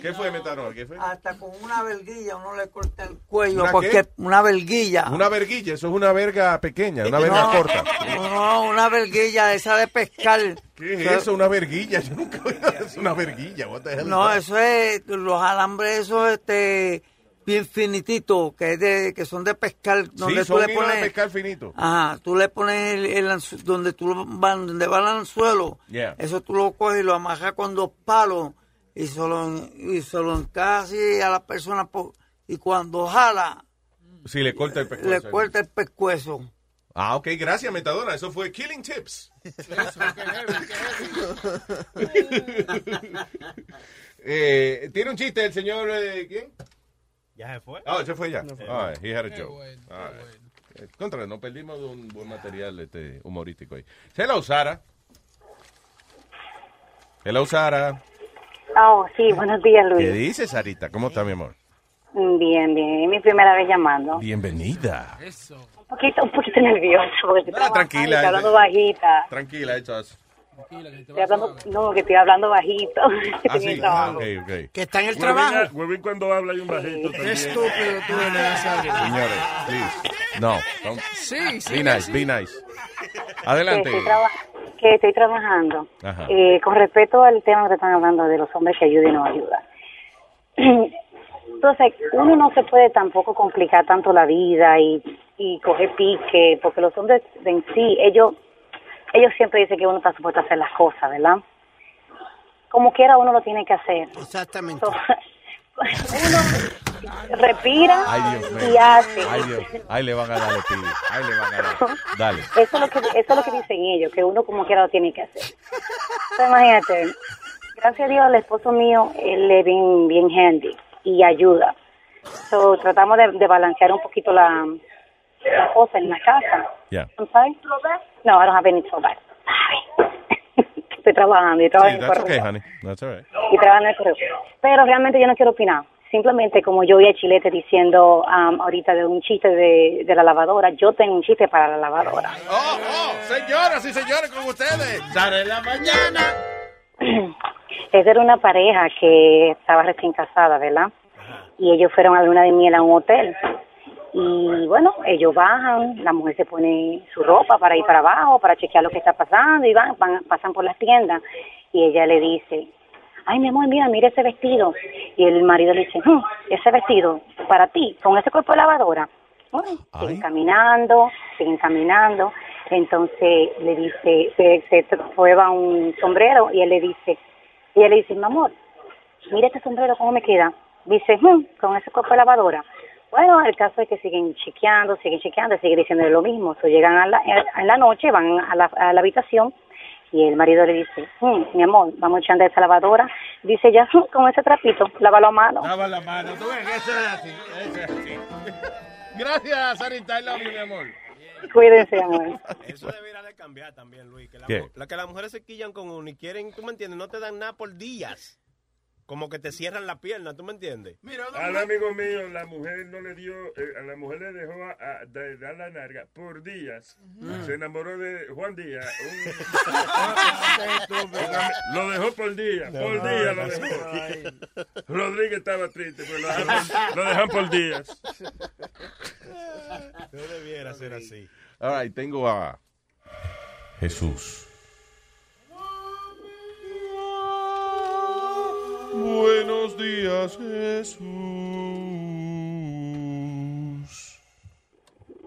Speaker 4: ¿Qué fue, Metanol? ¿Qué fue?
Speaker 8: hasta con una verguilla uno le corta el cuello
Speaker 4: ¿Una
Speaker 8: porque
Speaker 4: qué?
Speaker 8: pues, una verguilla. Eh,
Speaker 4: Una verguilla, eso es una verga pequeña, una verga
Speaker 8: No.
Speaker 4: corta.
Speaker 8: No, una verguilla esa de pescar.
Speaker 4: ¿Qué es eso? Una verguilla. Yo nunca he oído eso, una verguilla. What the hell is
Speaker 8: No,
Speaker 4: that?
Speaker 8: eso es los alambres esos este bien finititos que es de que son de pescar donde
Speaker 4: sí,
Speaker 8: tú
Speaker 4: son
Speaker 8: le
Speaker 4: hilos de
Speaker 8: pones
Speaker 4: pescar finito.
Speaker 8: Ajá, tú le pones el, el anzu- donde tú lo- va- donde va el anzuelo.
Speaker 4: Yeah.
Speaker 8: Eso tú lo coges y lo amajas con dos palos y se lo, en- y se lo encajas así a la persona po- y cuando jala
Speaker 4: Si le corta el pescuezo.
Speaker 8: le corta el pescuezo.
Speaker 4: Ah, ok, gracias, Metadona. Eso fue Killing Tips. Eh, Tiene un chiste el señor. eh, ¿Quién?
Speaker 2: Ya se fue.
Speaker 4: Ah, se fue ya.
Speaker 2: No fue.
Speaker 4: All right, he had a
Speaker 2: Qué
Speaker 4: joke.
Speaker 2: bueno, qué
Speaker 4: All right. Eh, Contra, no perdimos un buen material este, humorístico ahí. Hello, Sara. Hello, Sara.
Speaker 22: Oh, sí, buenos días,
Speaker 4: ¿Qué
Speaker 22: Luis.
Speaker 4: dices, Sarita? ¿Cómo está, mi amor?
Speaker 22: Bien, bien. Es mi primera vez llamando.
Speaker 4: Bienvenida.
Speaker 22: Un poquito, un poquito nerviosa porque estoy, trabajando
Speaker 4: tranquila,
Speaker 22: y estoy hablando
Speaker 4: eh.
Speaker 22: bajita.
Speaker 4: Tranquila, hechas.
Speaker 22: Estoy hablando, no, que estoy hablando
Speaker 4: Ah,
Speaker 22: bajito. Estoy en el trabajo.
Speaker 15: Que está en el
Speaker 7: trabajo. Huevín cuando habla hay un bajito también.
Speaker 15: Estúpido tú, Nazario.
Speaker 4: Señores, please. No. don't-
Speaker 22: Sí, sí,
Speaker 4: Be nice,
Speaker 22: sí.
Speaker 4: be nice.
Speaker 22: Que
Speaker 4: Adelante.
Speaker 22: estoy, traba- que estoy trabajando.
Speaker 4: Ajá.
Speaker 22: Eh, con respecto al tema que están hablando de los hombres que ayudan y no ayudan. Entonces, uno no se puede tampoco complicar tanto la vida y, y coger pique, porque los hombres en sí, ellos, ellos siempre dicen que uno está supuesto a hacer las cosas, ¿verdad? Como quiera, uno lo tiene que hacer.
Speaker 15: Exactamente.
Speaker 22: uno respira
Speaker 4: Ay, Dios mío.
Speaker 22: y hace.
Speaker 4: Ay, Dios. Ahí le van a dar los pibes. Ahí le van a dar. Dale.
Speaker 22: Eso es lo que eso es lo que dicen ellos, que uno como quiera lo tiene que hacer. Entonces, imagínate, gracias a Dios el esposo mío él es bien bien handy y ayuda. So, tratamos de, de balancear un poquito la, la cosa en la casa.
Speaker 4: Yeah.
Speaker 22: I'm sorry? No, I don't have any throwback. Estoy trabajando y
Speaker 4: Sí,
Speaker 22: trabajando en el
Speaker 4: that's okay,
Speaker 22: correo.
Speaker 4: honey. That's all right.
Speaker 22: Y trabajo en el correo. Pero realmente yo no quiero opinar. Simplemente como yo vi a Chilete diciendo am, ahorita de un chiste de, de la lavadora, yo tengo un chiste para la lavadora.
Speaker 4: Oh, oh, señoras y señores, con ustedes. Sara en la mañana.
Speaker 22: Esa era una pareja que estaba recién casada, ¿verdad? Y ellos fueron a luna de miel a un hotel. Y bueno, ellos bajan, la mujer se pone su ropa para ir para abajo, para chequear lo que está pasando, y van, van- pasan por las tiendas. Y ella le dice, ay mi amor, mira, mira ese vestido. Y el marido le dice, "Hmm, ese vestido, para ti, con ese cuerpo de lavadora. Bueno, siguen caminando, siguen caminando. Entonces le dice, se, se prueba un sombrero y él le dice, y ella le dice, mi amor, mira este sombrero, ¿cómo me queda? Dice, "Hmm, con ese cuerpo de lavadora. Bueno, el caso es que siguen chequeando, siguen chequeando, siguen diciendo lo mismo. So, llegan a la, en la noche, van a la, a la habitación y el marido le dice, "Hmm, mi amor, vamos echando esa lavadora. Dice ya, "Hmm, con ese trapito, lávalo a mano.
Speaker 7: Ah.
Speaker 4: Daba la mano. Tú ves que eso es así. Eso es así. Gracias, Sarita. I love you, mi amor.
Speaker 22: Cuídense, amor.
Speaker 2: Eso debería de cambiar también, Luis. Que, la,
Speaker 4: ¿Qué?
Speaker 2: la que las mujeres se quillan con uno y quieren, tú me entiendes, no te dan nada por días. como que te cierran la pierna, ¿tú me entiendes?
Speaker 15: Al amigo mío, la mujer no le dio, eh, a la mujer le dejó a, a- de dar la narga por días.
Speaker 2: Ujú.
Speaker 15: Se enamoró de Juan Díaz. un- un ami- lo dejó por día,
Speaker 2: No,
Speaker 15: por
Speaker 2: no,
Speaker 15: día
Speaker 2: no,
Speaker 15: lo dejó.
Speaker 2: ay.
Speaker 15: Rodríguez estaba triste, pues lo dejan, lo dejan por días.
Speaker 2: No debiera ser así.
Speaker 4: All right, tengo a Jesús. Buenos días, Jesús.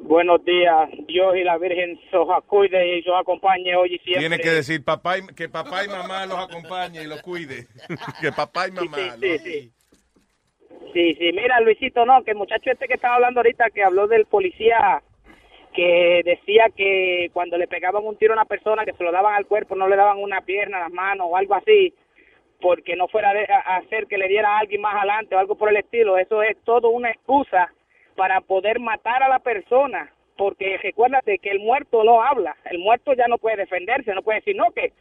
Speaker 23: Buenos días, Dios y la Virgen se os acuide y yo acompañe hoy y siempre.
Speaker 4: Tiene que decir papá y- que papá y mamá los acompañe y los cuide. que papá y mamá.
Speaker 23: Sí,
Speaker 4: los-
Speaker 23: sí, sí. Sí, sí, mira, Luisito, no, que el muchacho este que estaba hablando ahorita, que habló del policía que decía que cuando le pegaban un tiro a una persona, que se lo daban al cuerpo, no le daban una pierna, las manos o algo así, porque no fuera de- a a hacer que le diera a alguien más adelante o algo por el estilo. Eso es todo una excusa para poder matar a la persona, porque recuérdate que el muerto no habla, el muerto ya no puede defenderse, no puede decir, no, que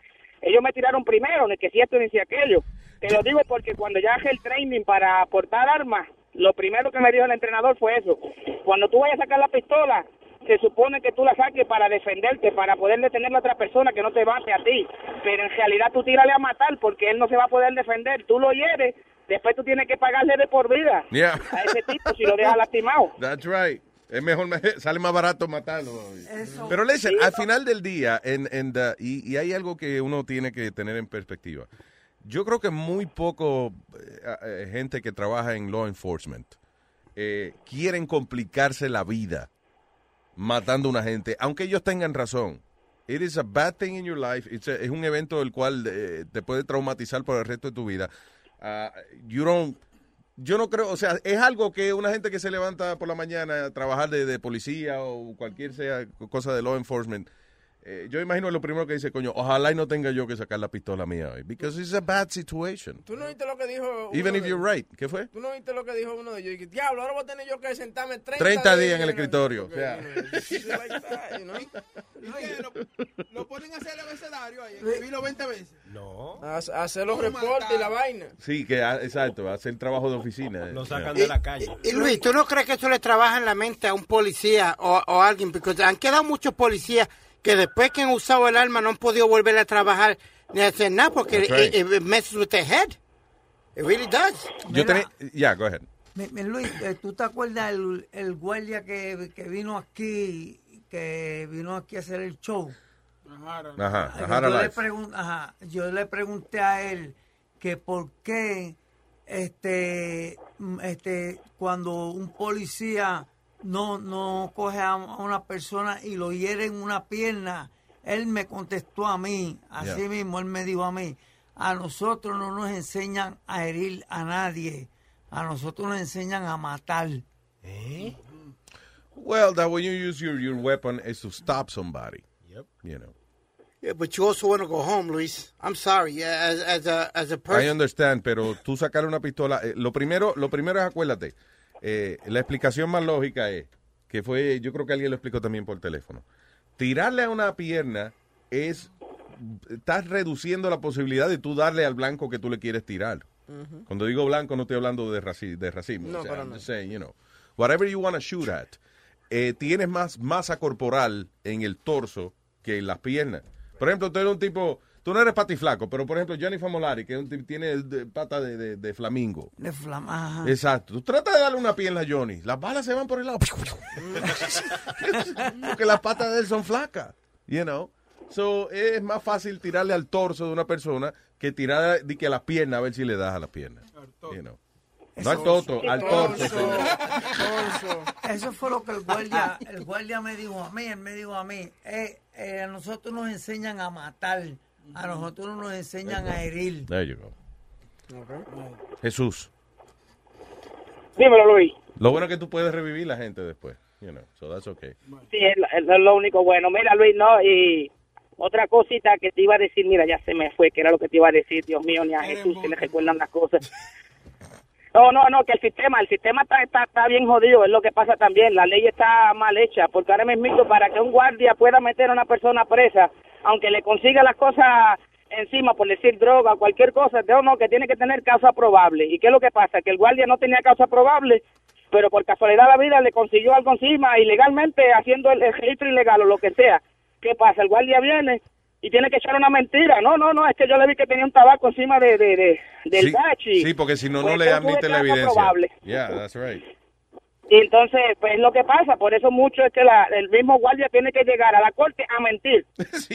Speaker 23: ellos me tiraron primero, ni que si esto ni si aquello. Te lo digo porque cuando ya hace el training para portar armas, lo primero que me dijo el entrenador fue eso. Cuando tú vayas a sacar la pistola, se supone que tú la saques para defenderte, para poder detener a otra persona que no te bate a ti. Pero en realidad tú tírale a matar porque él no se va a poder defender. Tú lo hieres, después tú tienes que pagarle de por vida
Speaker 4: Yeah,
Speaker 23: a ese tipo si lo dejas lastimado.
Speaker 4: that's right. Es mejor, sale más barato matarlo.
Speaker 23: Eso.
Speaker 4: Pero listen, al final del día, en, en the- y, y hay algo que uno tiene que tener en perspectiva. Yo creo que muy poco eh, eh, gente que trabaja en law enforcement eh, quieren complicarse la vida matando a una gente, aunque ellos tengan razón. It is a bad thing in your life. It's a- es un evento del cual eh, te puede traumatizar por el resto de tu vida. Ah, you don't- yo no creo, o sea, es algo que una gente que se levanta por la mañana a trabajar de, de policía o cualquier sea cosa de law enforcement. eh, yo imagino lo primero que dice, coño, ojalá y no tenga yo que sacar la pistola mía hoy, because it's a bad situation.
Speaker 6: ¿Tú no viste lo que dijo? uno
Speaker 4: Even if
Speaker 6: de-
Speaker 4: you're right, ¿qué fue?
Speaker 6: ¿Tú no viste lo que dijo uno de ellos? Y que, Diablo, ahora voy a tener yo que sentarme 30,
Speaker 4: 30 días en el escritorio. o sea.
Speaker 7: Lo ponen a hacer el abecedario ahí, escribirlo 20 veces.
Speaker 2: No.
Speaker 6: hacer los reportes y la vaina.
Speaker 4: Sí, que ah, exacto, hacer trabajo de oficina. eh.
Speaker 5: Y- Y, y eh, Luis, ¿tú no crees que eso le trabaja en la mente a un policía o, o a alguien? Porque han quedado muchos policías que después que han usado el arma no han podido volver a trabajar ni a hacer nada porque eh,
Speaker 4: That's right.
Speaker 5: it, it messes with their head. It really does.
Speaker 4: Yo tenía, ya, go ahead.
Speaker 8: Mi- mi Luis, eh, ¿tú te acuerdas el, el guardia que, que vino aquí, que vino aquí a hacer el show?
Speaker 4: Ajá,
Speaker 8: Ay,
Speaker 4: ajá,
Speaker 8: yo, le
Speaker 4: life.
Speaker 8: pregun- ajá, yo le pregunté a él que por qué este, mm, este, cuando un policía no, no coge a a una persona y lo hiere en una pierna, él me contestó a mí, así
Speaker 12: Yeah.
Speaker 8: mismo, él me dijo a mí, a nosotros no nos enseñan a herir a nadie, a nosotros nos enseñan a matar.
Speaker 4: Well, that when you use your, your weapon is to stop somebody. Yep. You know.
Speaker 5: Yeah, but you also want to go home, Luis. I'm sorry. yeah, As, as a, as a
Speaker 4: I
Speaker 5: person.
Speaker 4: understand, pero tú sacar una pistola, eh, lo primero, lo primero es acuérdate, eh, la explicación más lógica es que fue, yo creo que alguien lo explicó también por teléfono. Tirarle a una pierna es estás reduciendo la posibilidad de tú darle al blanco que tú le quieres tirar. Cuando digo blanco no estoy hablando de, raci- de racismo.
Speaker 24: No,
Speaker 4: o sea,
Speaker 24: para
Speaker 4: I'm
Speaker 24: nada.
Speaker 4: just saying, you know, whatever you want to shoot at, eh, tienes más masa corporal en el torso que en las piernas. Por ejemplo, tú eres un tipo, tú no eres patiflaco, pero por ejemplo Jennifer Molari, que es un tipo- tiene de- pata de, de- de flamingo.
Speaker 8: De flama- ajá.
Speaker 4: Exacto. Tú tratas de darle una pierna a Johnny, las balas se van por el lado. Porque las patas de él son flacas, you know. So, es más fácil tirarle al torso de una persona que tirar de que a la pierna a ver si le das a la pierna. You know. No al toto, al torso. señor.
Speaker 8: Eso fue lo que el guardia, el guardia me dijo a mí, él me dijo a mí, eh, eh, a nosotros nos enseñan a matar, a nosotros no nos enseñan a herir.
Speaker 4: There you go. Jesús.
Speaker 23: Dímelo, Luis.
Speaker 4: Lo bueno es que tú puedes revivir la gente después. You know, so that's okay.
Speaker 23: Sí, es lo- es lo único bueno. Mira, Luis, no, y otra cosita que te iba a decir, mira, ya se me fue, que era lo que te iba a decir, Dios mío, ni a Jesús se le recuerdan las cosas. No, no, no, que el sistema, el sistema está, está, está bien jodido, es lo que pasa también, la ley está mal hecha, porque ahora mismo para que un guardia pueda meter a una persona presa, aunque le consiga las cosas encima por decir droga, cualquier cosa, no, no, que tiene que tener causa probable. ¿Y qué es lo que pasa? Que el guardia no tenía causa probable, pero por casualidad la vida le consiguió algo encima ilegalmente haciendo el, el registro ilegal o lo que sea. ¿Qué pasa? El guardia viene y tiene que echar una mentira. No, no, no, es que yo le vi que tenía un tabaco encima de, de, de- del
Speaker 4: sí,
Speaker 23: bachi.
Speaker 4: sí, porque si no, no
Speaker 23: Pues
Speaker 4: le
Speaker 23: eso
Speaker 4: admite
Speaker 23: tuve
Speaker 4: la
Speaker 23: causa
Speaker 4: evidencia.
Speaker 23: probable.
Speaker 4: Yeah, that's right.
Speaker 23: Y entonces, pues es lo que pasa, por eso mucho es que la- el mismo guardia tiene que llegar a la corte a mentir,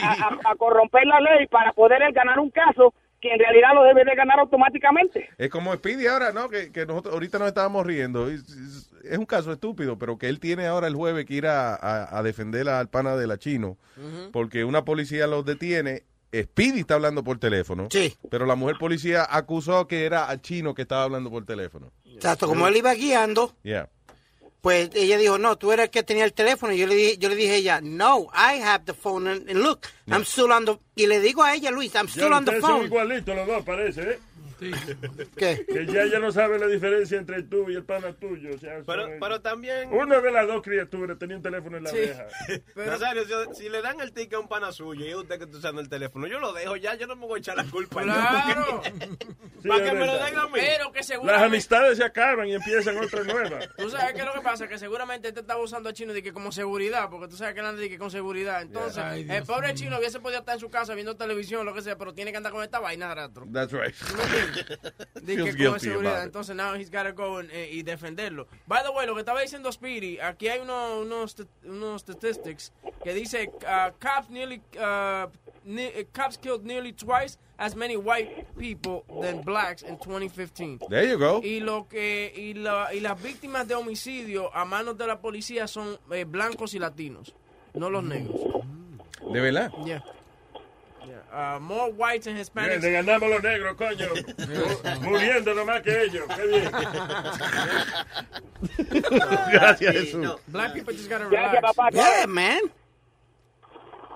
Speaker 23: a, a- a corromper la ley para poder él ganar un caso que en realidad lo debe de ganar automáticamente.
Speaker 4: Es como Speedy ahora, ¿no? Que, que nosotros ahorita nos estábamos riendo. Es, es- es un caso estúpido, pero que él tiene ahora el jueves que ir a, a- a defender al pana de la chino, porque una policía los detiene. Speedy está hablando por teléfono.
Speaker 5: Sí.
Speaker 4: Pero la mujer policía acusó que era al chino que estaba hablando por teléfono.
Speaker 5: Exacto, como él iba guiando,
Speaker 4: Yeah.
Speaker 5: pues ella dijo, no, tú eres el que tenía el teléfono. Y yo le dije, yo le dije a ella, no, I have the phone. And, and look, I'm still on the... Y le digo a ella, Luis, I'm
Speaker 15: Ya
Speaker 5: still on the
Speaker 15: ustedes son
Speaker 5: phone.
Speaker 15: igualitos los dos, parece, ¿eh?
Speaker 5: ¿Qué?
Speaker 15: Que ya ya no sabe la diferencia entre tú y el pana tuyo. O sea,
Speaker 2: Pero-
Speaker 15: son-
Speaker 2: pero también-
Speaker 15: Una de las dos criaturas tenía un teléfono en la
Speaker 2: Sí.
Speaker 15: oreja.
Speaker 2: Pero, Nazario, si- si, le dan el ticket a un pana suyo y es usted que está usando el teléfono, yo lo dejo ya, yo no me voy a echar la culpa.
Speaker 6: Claro.
Speaker 2: Para
Speaker 15: es
Speaker 2: que me lo
Speaker 15: verdad.
Speaker 2: den a mí.
Speaker 6: Pero que
Speaker 15: Las
Speaker 6: seguramente.
Speaker 15: amistades se acaban y empiezan otras nuevas.
Speaker 6: Tú sabes que lo que pasa que seguramente te estaba usando a Chino de que como seguridad, porque tú sabes que él anda de que con seguridad. Entonces,
Speaker 15: Yeah. Ay, Dios
Speaker 6: el pobre Chino hubiese podido estar en su casa viendo televisión, lo que sea, pero tiene que andar con esta vaina de rato.
Speaker 4: That's right.
Speaker 6: De
Speaker 4: Feels
Speaker 6: que con
Speaker 4: guilty
Speaker 6: seguridad.
Speaker 4: about it.
Speaker 6: Entonces, now he's gotta go and, eh, y defenderlo. By the way, lo que estaba diciendo Speedy, aquí hay uno- unos, st- unos statistics que dice uh, cops nearly uh, ne- eh, cops killed nearly twice as many white people than blacks in 2015.
Speaker 4: There you go.
Speaker 6: Y lo que y, la- y las víctimas de homicidio a manos de la policía son eh, blancos y latinos, no los negros.
Speaker 4: ¿De verdad?
Speaker 6: Yeah. Yeah. Uh, more whites and Hispanics.
Speaker 15: Le ganamos los negros, coño. Mu- Muriendo nomás que ellos. Qué bien.
Speaker 4: Gracias, Jesús.
Speaker 6: Black people just gotta relax.
Speaker 23: Gracias, papá.
Speaker 5: Yeah, man.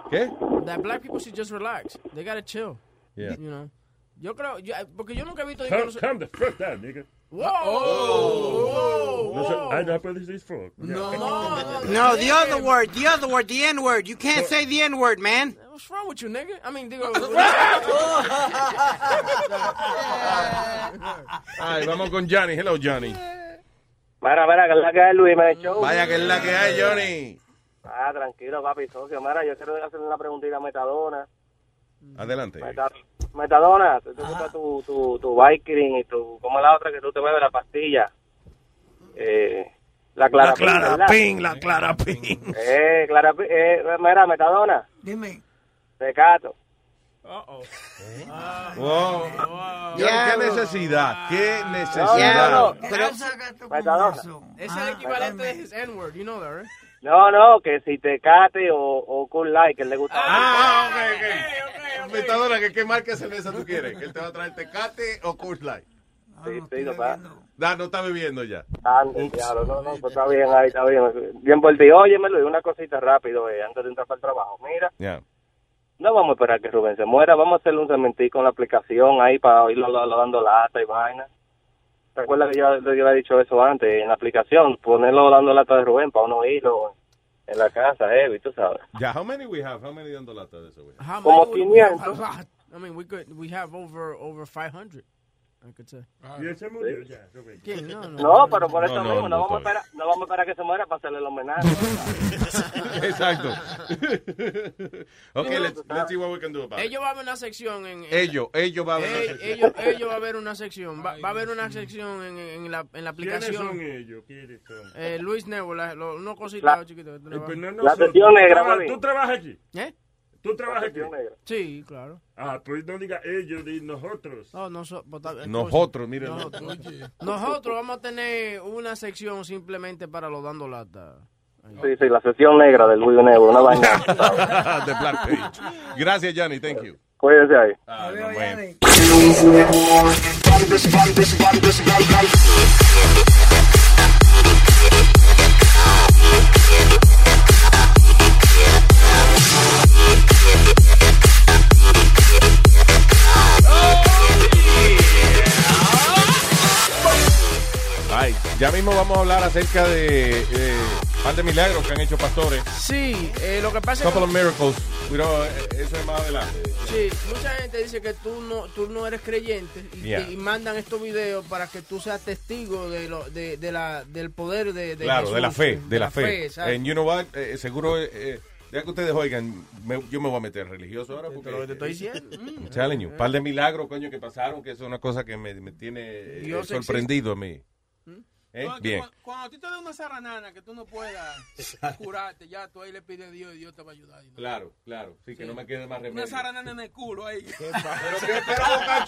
Speaker 4: ¿Qué?
Speaker 6: That black people should just relax. They gotta chill.
Speaker 4: Yeah.
Speaker 6: You know. Yo creo, yo- porque yo nunca he visto.
Speaker 15: Calm, calm the fuck down, nigga.
Speaker 6: Whoa, whoa,
Speaker 15: No,
Speaker 6: whoa.
Speaker 15: sé- ay, no, pero this is fuck.
Speaker 5: No, the other word, the other word, the N word. You can't say the N word, man.
Speaker 6: What's wrong with you, nigga? I mean, digo.
Speaker 4: Ay, vamos con Johnny. Hello, Johnny.
Speaker 1: Mira, mira, que es la que hay, Luis, me echó.
Speaker 4: Vaya, que es la que hay, Johnny.
Speaker 1: Ah, tranquilo, papi, socio. Mira, yo quiero hacerle una preguntita a Metadona.
Speaker 4: Adelante.
Speaker 1: Meta- Metadona, tú te compras tu, tu, tu Viking y tu... ¿Cómo es la otra que tú te bebes? La pastilla. Eh, la
Speaker 25: La
Speaker 1: Clarapín, ¿verdad?
Speaker 25: clarapín, la clarapín.
Speaker 1: Eh, Clarapín, eh, mira, Metadona.
Speaker 26: Dime.
Speaker 1: Pecato.
Speaker 4: Wow. Yo, ¿Qué necesidad? ¿Qué necesidad?
Speaker 1: no, no.
Speaker 6: Pero-
Speaker 1: Metadona.
Speaker 6: Es
Speaker 5: Ah,
Speaker 6: el equivalente de his N-word, you know that, right?
Speaker 1: No, no, que si te cate o, o cool light, que le gusta.
Speaker 4: Ah, ok, ok. Metadona, ¿qué, ¿qué marca de cerveza tú quieres? ¿Que él te va a traer Tecate o Coors Light?
Speaker 1: Sí, sí, papá.
Speaker 4: Ah, no está bebiendo ya.
Speaker 1: Ande, diablo, no, no, pues está bien ahí, está bien. Bien por ti. Óyeme, Luis, una cosita rápido, eh, antes de entrar para el trabajo. Mira,
Speaker 4: Ya.
Speaker 1: no vamos a esperar que Rubén se muera, vamos a hacerle un cementico con la aplicación ahí para irlo lo- lo dando lata y vaina. ¿Te acuerdas que yo, yo le había dicho eso antes en la aplicación? Ponerlo dando lata de Rubén para uno oírlo en la casa, heavy, tú sabes.
Speaker 4: Ya, how many we have? How many dando lata de eso, güey?
Speaker 6: How
Speaker 1: Como
Speaker 6: many would we have?
Speaker 1: 500.
Speaker 6: A lot. I mean, we could, we have over, over 500. I could say.
Speaker 15: Y ese murió ya, Rubén.
Speaker 6: ¿Quién? No, no.
Speaker 1: No, pero por eso
Speaker 6: No, no,
Speaker 1: mismo, no,
Speaker 6: no,
Speaker 1: vamos a
Speaker 6: todavía.
Speaker 1: esperar, no vamos a esperar que se muera para hacerle el homenaje.
Speaker 4: Exacto. ok, let's, let's see what we can do about it.
Speaker 6: Ellos va a haber una sección en... en-
Speaker 4: Ellos, ellos va a
Speaker 6: Ey,
Speaker 4: haber.
Speaker 6: ellos, ellos va a haber una sección. Va, va a haber una sección en, en la, en la
Speaker 15: ¿Quiénes
Speaker 6: aplicación.
Speaker 15: son ellos? ¿Quiénes son?
Speaker 6: Eh, Luis Nebo, la, lo, unos cositas
Speaker 15: La-
Speaker 6: chiquitos.
Speaker 15: Eh, pues no, no,
Speaker 6: La
Speaker 15: so-
Speaker 6: sección
Speaker 15: tú
Speaker 6: negra,
Speaker 15: traba-
Speaker 6: Bobby.
Speaker 15: ¿Tú trabajas aquí?
Speaker 6: ¿Eh?
Speaker 15: ¿Tú trabajas aquí?
Speaker 6: Sí, claro.
Speaker 15: Ah, pues no diga ellos, di nosotros.
Speaker 6: No, noso- pues, tal-
Speaker 4: Nosotros, miren.
Speaker 6: Nosotros. Nosotros vamos a tener una sección simplemente para los dando lata.
Speaker 1: Sí, sí, la sesión negra del Luis Negro, una vaina.
Speaker 4: The Black Page. Gracias, Johnny. Thank you.
Speaker 1: Cuídense ahí.
Speaker 4: Ay, ya mismo vamos a hablar acerca de eh, Par de milagros que han hecho pastores.
Speaker 6: Sí, eh, lo que pasa es
Speaker 4: Couple
Speaker 6: que...
Speaker 4: of miracles. We don't- eso es más adelante.
Speaker 6: Sí, mucha gente dice que tú no, tú no eres creyente y,
Speaker 4: Yeah.
Speaker 6: y mandan estos videos para que tú seas testigo de lo, de, de la, del poder de, de
Speaker 4: claro,
Speaker 6: Jesús.
Speaker 4: de la fe, de la, fe.
Speaker 6: exacto.
Speaker 4: And you know what? Eh, seguro, eh, ya que ustedes oigan, me- yo me voy a meter religioso ahora. Porque,
Speaker 6: Pero lo que te estoy diciendo. Mm.
Speaker 4: I'm telling you, un par de milagros, coño, que pasaron, que eso es una cosa que me, me tiene eh,
Speaker 14: Dios
Speaker 4: sorprendido a mí. ¿Eh?
Speaker 14: Cuando-
Speaker 4: Bien.
Speaker 14: cuando- Cuando a ti te da una zaranana que tú no puedas curarte, ya tú ahí le pides a Dios y Dios te va a ayudar.
Speaker 4: Claro, claro. Sí, que no me quede más remedio.
Speaker 14: Una zaranana en el culo ahí.
Speaker 4: Pero qué pero boca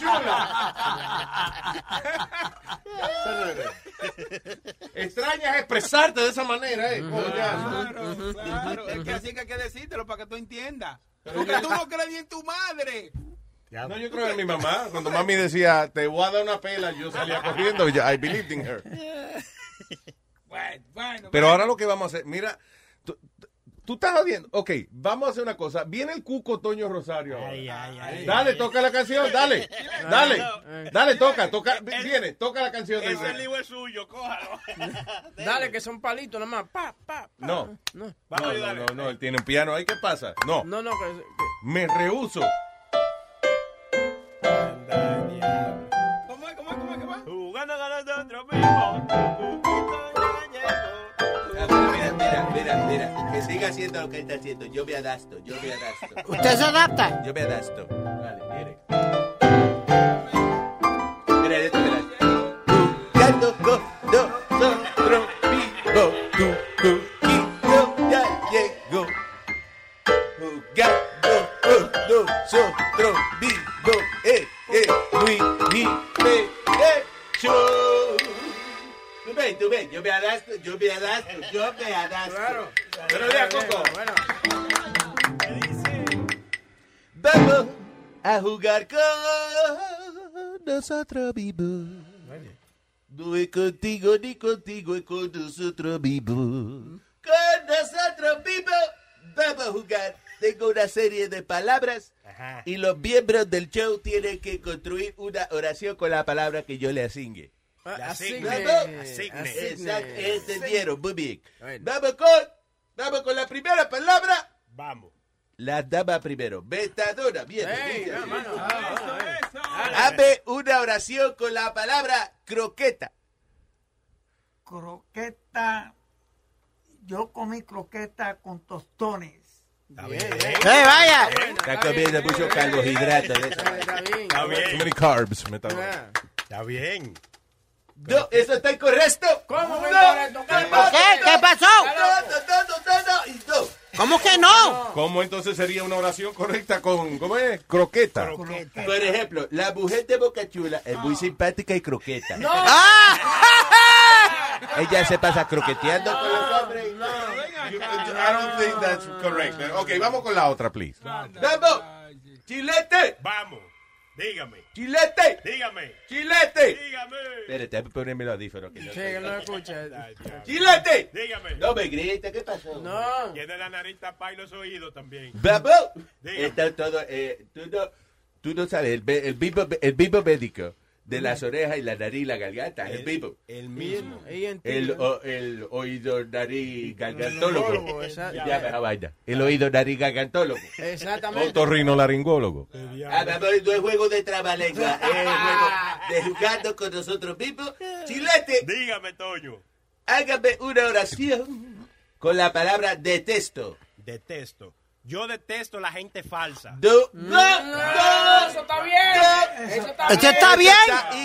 Speaker 4: Extrañas expresarte de esa manera, eh.
Speaker 14: Claro, claro. Es que así que hay que decírtelo para que tú entiendas. Porque tú no crees ni en tu madre.
Speaker 4: No, yo creo que mi mamá, cuando mami decía, te voy a dar una pela, yo salía corriendo. yo, I believed in her.
Speaker 14: Bueno, bueno.
Speaker 4: Pero ahora lo que vamos a hacer, mira, tú, tú estabas viendo, ok, vamos a hacer una cosa. Viene el cuco Toño Rosario. ahora. dale, toca la canción, dale, dale, dale, toca, toca, viene, toca la canción. dice.
Speaker 6: libro es suyo, cójalo. Dale, que son palitos nomás. Pa, pa.
Speaker 4: No, no,
Speaker 6: Vamos a
Speaker 4: no, no,
Speaker 6: ayudarle.
Speaker 4: no, no, él tiene un piano ahí, ¿qué pasa? No,
Speaker 6: No, no, que- que-
Speaker 4: me rehuso.
Speaker 2: Jugando con los otros mismos.
Speaker 7: Mira, mira, mira, mira. Que siga haciendo lo que él está haciendo. Yo me adasto, yo me adasto.
Speaker 5: ¿Usted se adapta?
Speaker 7: Yo me adasto. Vale, mire. Mira, esto, mira. Jugando con nosotros mismos. Tu cuquito ya llegó. Jugando con nosotros mismos. Eh, eh, Luis, Luis, eh, eh, show. Tú ves, tú ves, yo me adasto, yo me adasto, yo me adasto. Claro. Pero vea, Coco.
Speaker 27: Vamos a jugar con nosotros vivos. No es contigo ni contigo, es con nosotros vivos.
Speaker 7: Con nosotros mismos vamos a jugar. Tengo una serie de palabras y los miembros del show tienen que construir una oración con la palabra que yo le asigne.
Speaker 6: La
Speaker 7: asigne.
Speaker 6: asigne,
Speaker 7: Asigne.
Speaker 6: asigne.
Speaker 7: Exacto, entendieron, muy bien. Vamos con, vamos con la primera palabra. Vamos. La dama primero. Betadona, bien.
Speaker 6: Ey,
Speaker 7: bien.
Speaker 6: hermano.
Speaker 7: Hazme una oración con la palabra croqueta.
Speaker 8: croqueta. Yo comí croqueta con tostones.
Speaker 5: vaya!
Speaker 7: Está comiendo muchos carbohidratos. ¿eh?
Speaker 2: Está bien.
Speaker 4: Too many carbs, me está
Speaker 2: Está bien.
Speaker 7: No, eso está incorrecto.
Speaker 6: ¿Cómo
Speaker 7: no,
Speaker 6: incorrecto?
Speaker 7: no,
Speaker 6: ¿Qué?
Speaker 7: no,
Speaker 5: ¿Qué?
Speaker 7: no,
Speaker 5: ¿Qué pasó?
Speaker 7: No, no, no, no, no, no,
Speaker 5: ¿Cómo que no?
Speaker 4: ¿Cómo entonces sería una oración correcta con, ¿cómo es? Croqueta. Ah.
Speaker 7: no. Por ejemplo, la mujer de Boca Chula es muy simpática y croqueta. Ella se pasa croqueteando con los hombres.
Speaker 4: I don't think that's correct. Ok, vamos con la otra, please.
Speaker 7: ¡Vamos! ¡Chilete!
Speaker 2: Vamos. Dígame.
Speaker 7: ¡Chilete!
Speaker 2: Dígame.
Speaker 7: ¡Chilete!
Speaker 2: Dígame.
Speaker 7: Espérate, déjame ponerme los audífonos. que yo
Speaker 6: Sí,
Speaker 7: estoy-
Speaker 6: que no escucha.
Speaker 7: ¡Chilete!
Speaker 2: Dígame.
Speaker 7: No me grites, ¿qué pasó?
Speaker 6: No.
Speaker 2: Tiene la nariz tapada y los oídos también.
Speaker 7: ¡Vamos!
Speaker 2: Dígame.
Speaker 7: Está todo, eh, tú, no, tú no sabes, el, ve- el, mismo, el mismo médico de las orejas y la nariz y la garganta, el, mismo.
Speaker 2: El
Speaker 7: mismo.
Speaker 6: Ella
Speaker 7: El,
Speaker 6: entiende.
Speaker 7: o- el oído, nariz, gargantólogo.
Speaker 6: Oncólogo, exacto.
Speaker 7: Ya, esa vaina. El oído, nariz, gargantólogo.
Speaker 6: Exactamente.
Speaker 4: Otorrinolaringólogo.
Speaker 7: Hablamos de un juego de trabalengua. Es un juego de jugando con nosotros mismos. Chilete.
Speaker 2: Dígame, Toño.
Speaker 7: Hágame una oración con la palabra detesto.
Speaker 2: Detesto. Yo detesto la gente falsa.
Speaker 7: Do,
Speaker 6: No, eso está bien. Eso está bien.
Speaker 5: ¿Eso está bien?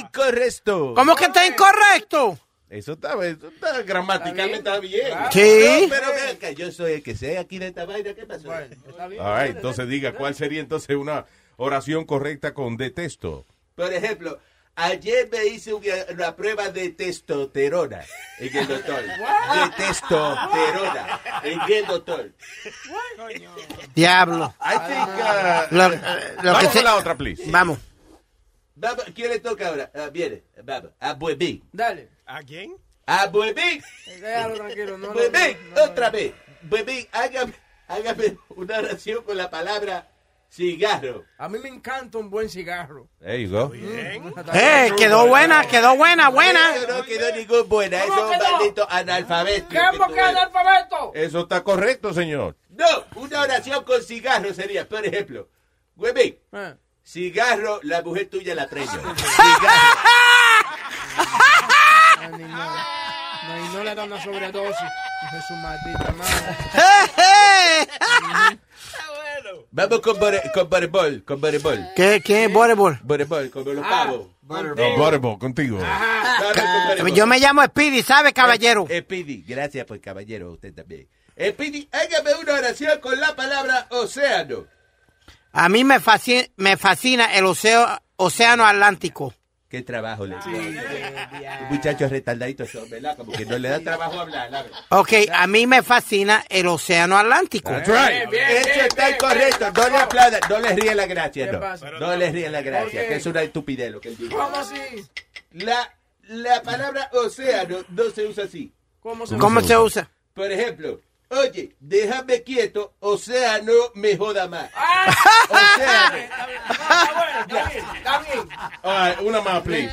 Speaker 7: incorrecto.
Speaker 5: ¿Cómo que está incorrecto?
Speaker 4: Eso está, eso está gramaticalmente está bien.
Speaker 5: Sí.
Speaker 7: No, pero ven acá, yo soy el que sé aquí de esta vaina. ¿Qué pasó?
Speaker 4: All right, Ah, entonces diga, ¿cuál sería entonces una oración correcta con detesto?
Speaker 7: Por ejemplo, ayer me hice una, una prueba de testosterona en el doctor. De testosterona en el doctor.
Speaker 5: Diablo.
Speaker 7: I think, uh,
Speaker 5: Lo- eh,
Speaker 7: Vamos
Speaker 5: lo que
Speaker 7: con
Speaker 5: se-
Speaker 7: la otra, please.
Speaker 5: Vamos.
Speaker 7: Vamos, ¿Quién le toca ahora? Ah, viene, vamos, a Buemí.
Speaker 6: Dale.
Speaker 2: ¿A quién?
Speaker 7: A Buemí.
Speaker 6: Déjalo tranquilo. No, no,
Speaker 7: Buemí, otra vez. Buemí, hágame, hágame una oración con la palabra Cigarro.
Speaker 6: A mí me encanta un buen cigarro. Mm.
Speaker 4: There you go.
Speaker 5: Eh, quedó buena, quedó buena, buena.
Speaker 7: No quedó ningún buena. Eso es un
Speaker 6: quedó?
Speaker 7: maldito analfabeto.
Speaker 6: ¿Cómo que analfabeto?
Speaker 4: Eso está correcto, señor.
Speaker 7: No, una oración con cigarro sería, por ejemplo, güey, cigarro, la mujer tuya la preño. Cigarro.
Speaker 6: No, y no le da una sobredosis. Hijo de su maldita madre.
Speaker 7: Vamos con, butter- con Butterball, con Butterball.
Speaker 5: ¿Qué, qué es Butterball?
Speaker 7: Butterball, como los pavos.
Speaker 4: No, Butterball, contigo.
Speaker 5: Ah. Yo me llamo Speedy, ¿sabe, caballero?
Speaker 7: Speedy, gracias por caballero, usted también. Speedy, hágame una oración con la palabra océano.
Speaker 5: A mí me fascina, me fascina el oceo- océano Atlántico.
Speaker 7: Qué trabajo le Muchachos retardaditos son, ¿verdad? Como que no le da trabajo hablar. la verdad.
Speaker 5: Ok, a mí me fascina el océano Atlántico.
Speaker 7: Eso está incorrecto. No le aplaudan, no le ríe la gracia,
Speaker 5: ¿Qué
Speaker 7: no.
Speaker 5: pasa?
Speaker 7: No le ríe la gracia,
Speaker 5: Ok.
Speaker 7: que es una estupidez lo que él dijo.
Speaker 6: ¿Cómo así?
Speaker 7: La, la palabra océano no se usa así.
Speaker 6: ¿Cómo
Speaker 5: se ¿Cómo usa? se usa?
Speaker 7: Por ejemplo, oye, déjame quieto, océano me joda más.
Speaker 4: Ah, una más, please.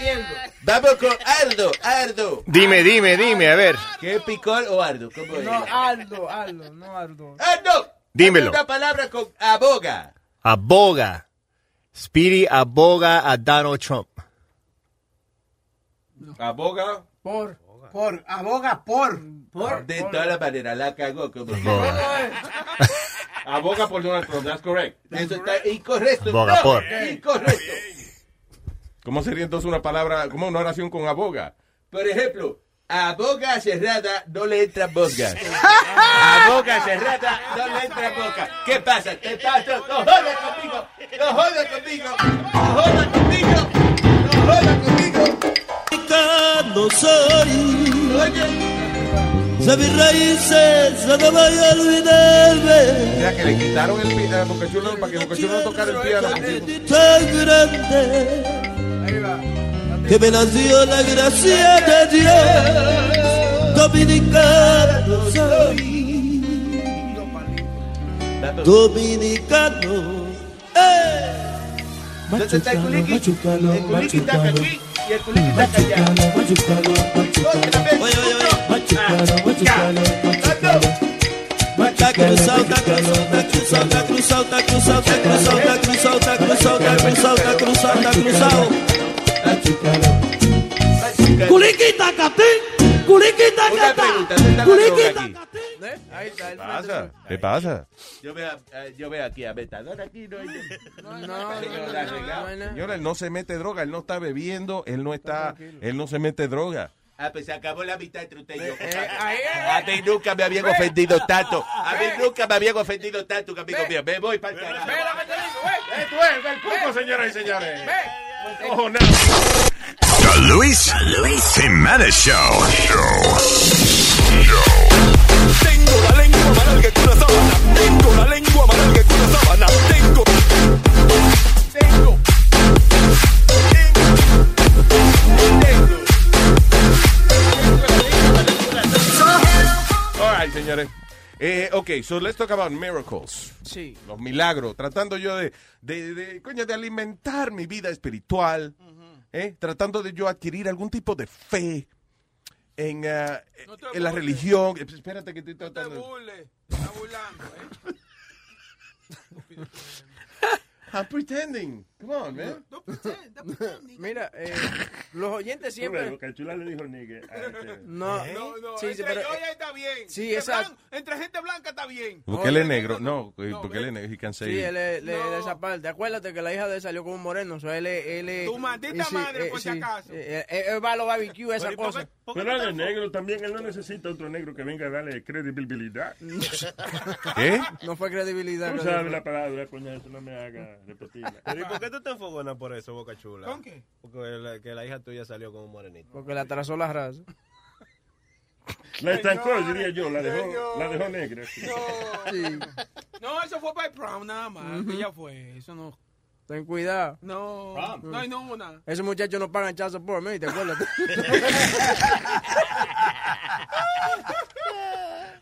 Speaker 7: Vamos con Ardo, Ardo.
Speaker 9: Dime, dime, dime, a ver.
Speaker 7: ¿Qué picol o Ardo? ¿Cómo es?
Speaker 6: No, Aldo, Aldo, no Aldo.
Speaker 7: ¡Ardo!
Speaker 9: Dímelo.
Speaker 7: Ah, Una palabra con aboga.
Speaker 9: Aboga. Speedy aboga a Donald Trump.
Speaker 7: Aboga.
Speaker 6: Por, por, aboga por. Por.
Speaker 7: De todas las maneras, la cagó. Como
Speaker 4: Aboga por Donald Trump, that's correct.
Speaker 7: Eso está incorrecto.
Speaker 4: Aboga
Speaker 7: no, eh,
Speaker 4: por.
Speaker 7: Incorrecto.
Speaker 4: ¿Cómo sería entonces una palabra, como una oración con aboga?
Speaker 7: Por ejemplo, a boca cerrada no le entran bogas. A boca cerrada no le entran bogas. ¿Qué pasa? ¿Qué pasa? ¡No jodas conmigo! ¡No jodas conmigo! ¡No jodas conmigo! ¡No jodas
Speaker 1: Picando soy. De mis raíces no te voy a
Speaker 4: O
Speaker 1: olvidarme.
Speaker 4: sea, que le quitaron el piano porque chulo, para que Boca Chulo no tocara el piano. contigo.
Speaker 1: Tan grande. Que me nació la gracia de Dios. Dominicano soy. Dominicano.
Speaker 7: Eh. Machucano, machucano,
Speaker 1: machucano.
Speaker 7: Y el culiqui está callado.
Speaker 1: Machucano, machucano. Oye, oye, oye. Machucano, machucano, machucano. Está cruzado, está cruzado, está cruzado, está cruzado, está cruzado, está cruzado, está cruzado, está cruzado, está cruzado, está cruzado, está cruzado. Culiquita catín, culiquita catá, culiquita
Speaker 6: ¿Eh? Ahí está el
Speaker 7: Ah.
Speaker 4: pasa? ¿Qué pasa?
Speaker 7: Yo veo, eh, yo veo aquí a Metadona aquí, no hay... No,
Speaker 4: Señora, él no se mete droga, él no está bebiendo, él no está, él no se mete droga.
Speaker 7: Ah, pues se acabó la mitad entre usted y yo. compadre. a mí nunca me habían ofendido tanto. A mí nunca me habían ofendido tanto, que amigo mío. Me voy para el carajo. Eh,
Speaker 4: Esto es del cuco, señoras y señores. Ojo, no.
Speaker 12: The Luis, Jiménez Show.
Speaker 1: Tengo la lengua amarga que una sábana. Tengo la lengua amarga que una sábana. Tengo. Tengo.
Speaker 4: All right, señores. Eh, ok, so let's talk about miracles.
Speaker 6: Sí.
Speaker 4: Los milagros. Tratando yo de, de, de, coño, de alimentar mi vida espiritual. ¿eh? Tratando de yo adquirir algún tipo de fe en, ah, en la religión. Eh, Espérate que estoy tratando. I'm pretending. Come on, man.
Speaker 6: Mira, eh, los oyentes siempre.
Speaker 15: Boca Chula le dijo nigga. a- este.
Speaker 6: No, no, no. Sí, sí, pero, eh,
Speaker 14: ya está bien.
Speaker 6: Sí,
Speaker 14: Entre
Speaker 6: exacto.
Speaker 14: blan- Entre gente blanca está bien.
Speaker 4: Porque él es negro. No, eh, porque él es negro. He can say
Speaker 6: Sí,
Speaker 4: it.
Speaker 6: él es, él es de esa parte. Acuérdate que la hija de él salió con un moreno. O sea, él es. Él es eh, tu maldita
Speaker 14: madre, por si acaso.
Speaker 6: Eh, él va a los barbecue, esa cosa.
Speaker 15: Pero él es negro también, él no necesita otro negro que venga a darle credibilidad.
Speaker 4: ¿Qué?
Speaker 6: No fue credibilidad.
Speaker 15: Tú
Speaker 6: que
Speaker 15: sabes
Speaker 6: dijo.
Speaker 15: la palabra, coñazo, no me haga repetirla.
Speaker 2: Pero ¿y por qué tú te enfogonas por eso, Boca Chula?
Speaker 14: ¿Con
Speaker 2: qué? Porque la, que la hija tuya salió con un morenito.
Speaker 6: Porque le atrasó la raza.
Speaker 15: La estancó, diría yo, la dejó, la dejó negra. sí.
Speaker 14: No, eso fue para el prom nada más. que Ya fue. Eso no.
Speaker 6: Ten cuidado.
Speaker 14: No.
Speaker 6: Prom.
Speaker 14: No, y no una.
Speaker 6: Esos muchachos no pagan chazo por mí, ¿te acuerdas?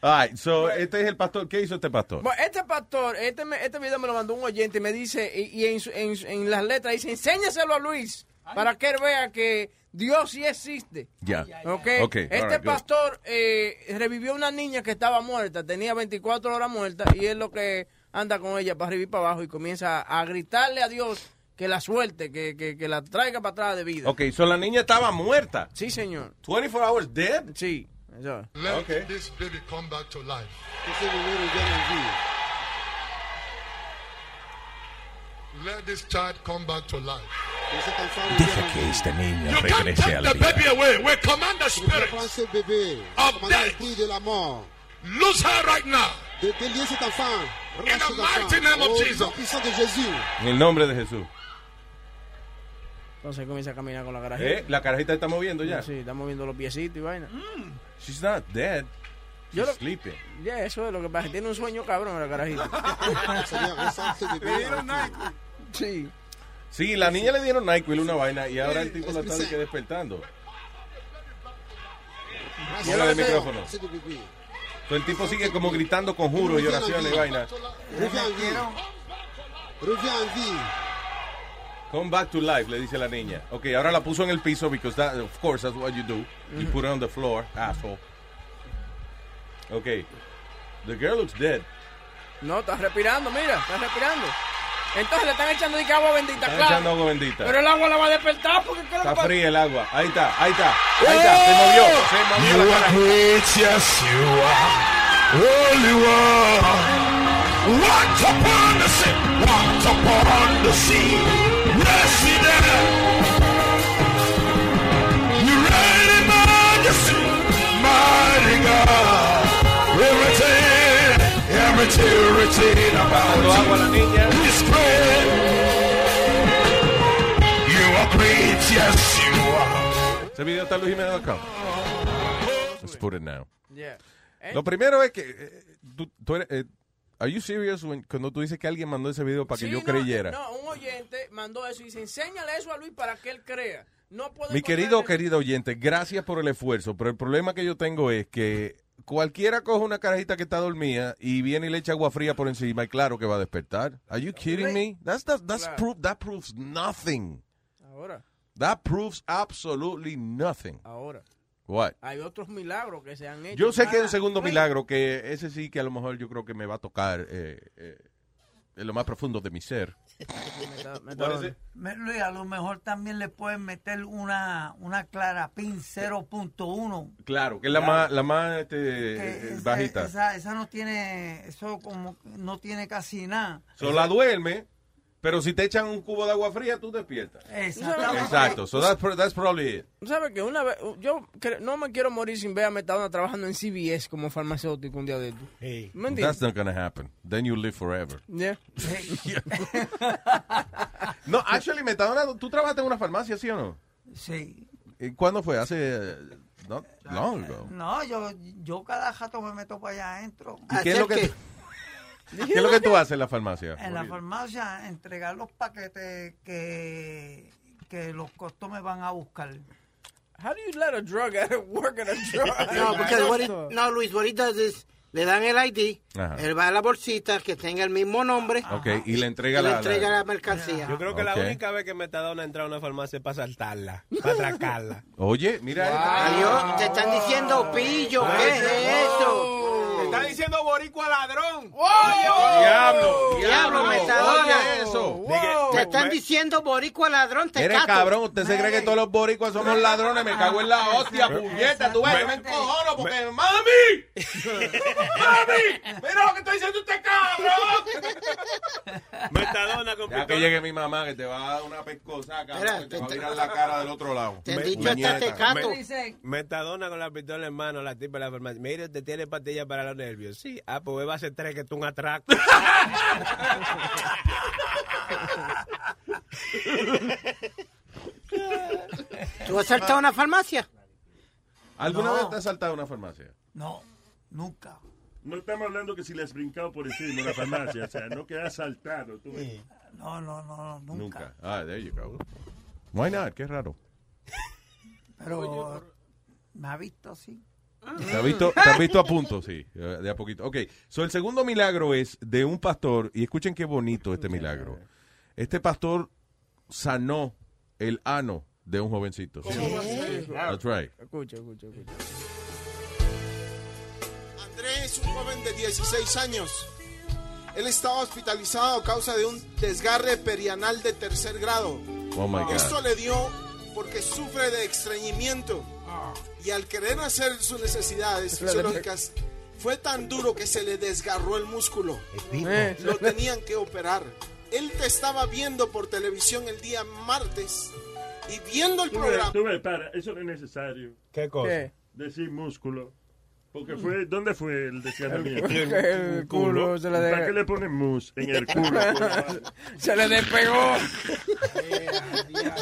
Speaker 4: All right, so este es el pastor. ¿Qué hizo este pastor?
Speaker 6: Bueno, este pastor, este, me- este video me lo mandó un oyente y me dice, y, y en, su- en su- en las letras dice, enséñaselo a Luis para que él vea que Dios sí existe.
Speaker 4: Ya.
Speaker 6: Ok.
Speaker 4: Ok, all
Speaker 6: este
Speaker 4: right, good.
Speaker 6: pastor eh, revivió una niña que estaba muerta, tenía 24 horas muerta y es lo que anda con ella para arriba y para abajo y comienza a, a gritarle a Dios que la suelte, que, que- que la traiga para atrás de vida.
Speaker 4: Ok, so la niña estaba muerta.
Speaker 6: Sí, señor.
Speaker 4: 24 hours dead?
Speaker 6: Sí.
Speaker 18: Let this baby come back to life. Let this child come back to life.
Speaker 3: Deja que esta niña
Speaker 18: You can't
Speaker 3: regrese a
Speaker 18: take
Speaker 3: la
Speaker 18: the
Speaker 3: vida.
Speaker 18: baby away. We command the spirit of death. Lose her right now. In the mighty name
Speaker 7: Oh,
Speaker 18: of Jesus.
Speaker 4: En el nombre de Jesús.
Speaker 6: Entonces comienza a caminar con la garajita.
Speaker 4: ¿Eh? La carajita está moviendo ya.
Speaker 6: Sí, está moviendo los piecitos y vaina.
Speaker 18: Mm.
Speaker 4: She's not dead.
Speaker 6: Yo
Speaker 4: She's
Speaker 6: lo-
Speaker 4: sleeping.
Speaker 6: Ya, eso es lo que pasa. Tiene un sueño cabrón la carajita. Le dieron Nike. Sí.
Speaker 4: Sí, la niña le dieron NyQuil una vaina y ahora el tipo la está de que despertando. Póngale el micrófono. So, el tipo sigue como gritando conjuros y oraciones y vaina. Come back to life, le dice la niña. Ok, ahora la puso en el piso because that, of course, that's what you do. You put her on the floor, asshole. Ok. The girl looks dead.
Speaker 6: No, estás respirando, mira, estás respirando. Entonces le están echando de que agua bendita,
Speaker 4: Está
Speaker 6: claro.
Speaker 4: echando agua bendita.
Speaker 6: Pero el agua la va a despertar porque ¿qué es lo que
Speaker 4: Está
Speaker 6: pasa?
Speaker 4: fría el agua. Ahí está, ahí está. Ahí está, se movió. Se movió
Speaker 3: You
Speaker 4: la
Speaker 3: are
Speaker 4: cara.
Speaker 3: great, yes you are. Holy one. Walked upon the sea, walked upon the sea. Mercy there. You reign in majesty, mighty God. Everything, everything, everything about you is great. You are great, yes you are.
Speaker 4: Ese video está en luisjiménez.com. Let's put it now.
Speaker 6: Yeah.
Speaker 4: Lo primero es que eh, tú, tú eres, eh, are you serious when- cuando tú dices que alguien mandó ese video para que
Speaker 6: Sí,
Speaker 4: yo
Speaker 6: no, eh,
Speaker 4: creyera?
Speaker 6: No, un oyente mandó eso y dice, enséñale eso a Luis para que él crea. No puedo
Speaker 4: Mi
Speaker 6: encontrar
Speaker 4: querido
Speaker 6: el-
Speaker 4: querido oyente, gracias por el esfuerzo, pero el problema que yo tengo es que cualquiera coge una carajita que está dormida y viene y le echa agua fría por encima y claro que va a despertar. Are you kidding me? That's the- that's
Speaker 6: Claro.
Speaker 4: proof- that proves nothing.
Speaker 6: Ahora,
Speaker 4: That proves absolutely nothing.
Speaker 6: ahora.
Speaker 4: What?
Speaker 6: Hay otros milagros que se han hecho.
Speaker 4: Yo sé que hay
Speaker 6: Ah,
Speaker 4: un segundo
Speaker 6: Luis,
Speaker 4: milagro, que ese sí que a lo mejor yo creo que me va a tocar eh, eh, en lo más profundo de mi ser.
Speaker 6: me está- me está
Speaker 4: What is
Speaker 6: dando.
Speaker 4: it?
Speaker 8: Me- Luis, a lo mejor también le pueden meter una, una clarapín 0.1.
Speaker 4: Claro, que es la más, la más este, eh,
Speaker 8: Esa-
Speaker 4: bajita.
Speaker 8: Esa, esa no tiene, eso como no tiene casi nada.
Speaker 4: So, la duerme, pero si te echan un cubo de agua fría, tú despiertas.
Speaker 8: Exactamente.
Speaker 4: Exacto, so that's, pro- that's probably it.
Speaker 6: ¿Tú sabes que una vez, yo cre- no me quiero morir sin ver a Metadona trabajando en CBS como farmacéutico un día de estos. ¿Me entiendes?
Speaker 4: That's not gonna happen. Then you live forever.
Speaker 6: Yeah.
Speaker 4: No, actually, Metadona, ¿tú trabajaste en una farmacia, sí o no?
Speaker 8: Sí.
Speaker 4: ¿Y ¿Cuándo fue? Hace... eh, Not long ago.
Speaker 8: No, yo, yo cada jato me meto para allá adentro.
Speaker 4: ¿Y qué es lo que, qué es lo que tú haces en la farmacia?
Speaker 8: En la farmacia entregar los paquetes que, que los costos me van a buscar.
Speaker 6: How do you let a drug addict work at a drug
Speaker 5: No,
Speaker 6: addict?
Speaker 5: porque what he- no, Luis, what he does is, le dan el ID,
Speaker 4: Ajá.
Speaker 5: él va a la bolsita que tenga el mismo nombre
Speaker 4: Ok, y le
Speaker 5: y
Speaker 4: entrega,
Speaker 5: le
Speaker 4: la-
Speaker 5: entrega
Speaker 4: la...
Speaker 5: la mercancía.
Speaker 2: Yo creo que
Speaker 4: Ok.
Speaker 2: la única vez que me está dando entrada a una farmacia es para saltarla, para atracarla.
Speaker 4: Oye, mira...
Speaker 5: Adiós, te están diciendo pillo, ¿qué es eso?
Speaker 14: Me está diciendo boricua ladrón.
Speaker 4: Diablo,
Speaker 5: Diablo, Metadona.
Speaker 4: Oye, eso.
Speaker 5: Te están diciendo boricua ladrón, te
Speaker 4: Eres
Speaker 5: cato.
Speaker 4: cabrón, usted se cree que todos los boricuas somos ladrones, me cago en la hostia, puñeta, tú ves, yo me encojono porque ¡Mami! ¡Mami! ¡Mira lo que está diciendo usted, cabrón!
Speaker 2: Metadona,
Speaker 4: Ya que llegue mi mamá que te va a dar una pescosa,
Speaker 2: Espera,
Speaker 4: cabrón, que te va
Speaker 2: te-
Speaker 4: a mirar la cara del otro lado.
Speaker 2: Me-
Speaker 4: Puñeta.
Speaker 2: Me- Metadona con la pistola en mano, la tipa de la farmacia. Mire, usted tiene pastillas para los nervios. Sí, ah, pues va a ser tres que tú un atraco.
Speaker 7: Ah,
Speaker 5: ¿Tú has saltado una farmacia?
Speaker 4: ¿Alguna
Speaker 5: No.
Speaker 4: vez te has saltado una farmacia?
Speaker 8: No, nunca.
Speaker 15: No estamos hablando que si le has brincado por encima de la farmacia, o sea, no que has saltado. Tú.
Speaker 8: No, no, no, no, nunca.
Speaker 4: Nunca. Ah, there you go. Why not? Qué raro.
Speaker 8: Pero me ha visto así.
Speaker 4: Te has visto, te has visto a punto, sí, eh, de a poquito. Ok, so el segundo milagro es de un pastor, y escuchen qué bonito este milagro. Este pastor sanó el ano de un jovencito.
Speaker 6: ¿Cómo va a ser eso?
Speaker 4: That's right.
Speaker 6: Escucha, escucha, escucha.
Speaker 18: Andrés es un joven de 16 años. Él estaba hospitalizado a causa de un desgarre perianal de tercer grado.
Speaker 4: Oh my God.
Speaker 18: Esto le dio porque sufre de estreñimiento. Y al querer hacer sus necesidades fisiológicas, fue tan duro que se le desgarró el músculo.
Speaker 7: Eh.
Speaker 18: Lo tenían que operar. Él te estaba viendo por televisión el día martes y viendo el
Speaker 15: Tú ves,
Speaker 18: programa.
Speaker 15: tú ves, para, eso no es necesario.
Speaker 2: ¿Qué
Speaker 18: cosa? ¿Qué?
Speaker 15: Decir músculo. Porque fue, ¿dónde fue el desgarramiento?
Speaker 6: El- el culo, se le
Speaker 15: ¿Para
Speaker 6: de-
Speaker 15: qué le ponen mus en el culo?
Speaker 6: se le despegó.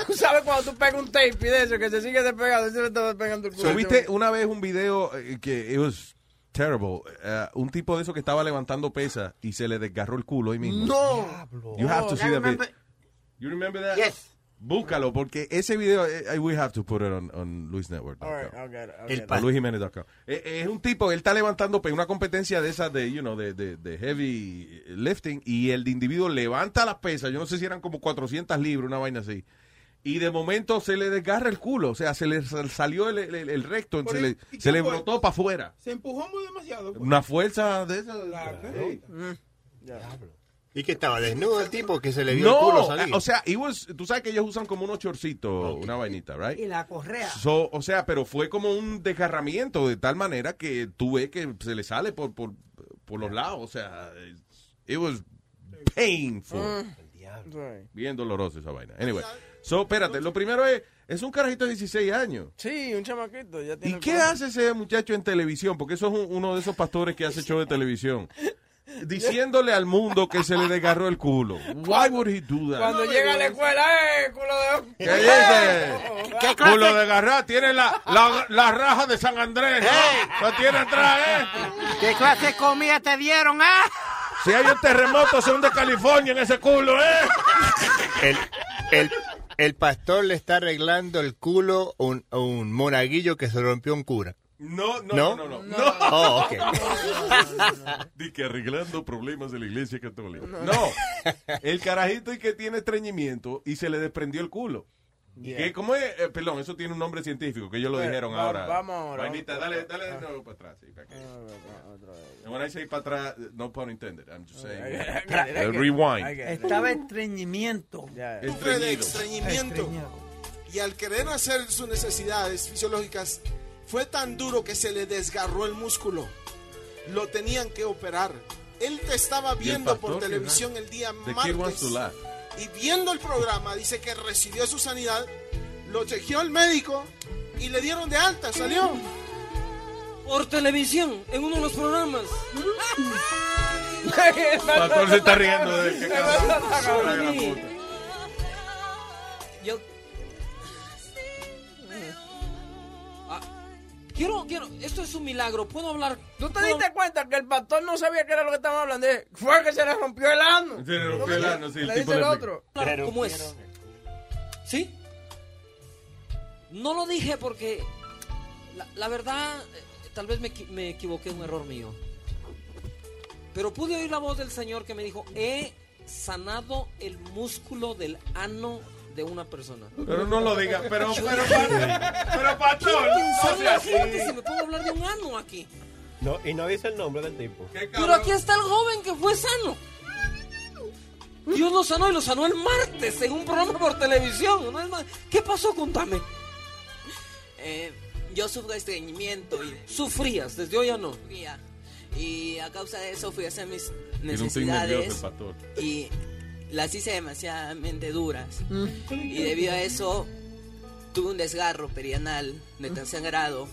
Speaker 6: Tú sabes cuando tú pegas un tape y de eso, que se sigue despegando, se le está despegando el culo.
Speaker 4: Subiste una vez un video eh, que it was terrible. Eh, un tipo de eso que estaba levantando pesas y se le desgarró el culo ahí mismo. You have to see that video. You remember that?
Speaker 28: Yes.
Speaker 4: Búscalo porque ese video eh, we have to put it on, on Luis Network.
Speaker 6: All right, I'll get it, I'll get it.
Speaker 4: O LuisJiménez.com. Eh, eh, Es un tipo, él está levantando pe- una competencia de esas de, you know, de, de- de heavy lifting y el individuo levanta las pesas, yo no sé si eran como 400 libras, una vaina así. Y de momento se le desgarra el culo, o sea, se le sal- salió el, el- el recto, se le, se le brotó para afuera.
Speaker 29: Se empujó muy demasiado.
Speaker 4: Una fuerza de esas.
Speaker 6: Mm.
Speaker 9: Y que estaba desnudo el tipo que se le vio
Speaker 4: No,
Speaker 9: el culo salir.
Speaker 4: o sea, it was- tú sabes que ellos usan como unos chorcitos, una vainita, right?
Speaker 8: Y la correa.
Speaker 4: So, o sea, pero fue como un desgarramiento de tal manera que tú ves que se le sale por, por, por los lados. O sea, it was painful.
Speaker 6: Mm.
Speaker 4: Bien doloroso esa vaina. Anyway, so, espérate, lo primero es, es un carajito de 16 años.
Speaker 6: Sí, un chamaquito. Ya tiene
Speaker 4: ¿Y qué hace ese muchacho en televisión? Porque eso es un- uno de esos pastores que hace show de televisión. Diciéndole al mundo que se le desgarró el culo. Why would he do that?
Speaker 6: Cuando llega a la escuela, ¡eh, culo de...
Speaker 4: ¿Qué dice?
Speaker 6: ¿Qué clase?
Speaker 4: Eh, Culo de garra, tiene la, la, la raja de San Andrés. ¿no? Lo tiene atrás, ¿eh?
Speaker 28: ¿Qué clase de comida te dieron, ah?
Speaker 4: Si hay un terremoto, son de California en ese culo, ¿eh?
Speaker 9: El, el, el pastor le está arreglando el culo a un, a un monaguillo que se rompió un cura.
Speaker 4: No, no,
Speaker 9: ¿No?
Speaker 4: no, no. no.
Speaker 9: Oh, ok.
Speaker 4: Di que arreglando problemas de la iglesia católica. No, el carajito y que tiene estreñimiento y se le desprendió el culo. Que, ¿Cómo es? Eh, perdón, eso tiene un nombre científico que ellos lo
Speaker 6: Bueno,
Speaker 4: dijeron
Speaker 6: va-
Speaker 4: ahora.
Speaker 6: vamos ahora.
Speaker 4: Vainita, dale, dale de nuevo para atrás. Sí, para que- And when I say para atrás, no pun intended. I'm just saying.
Speaker 8: Tra-
Speaker 4: Uh, rewind.
Speaker 8: Estaba estreñimiento.
Speaker 18: Sufre de estreñimiento. Y al querer hacer sus necesidades fisiológicas, fue tan duro que se le desgarró el músculo. Lo tenían que operar. Él te estaba viendo por
Speaker 4: pastor,
Speaker 18: televisión el día
Speaker 4: The kid wants to
Speaker 18: martes.
Speaker 4: laugh.
Speaker 18: Y viendo el programa, dice que recibió su sanidad, lo chequeó el médico y le dieron de alta, salió.
Speaker 30: Por televisión, en uno de los programas.
Speaker 7: Pastor se está riendo de que
Speaker 30: Sí.
Speaker 7: acaba.
Speaker 30: Yo. Ah, quiero, quiero. Esto es un milagro. ¿Puedo hablar?
Speaker 6: ¿Tú te diste cuenta que el pastor no sabía qué era lo que estaban hablando? Eh, Fue que se le rompió el ano.
Speaker 4: Se le rompió el ano, sí, el
Speaker 6: Le
Speaker 4: tipo
Speaker 6: dice el
Speaker 4: le-
Speaker 6: otro.
Speaker 30: Claro, ¿Cómo es? ¿Sí? No lo dije porque. La, la verdad, eh, tal vez me, equi- me equivoqué, un error mío. Pero pude oír la voz del Señor que me dijo: He sanado el músculo del ano de una persona.
Speaker 4: Pero no lo diga, pero-
Speaker 30: Yo
Speaker 4: pero-
Speaker 30: dije,
Speaker 4: pero,
Speaker 30: ¿quién
Speaker 4: pastor,
Speaker 30: pensó
Speaker 4: no sea
Speaker 30: la
Speaker 4: así?
Speaker 30: gente? Se me puede hablar de un ano aquí.
Speaker 2: No, y no dice el nombre del tipo.
Speaker 30: Pero aquí está el joven que fue sano. Dios lo sanó y lo sanó el martes en un programa por televisión. ¿no? Es más, ¿Qué pasó? Contame.
Speaker 25: Eh, yo sufro de estreñimiento y
Speaker 30: ¿Sufrías? Desde hoy ya no.
Speaker 25: sufría. Y a causa de eso fui a hacer mis
Speaker 4: Tiene un tic nervioso el
Speaker 25: necesidades
Speaker 4: pastor.
Speaker 25: y las hice demasiadamente duras.
Speaker 30: Mm.
Speaker 25: Y debido a eso tuve un desgarro perianal de tan sangrado.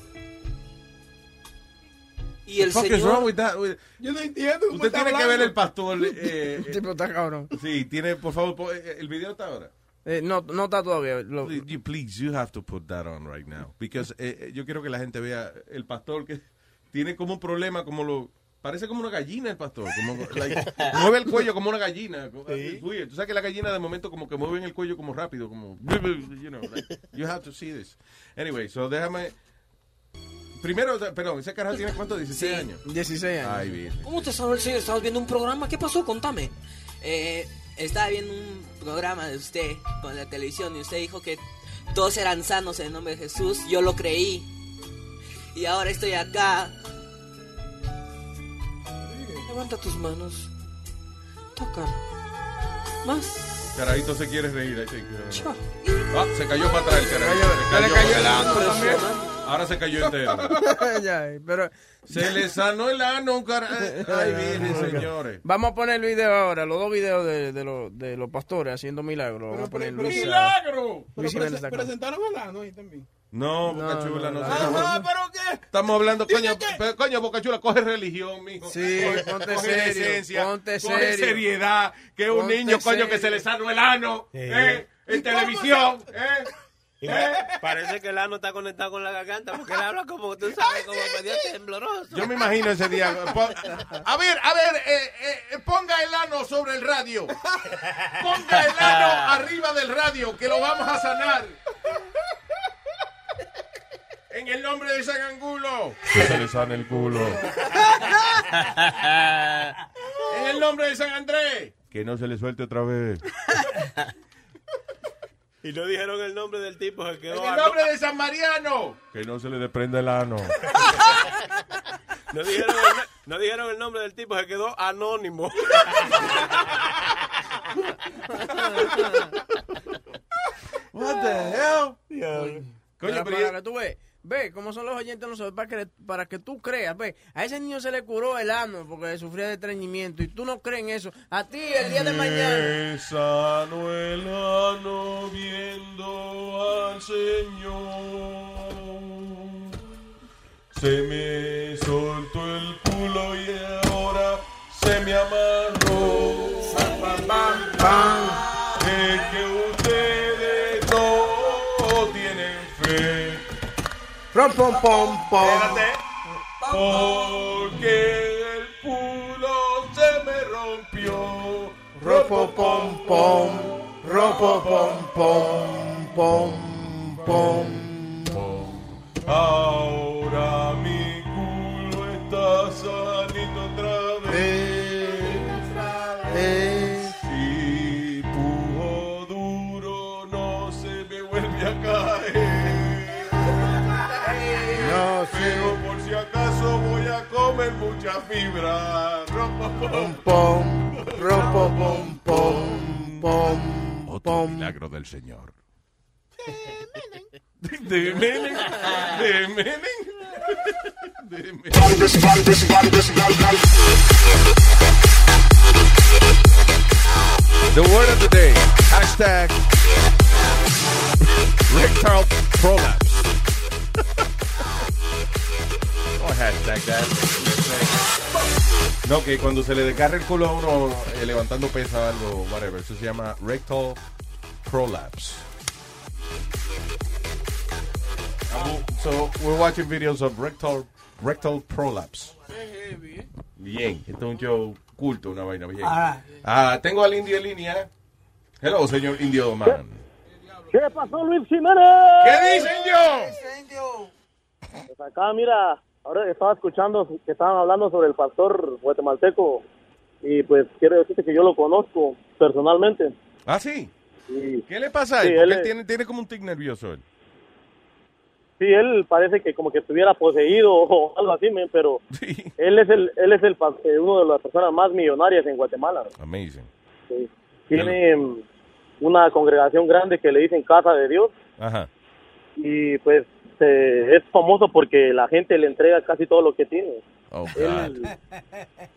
Speaker 25: Y el
Speaker 4: Fuck is wrong
Speaker 25: señor...
Speaker 4: with that? With-
Speaker 25: Yo no entiendo cómo
Speaker 4: Usted
Speaker 25: está
Speaker 4: tiene que
Speaker 25: hablando.
Speaker 4: ver el pastor. eh, eh,
Speaker 6: Tipo está cabrón.
Speaker 4: sí, tiene, por favor, po- eh, el video está ahora.
Speaker 6: Eh, no, no está todavía. Lo-
Speaker 4: Please, you, please, you have to put that on right now. Because eh, eh, yo quiero que la gente vea el pastor que tiene como un problema, como lo. Parece como una gallina el pastor. Como, like, mueve el cuello como una gallina. como- it's weird. Tú sabes que la gallina de momento como que mueven el cuello como rápido, como. You know, like, you have to see this. Anyway, so déjame. Primero, perdón, ese carajo tiene cuánto, 16 años.
Speaker 6: 16 años.
Speaker 4: Ay, bien.
Speaker 30: ¿Cómo te sabe el señor? ¿Estabas viendo un programa? ¿Qué pasó? Contame. Eh, estaba viendo un programa de usted con la televisión y usted dijo que todos eran sanos en el nombre de Jesús. Yo lo creí. Y ahora estoy acá. Levanta tus manos. Toca. Más.
Speaker 4: Carajito se quiere reír, I think. Ah, se cayó para atrás el carajito.
Speaker 6: Se le cayó el
Speaker 4: para
Speaker 6: ano
Speaker 4: atrás.
Speaker 6: también.
Speaker 4: Ahora se cayó entero.
Speaker 6: Ya, pero
Speaker 4: Se le sanó el ano, carajito. Ay, miren, señores.
Speaker 6: Vamos a poner el video ahora, los dos videos de, de, los- de los pastores haciendo milagros. Vamos a poner
Speaker 4: pero-
Speaker 6: Luis-
Speaker 14: ¡Milagro!
Speaker 6: Luis
Speaker 14: Pero
Speaker 6: Jiménez
Speaker 14: prese-
Speaker 6: está acá.
Speaker 14: presentaron a Lano ahí también.
Speaker 4: No, Boca Chula, no, se-
Speaker 14: Ajá, pero qué.
Speaker 4: Estamos hablando, coño, pe- coño, Boca Chula, coge religión, mijo.
Speaker 6: Sí,
Speaker 4: Coge-
Speaker 6: ponte
Speaker 4: coge
Speaker 6: serio,
Speaker 4: decencia,
Speaker 6: ponte
Speaker 4: coge
Speaker 6: serio.
Speaker 4: seriedad, que es un
Speaker 6: Ponte
Speaker 4: niño, coño, que
Speaker 6: serio.
Speaker 4: se le sanó el ano, ¿eh? En televisión, ¿eh?
Speaker 2: Y pa- Parece que el ano está conectado con la garganta porque él habla como tú sabes, como medio tembloroso.
Speaker 4: Yo me imagino ese día. po- A ver, a ver, eh, eh, ponga el ano sobre el radio. Ponga el ano arriba del radio, que lo vamos a sanar. En el nombre de San Angulo. Que se le sane el culo. En el nombre de San Andrés. Que no se le suelte otra vez.
Speaker 2: Y no dijeron el nombre del tipo, se quedó
Speaker 4: En el
Speaker 2: ano.
Speaker 4: nombre de San Mariano. Que no se le desprenda el ano.
Speaker 2: No dijeron, el, no- no dijeron el nombre del tipo, se quedó anónimo.
Speaker 14: What the hell?
Speaker 6: Pero
Speaker 14: Coño, pero
Speaker 6: para
Speaker 14: ya-
Speaker 6: que tú ve, ve cómo son los oyentes nosotros, para que, para que tú creas, ve, a ese niño se le curó el ano porque sufría de estreñimiento y tú no crees en eso. A ti el día de mañana.
Speaker 17: Me sano Eh, el ano viendo al Señor. Se me soltó el culo y ahora se me amarró. Es que ustedes no tienen fe.
Speaker 5: Prom, pom, pom, pom.
Speaker 17: Porque el culo se me rompió.
Speaker 5: Ropo, pom, pom. Ropo, pom, pom, pom, pom.
Speaker 17: Ahora mi culo está sanito otra vez. Si pujo duro, no se me vuelve a caer.
Speaker 5: No,
Speaker 17: Pero por si acaso voy a comer mucha fibra. Rom, pom,
Speaker 5: Pom, ropo, pom, pom, pom, pom.
Speaker 4: Milagro del Señor.
Speaker 17: De Menem. De Menem. De
Speaker 4: The word of the day. Hashtag rectal prolapse. Don't Oh, hashtag that. No, que cuando se le desgarra el culo a uno eh, levantando pesa o algo, whatever. Eso se llama rectal prolapse. So, we're watching videos of rectal, rectal prolapse. Bien, esto es un show culto, una vaina bien.
Speaker 3: Ah.
Speaker 4: Ah, tengo al indio en línea. Hello, señor Indio Man.
Speaker 13: ¿Qué pasó, Luis Jiménez?
Speaker 4: ¿Qué dice,
Speaker 13: indio? Pues acá, mira, ahora que estaba escuchando que estaban hablando sobre el pastor guatemalteco y pues quiero decirte que yo lo conozco personalmente.
Speaker 4: Ah, sí.
Speaker 13: Y,
Speaker 4: ¿Qué le pasa? a él?
Speaker 13: Sí,
Speaker 4: Porque
Speaker 13: él
Speaker 4: él
Speaker 13: es-
Speaker 4: tiene, tiene como un tic nervioso. Él.
Speaker 13: sí, él parece que como que estuviera poseído o algo así, men, pero él es el él es el pas- eh, uno de las personas más millonarias en Guatemala.
Speaker 4: Amazing.
Speaker 13: Sí. Tiene mm, una congregación grande que le dicen Casa de Dios.
Speaker 4: Ajá.
Speaker 13: y pues eh, es famoso porque la gente le entrega casi todo lo que tiene.
Speaker 4: Oh, God.
Speaker 13: Él-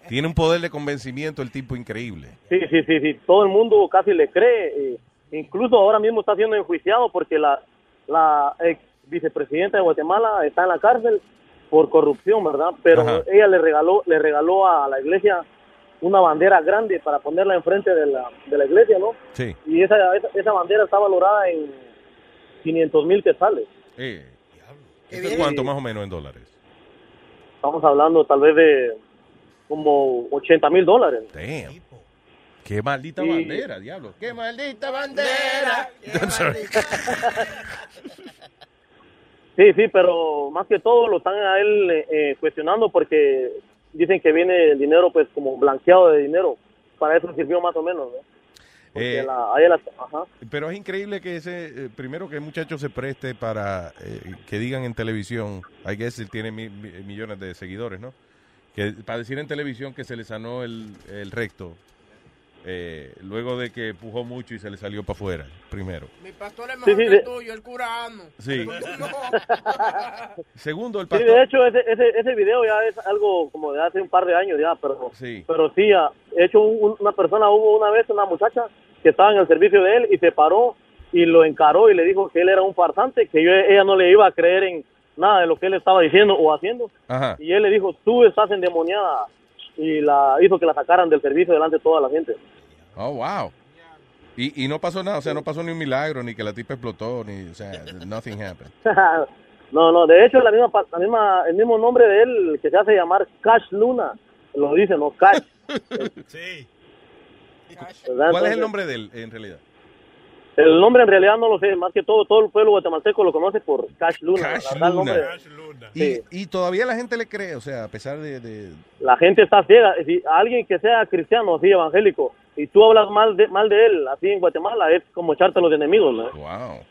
Speaker 4: Tiene un poder de convencimiento el tipo increíble.
Speaker 13: sí, sí, sí, sí, todo el mundo casi le cree. eh, incluso ahora mismo está siendo enjuiciado porque la, la ex vicepresidenta de Guatemala está en la cárcel por corrupción, ¿verdad? Pero
Speaker 31: Ajá.
Speaker 13: ella le regaló, le regaló a la iglesia una bandera grande para ponerla enfrente de la, de la iglesia, ¿no?
Speaker 4: Sí.
Speaker 13: Y esa, esa, esa bandera está valorada en 500 mil quetzales.
Speaker 4: Eh, ¿esto es ¿Cuánto más o menos en dólares?
Speaker 13: Estamos hablando tal vez de como 80 mil dólares.
Speaker 4: Damn. Qué maldita
Speaker 13: Sí.
Speaker 4: bandera, diablo. ¡Qué maldita bandera!
Speaker 13: Sí, sí, pero más que todo lo están a él eh, eh, cuestionando porque dicen que viene el dinero pues como blanqueado de dinero. Para eso sirvió más o menos. ¿no? Porque
Speaker 4: Eh,
Speaker 13: la- ahí las- ajá.
Speaker 4: Pero es increíble que ese, eh, primero que el muchacho se preste para eh, que digan en televisión, hay que decir, tiene mi- mi- millones de seguidores, ¿no? Que, para decir en televisión que se le sanó el, el recto, eh, luego de que empujó mucho y se le salió para afuera, primero.
Speaker 6: Mi pastor es mejor
Speaker 13: Sí, sí,
Speaker 6: que
Speaker 13: de-
Speaker 6: el tuyo, el cura amo.
Speaker 4: Sí. Segundo, el
Speaker 13: Sí,
Speaker 4: pastor...
Speaker 13: de hecho, ese, ese, ese video ya es algo como de hace un par de años ya, pero
Speaker 4: Sí.
Speaker 13: pero sí, ah, de hecho, un- una persona, hubo una vez una muchacha que estaba en el servicio de él y se paró y lo encaró y le dijo que él era un farsante, que yo, ella no le iba a creer en nada de lo que él estaba diciendo o haciendo.
Speaker 4: Ajá.
Speaker 13: Y él le dijo, tú estás endemoniada. Y la hizo que la sacaran del servicio delante de toda la gente.
Speaker 4: Oh, wow. Y, y no pasó nada, o sea, no pasó ni un milagro, ni que la tipa explotó, ni, o sea, nothing happened.
Speaker 13: no, no, de hecho, la misma, pa- la misma, el mismo nombre de él que se hace llamar Cash Luna, lo dice, ¿no? Cash.
Speaker 2: Sí.
Speaker 4: ¿Cuál es el nombre de él, en realidad?
Speaker 13: El nombre en realidad no lo sé, más que todo, todo el pueblo guatemalteco lo conoce por Cash Luna.
Speaker 4: Cash
Speaker 13: la verdad, el
Speaker 4: Luna.
Speaker 13: nombre-
Speaker 4: Y, y todavía la gente le cree, o sea, a pesar de... de- eh,
Speaker 13: la gente está ciega. Si alguien que sea cristiano, así evangélico, y tú hablas mal de, mal de él, así en Guatemala, es como echarte a los enemigos, ¿no?
Speaker 4: Wow.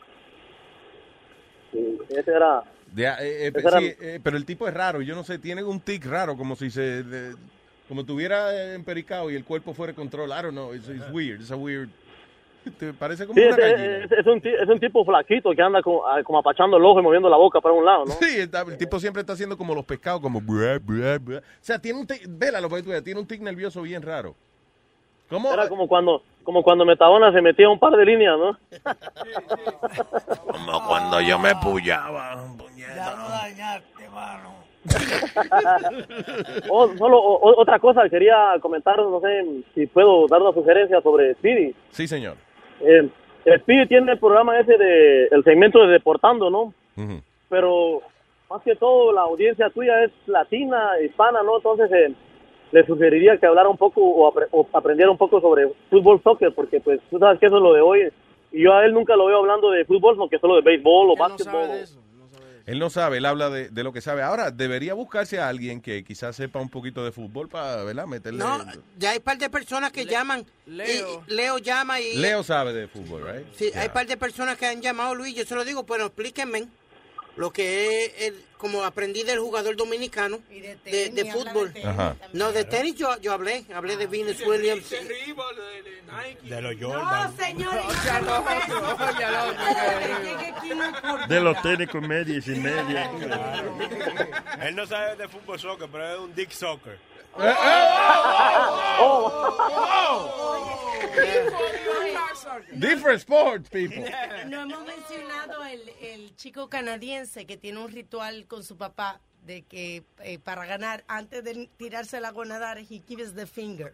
Speaker 13: ese era...
Speaker 4: de- eh, eh,
Speaker 13: Ese era-
Speaker 4: sí, eh, pero el tipo es raro, yo no sé, tiene un tic raro, como si se... de- como tuviera eh, empericado y el cuerpo fuera de control. I don't know, it's, it's weird, it's a weird... Te parece como
Speaker 13: Sí,
Speaker 4: una
Speaker 13: ese-
Speaker 4: gallina.
Speaker 13: es, es un, ti- es un tipo flaquito que anda como, ah, como apachando el ojo y moviendo la boca para un lado, ¿no?
Speaker 4: Sí, está- el tipo siempre está haciendo como los pescados, como... bra, bra, bra. O sea, tiene un tic, vela lo que tú veas, tiene un tic nervioso bien raro. ¿Cómo?
Speaker 13: Era como cuando, como cuando Metabona se metía un par de líneas, ¿no?
Speaker 3: Como cuando yo me pullaba.
Speaker 8: Ya no dañaste, mano.
Speaker 13: O- solo o- o- otra cosa, quería comentar, no sé si puedo dar una sugerencia sobre Speedy.
Speaker 4: Sí, señor.
Speaker 13: Eh, Speedy tiene el programa ese de el segmento de Deportando, ¿no?
Speaker 4: Ujú.
Speaker 13: Pero más que todo la audiencia tuya es latina, hispana, ¿no? Entonces eh, le sugeriría que hablara un poco o, apre- o aprendiera un poco sobre fútbol, soccer, porque pues tú sabes que eso es lo de hoy. Y yo a él nunca lo veo hablando de fútbol, sino que solo de béisbol o básquetbol.
Speaker 4: Él no sabe, él habla de, de lo que sabe. Ahora, debería buscarse a alguien que quizás sepa un poquito de fútbol para, ¿verdad? Meterle...
Speaker 5: No, ya hay par de personas que llaman. Leo. Leo llama y...
Speaker 4: Leo sabe de fútbol, ¿right?
Speaker 5: Sí,
Speaker 4: Yeah.
Speaker 5: hay par de personas que han llamado, Luis, yo se lo digo, pero explíquenme lo que es, el- como aprendí del jugador dominicano de, de fútbol.
Speaker 4: Ajá.
Speaker 5: No, de tenis yo, yo hablé, hablé
Speaker 20: Ah,
Speaker 5: de Venus Williams.
Speaker 2: De los
Speaker 6: Jordan.
Speaker 2: Jordan.
Speaker 6: señores.
Speaker 15: De los tenis con medias y medias.
Speaker 2: Él no sabe de fútbol soccer, pero es un dick soccer.
Speaker 4: ¡Eh, Different sports, people.
Speaker 20: No hemos mencionado el, el chico canadiense que tiene un ritual con su papá de que eh, para ganar, antes de tirarse la gonadar, he gives the finger.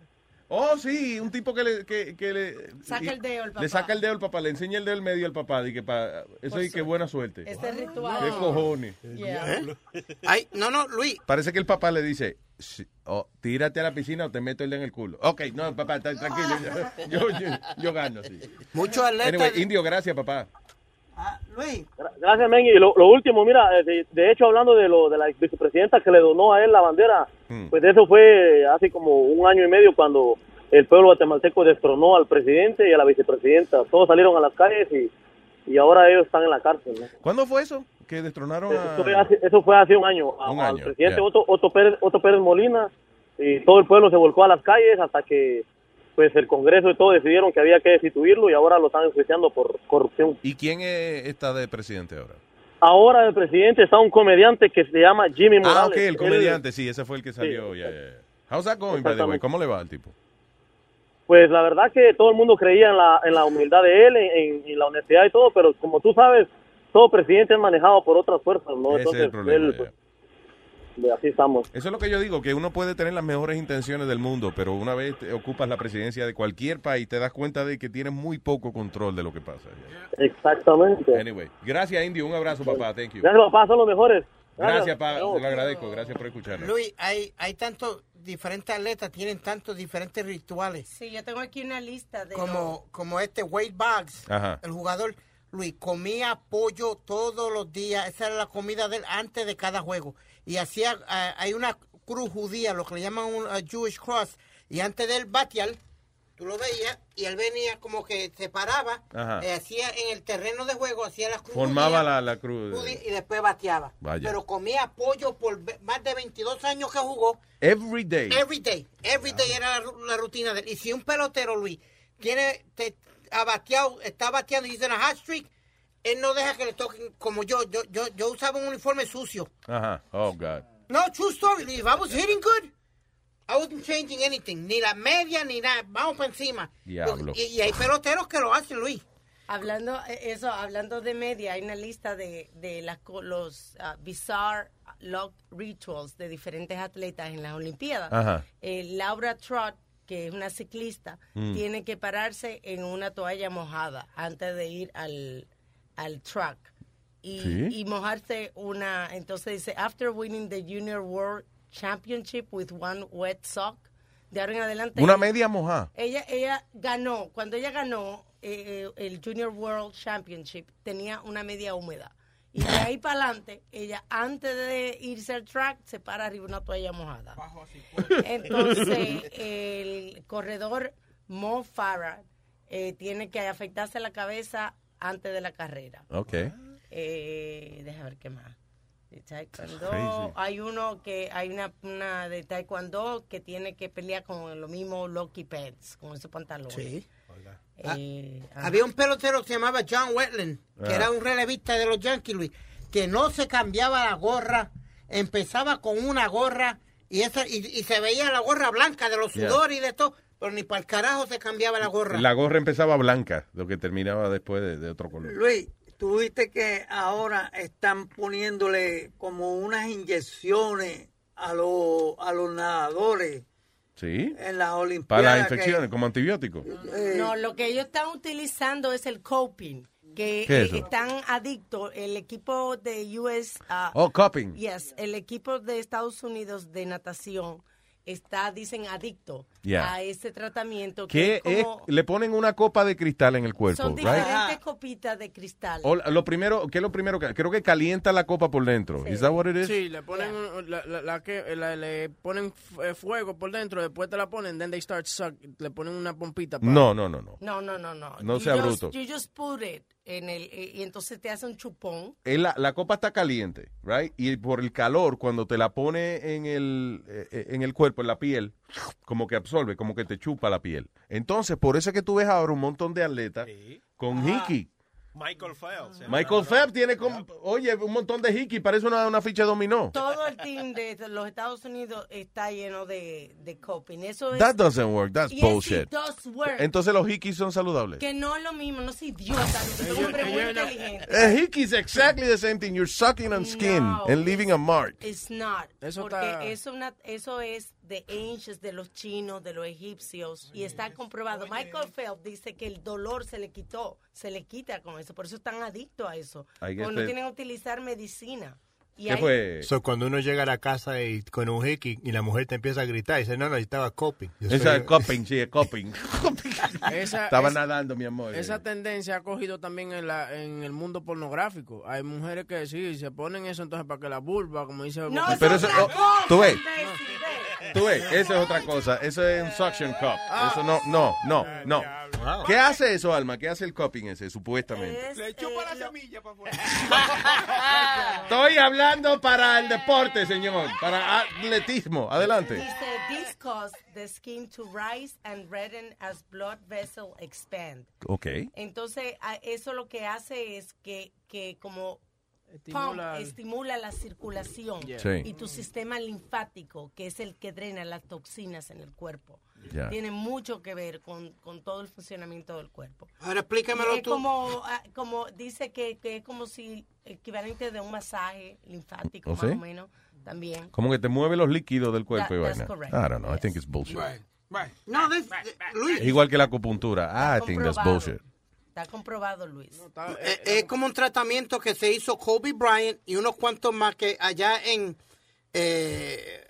Speaker 4: Oh, sí, un tipo que le... Que, que le
Speaker 20: Saca el dedo al papá.
Speaker 4: Le saca el dedo al papá, le enseña el dedo al medio al papá. di que pa- eso
Speaker 20: Por
Speaker 4: y que
Speaker 20: suerte.
Speaker 4: buena suerte.
Speaker 20: Este ritual.
Speaker 4: ¿Qué cojones?
Speaker 3: ¿Eh?
Speaker 20: Yeah.
Speaker 5: ¿Eh? Ay, no, no, Luis.
Speaker 4: Parece que el papá le dice... "Sí, oh, tírate a la piscina o te meto el dedo en el culo. Ok, no, papá, tra- tranquilo. Yo, yo, yo gano, sí.
Speaker 5: Muchos atletas-
Speaker 4: Anyway, indio, gracias, papá.
Speaker 5: Luis.
Speaker 13: Gracias, men. Y lo, lo último, mira, eh, de, de hecho, hablando de lo de la vicepresidenta que le donó a él la bandera,
Speaker 4: Mm.
Speaker 13: pues eso fue hace como un año y medio cuando el pueblo guatemalteco destronó al presidente y a la vicepresidenta. Todos salieron a las calles y, y ahora ellos están en la cárcel. ¿no?
Speaker 4: ¿Cuándo fue eso? Que destronaron a...
Speaker 13: Eso, fue hace, eso fue hace un año. A-
Speaker 4: Un
Speaker 13: al
Speaker 4: año,
Speaker 13: presidente
Speaker 4: ya.
Speaker 13: Otto, Otto Pérez, Otto Pérez Molina y todo el pueblo se volcó a las calles hasta que pues el Congreso y todo decidieron que había que destituirlo y ahora lo están enjuiciando por corrupción.
Speaker 4: ¿Y quién eh, está de presidente ahora?
Speaker 13: Ahora el presidente está un comediante que se llama Jimmy Morales.
Speaker 4: Ah, ok, el
Speaker 13: Él-
Speaker 4: comediante, sí, ese fue el que salió. ya, ya, ya. How's that going, by the way?
Speaker 13: Exactamente.
Speaker 4: ¿Cómo le va al tipo?
Speaker 13: pues la verdad que todo el mundo creía en la, en la humildad de él, en, en- en la honestidad y todo, pero como tú sabes, todo presidente es manejado por otras fuerzas, ¿no?
Speaker 4: Ese es el problema,
Speaker 13: él, pues, de- así estamos.
Speaker 4: Eso es lo que yo digo, que uno puede tener las mejores intenciones del mundo, pero una vez te ocupas la presidencia de cualquier país, te das cuenta de que tienes muy poco control de lo que pasa.
Speaker 13: Exactamente.
Speaker 4: Anyway, gracias, Indio. Un abrazo, papá. Thank you.
Speaker 13: Ya se lo pasan los mejores.
Speaker 4: Gracias, papá. Te lo agradezco. Gracias por escucharnos.
Speaker 5: Luis, hay, hay tantos diferentes atletas, tienen tantos diferentes rituales.
Speaker 20: Sí, yo tengo aquí una lista de...
Speaker 5: Como, como este Wade Boggs,
Speaker 4: Ajá.
Speaker 5: el jugador. Luis comía pollo todos los días. Esa era la comida de él antes de cada juego. Y hacía, ah, hay una cruz judía, lo que le llaman un ah, Jewish cross. Y antes del batear, tú lo veías y él venía como que se paraba,
Speaker 4: Ajá.
Speaker 5: eh, hacía en el terreno de juego, hacía la cruz
Speaker 4: Formaba
Speaker 5: judía,
Speaker 4: la, la cruz.
Speaker 5: judía, y después bateaba.
Speaker 4: Vaya.
Speaker 5: Pero comía pollo por ve- más de 22 años que jugó.
Speaker 4: Every day.
Speaker 5: Every day, every day era la, ru- la rutina de él. Y si un pelotero, Luis, tiene te, ha bateado, está bateando y dice una hot streak, él no deja que le toquen como yo. Yo, yo, yo usaba un uniforme sucio.
Speaker 4: Ajá. Oh, God.
Speaker 5: No, true story, Luis. I was hitting good. I wasn't changing anything. Ni la media, ni nada. Vamos para encima.
Speaker 4: Diablo.
Speaker 5: Y, y hay peloteros que lo hacen, Luis.
Speaker 20: Hablando, eh, eso, hablando de media, hay una lista de, de las, co- los ah, bizarre love rituals de diferentes atletas en las Olimpiadas.
Speaker 3: Ajá.
Speaker 20: Eh, Laura Trott, que es una ciclista,
Speaker 3: Mm.
Speaker 20: tiene que pararse en una toalla mojada antes de ir al, al track. Y,
Speaker 3: Sí.
Speaker 20: y mojarse una, entonces dice, after winning the Junior World Championship with one wet sock, de ahora en adelante...
Speaker 4: Una media mojada.
Speaker 20: Ella, ella ganó, cuando ella ganó eh, eh, el Junior World Championship, tenía una media húmeda. Y de ahí para adelante, ella antes de irse al track, se para arriba una toalla mojada. Entonces, el corredor Mo Farah eh, tiene que afectarse la cabeza antes de la carrera.
Speaker 4: Ok.
Speaker 20: Eh, deja ver qué más. De taekwondo,
Speaker 4: Crazy.
Speaker 20: hay uno que hay una, una de taekwondo que tiene que pelear con lo mismo Loki Pets, con esos pantalones.
Speaker 5: Sí.
Speaker 20: Ah, Eh, ajá.
Speaker 5: Había un pelotero que se llamaba John Wetland, que
Speaker 4: Ah.
Speaker 20: Ajá.
Speaker 5: era un relevista de los Yankees, Luis, que no se cambiaba la gorra, empezaba con una gorra y, esa, y, y se veía la gorra blanca de los
Speaker 4: Yeah.
Speaker 5: sudores y de todo, pero ni para el carajo se cambiaba la gorra.
Speaker 4: La gorra empezaba blanca, lo que terminaba después de, de otro color.
Speaker 8: Luis, tú viste que ahora están poniéndole como unas inyecciones a, los a los nadadores
Speaker 4: Sí.
Speaker 8: en las Olimpiadas.
Speaker 4: Para las
Speaker 8: que-
Speaker 4: infecciones, como antibiótico.
Speaker 20: No, lo que ellos están utilizando es el coping, que
Speaker 4: ¿Qué es
Speaker 20: eh,
Speaker 4: eso?
Speaker 20: están adictos. El equipo de US. ah,
Speaker 4: Oh, coping.
Speaker 20: Yes, el equipo de Estados Unidos de natación está, dicen, adicto
Speaker 4: Yeah.
Speaker 20: a ese tratamiento.
Speaker 4: Que
Speaker 20: Que
Speaker 4: es,
Speaker 20: es como-
Speaker 4: le ponen una copa de cristal en el cuerpo,
Speaker 20: son
Speaker 4: right?
Speaker 20: diferentes
Speaker 8: Ah.
Speaker 20: copitas de cristal.
Speaker 4: O lo primero, ¿qué es lo primero? que- Creo que calienta la copa por dentro.
Speaker 20: Sí.
Speaker 4: Is that what it is?
Speaker 6: Sí, le ponen un- la, la- la que la- le ponen f- eh, fuego por dentro, después te la ponen, then they start suck, le ponen una pompita. para-
Speaker 4: No, no, no, no.
Speaker 20: No, no, no, no.
Speaker 4: No
Speaker 20: You
Speaker 4: sea
Speaker 20: just-
Speaker 4: bruto.
Speaker 20: You just put it en el, eh, y entonces te hace un chupón.
Speaker 4: Es la, la copa está caliente, right? Y por el calor, cuando te la pone en el, eh, en el cuerpo, en la piel, como que absorbe, como que te chupa la piel. Entonces, por eso es que tú ves ahora un montón de atletas con hickey.
Speaker 2: Michael Phelps. el
Speaker 4: Michael Phelps tiene como, oye, un montón de hickey, parece una, una ficha dominó.
Speaker 20: Todo el team de los Estados Unidos está lleno de, de coping. Eso es.
Speaker 4: That doesn't work, that's
Speaker 20: Yes, it
Speaker 4: bullshit.
Speaker 20: does work.
Speaker 4: Entonces los hickeys son saludables.
Speaker 20: Que no es lo mismo, no soy idiota, no soy un hombre muy inteligente.
Speaker 4: A hickey is Eh, exactly the same thing. You're sucking on skin
Speaker 20: No.
Speaker 4: and leaving a mark.
Speaker 20: It's not.
Speaker 6: Eso
Speaker 20: porque
Speaker 6: está-
Speaker 20: eso, una- eso es de ancients, de los chinos, de los egipcios, y está comprobado. Michael Phelps dice que el dolor se le quitó, se le quita con eso, por eso están adictos a eso.
Speaker 9: I
Speaker 20: Porque
Speaker 9: guess
Speaker 20: no
Speaker 9: that-
Speaker 20: tienen que utilizar medicina. Y
Speaker 9: ¿Qué
Speaker 20: hay-
Speaker 9: fue? So, cuando uno llega a la casa y, con un hickey y la mujer te empieza a gritar, dice, no, no, yo estaba coping. Yo
Speaker 4: Esa es coping, sí, es coping.
Speaker 6: Esa-
Speaker 4: Estaba
Speaker 6: esa-
Speaker 4: nadando, mi amor. eh.
Speaker 6: Esa tendencia ha cogido también en, la, en el mundo pornográfico. Hay mujeres que sí, se ponen eso entonces para que la vulva, como dice...
Speaker 20: No,
Speaker 4: Pero eso, oh, tú ves, tú ves, eso es otra cosa. Eso es un suction cup.
Speaker 5: Ah.
Speaker 4: Eso no, no, no, no. ¿Qué hace eso, Alma? ¿Qué hace el coping ese,
Speaker 5: Eh.
Speaker 4: supuestamente?
Speaker 14: Le chupa la semilla para afuera.
Speaker 4: Estoy hablando para el deporte, señor. Para atletismo. Adelante.
Speaker 20: Dice, this causes the skin to rise and redden as blood vessel expand.
Speaker 4: Ok.
Speaker 20: Entonces, a- eso lo que hace es que, que como
Speaker 6: Estimula-
Speaker 20: pump, estimula la circulación
Speaker 6: Yeah.
Speaker 4: Sí.
Speaker 20: y tu sistema linfático, que es el que drena las toxinas en el cuerpo.
Speaker 5: Yeah.
Speaker 20: Tiene mucho que ver con, con todo el funcionamiento del cuerpo.
Speaker 5: Ahora explícamelo
Speaker 20: Y es
Speaker 5: tú.
Speaker 20: Como, ah, como dice que, que es como si equivalente de un masaje linfático,
Speaker 4: ¿Oh,
Speaker 20: más
Speaker 4: sí?
Speaker 20: o menos, también.
Speaker 4: Como que te mueve los líquidos del cuerpo y
Speaker 20: That- that's
Speaker 4: vaina.
Speaker 20: correct.
Speaker 4: I don't know. I think it's bullshit.
Speaker 5: No, this- eh, Luis.
Speaker 4: Igual que la acupuntura. I think that's
Speaker 5: comprobado.
Speaker 4: bullshit.
Speaker 20: Está comprobado, Luis.
Speaker 5: Eh, es como un tratamiento que se hizo Kobe Bryant y unos cuantos más que allá en eh,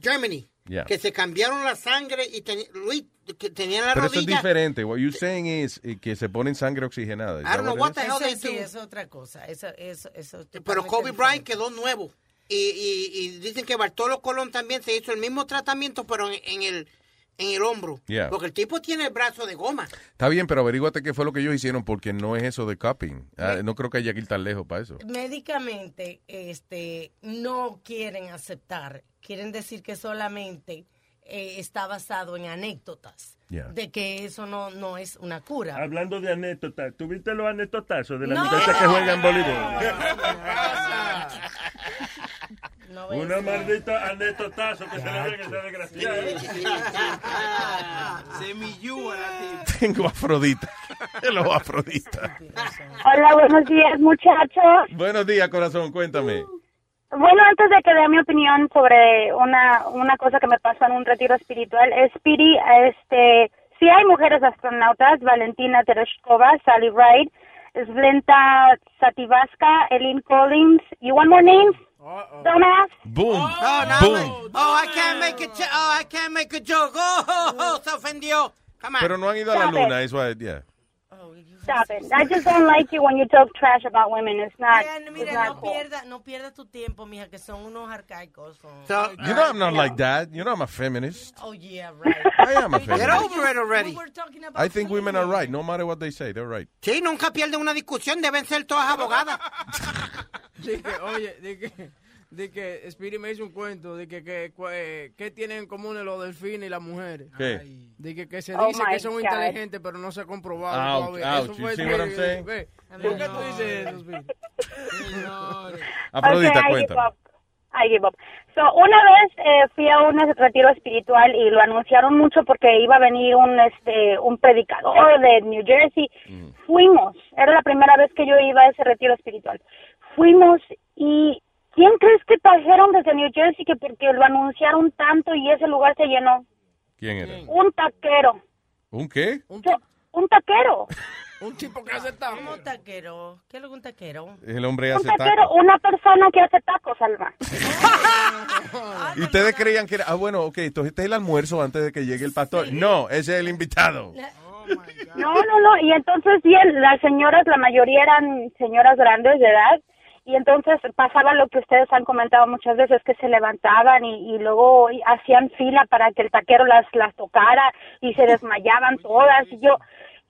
Speaker 5: Germany.
Speaker 4: Yeah.
Speaker 5: que se cambiaron la sangre y teni- Luis, que tenían la
Speaker 4: Pero eso es
Speaker 5: rodilla.
Speaker 4: diferente. What you're saying is eh, que se ponen sangre oxigenada. Is
Speaker 5: I don't
Speaker 4: that
Speaker 5: know
Speaker 4: what
Speaker 5: what
Speaker 4: it
Speaker 5: the hell they
Speaker 20: Eso sí,
Speaker 5: do.
Speaker 20: es otra cosa. Eso, eso, eso
Speaker 5: Pero
Speaker 20: totalmente
Speaker 5: Kobe
Speaker 20: diferente.
Speaker 5: Bryant quedó nuevo. Y, y- y dicen que Bartolo Colón también se hizo el mismo tratamiento, pero en, en el en el hombro.
Speaker 4: Yeah.
Speaker 5: Porque el tipo tiene el brazo de goma.
Speaker 4: is? Está bien, pero averíguate qué fue lo que ellos hicieron porque no es eso de copying. Ah, no creo que haya que ir tan lejos para eso.
Speaker 20: Médicamente, este, no quieren aceptar. Quieren decir que solamente eh, está basado en anécdotas.
Speaker 15: Yeah.
Speaker 20: De que eso no, no es una cura.
Speaker 15: Hablando de anécdotas, ¿tuviste los anécdotazos de las
Speaker 20: No.
Speaker 15: muchachas que juegan voleibol?
Speaker 20: No voy a
Speaker 15: Una
Speaker 20: decir nada.
Speaker 15: maldita anécdotazo que se le ve que está desgraciada.
Speaker 14: Se millúa la tipa.
Speaker 4: Tengo afrodita. Los afroditas.
Speaker 32: Hola, buenos días, muchachos.
Speaker 4: Buenos días, corazón. Cuéntame.
Speaker 32: Bueno, antes de que dé mi opinión sobre una, una cosa que me pasó en un retiro espiritual, es Piri, este, sí hay mujeres astronautas, Valentina Tereshkova, Sally Ride, Sventa Sativaska, Eileen Collins, you want more names? Dumbass.
Speaker 4: Boom.
Speaker 5: Oh, no,
Speaker 4: Boom.
Speaker 5: Oh, I can't make a jo- oh, I can't make a joke. Oh, oh, oh, se ofendió. Come on.
Speaker 4: Pero no han ido a la
Speaker 32: Stop it.
Speaker 4: luna. Eso es, yeah.
Speaker 32: Stop it. I just don't like you when you talk trash about women. It's not,
Speaker 20: Mira,
Speaker 32: it's
Speaker 20: mira,
Speaker 32: not
Speaker 20: no
Speaker 32: cool.
Speaker 20: pierdas no pierda tu tiempo, mija, que son unos arcaicos. son-
Speaker 4: You know I'm not like that. You know I'm a feminist.
Speaker 20: Oh, yeah, right.
Speaker 4: I am a
Speaker 20: Get
Speaker 4: feminist.
Speaker 5: over it already.
Speaker 4: I think women are right, no matter what they say, they're right.
Speaker 5: Sí, nunca pierden una discusión. Deben ser todas abogadas.
Speaker 6: De que, oye, de que, de que Spirit me hizo un cuento de que, que, cua- eh, ¿qué tienen en común los delfines y las mujeres?
Speaker 4: ¿Qué?
Speaker 6: Ay. De que, que se
Speaker 32: Oh
Speaker 6: dice
Speaker 32: my
Speaker 6: que son
Speaker 32: God.
Speaker 6: inteligentes, pero no se ha comprobado
Speaker 4: Ouch,
Speaker 6: todavía.
Speaker 4: ouch. You see what I'm
Speaker 6: Spirit.
Speaker 4: saying?
Speaker 6: Ve, ¿Por qué tú dices eso, Spirit?
Speaker 4: Afrodita,
Speaker 32: Okay, I give
Speaker 4: cuéntame.
Speaker 32: up. I give up. So, una vez eh, fui a un retiro espiritual y lo anunciaron mucho porque iba a venir un este un predicador de New Jersey.
Speaker 4: Mm.
Speaker 32: Fuimos, era la primera vez que yo iba a ese retiro espiritual. Fuimos y ¿quién crees que trajeron desde New Jersey que porque lo anunciaron tanto y ese lugar se llenó?
Speaker 4: ¿Quién era?
Speaker 32: Un taquero.
Speaker 4: ¿Un qué?
Speaker 32: Yo- un taquero.
Speaker 6: Un tipo que hace tacos.
Speaker 20: ¿Cómo un taquero? ¿Qué es lo que un taquero?
Speaker 4: El hombre
Speaker 32: Un
Speaker 4: hace
Speaker 32: taquero,
Speaker 4: tacos.
Speaker 32: una persona que hace tacos, Alma.
Speaker 4: ¿Y ustedes creían que era, ah, bueno, ok, entonces este es el almuerzo antes de que llegue el pastor? No, ese es el invitado.
Speaker 32: No, no, no. Y entonces, sí, el- las señoras, la mayoría eran señoras grandes de edad. Y entonces pasaba lo que ustedes han comentado muchas veces, que se levantaban y, y luego y hacían fila para que el taquero las, las tocara y se desmayaban todas. Y yo,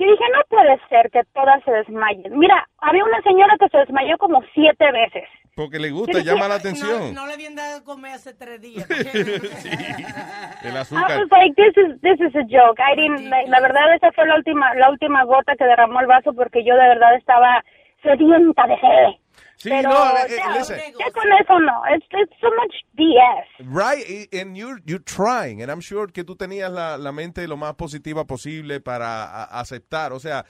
Speaker 32: yo dije, no puede ser que todas se desmayen. Mira, había una señora que se desmayó como siete veces.
Speaker 4: Porque le gusta, llama la
Speaker 20: No,
Speaker 4: atención.
Speaker 20: no le habían dado de comer hace tres días. Ah, pues
Speaker 4: El
Speaker 32: I
Speaker 4: azúcar.
Speaker 32: was Ah, pues, like, this is, this is a joke. I didn't, la, la verdad, esa fue la última, la última gota que derramó el vaso porque yo de verdad estaba sedienta de fe.
Speaker 4: Sí,
Speaker 32: Pero
Speaker 4: no, eh, eh,
Speaker 32: ya,
Speaker 4: listen.
Speaker 32: ya con eso no. It's, it's so much BS.
Speaker 4: Right, y- and you're, you're trying, and I'm sure que tú tenías la, la mente lo más positiva posible para a- aceptar, o sea,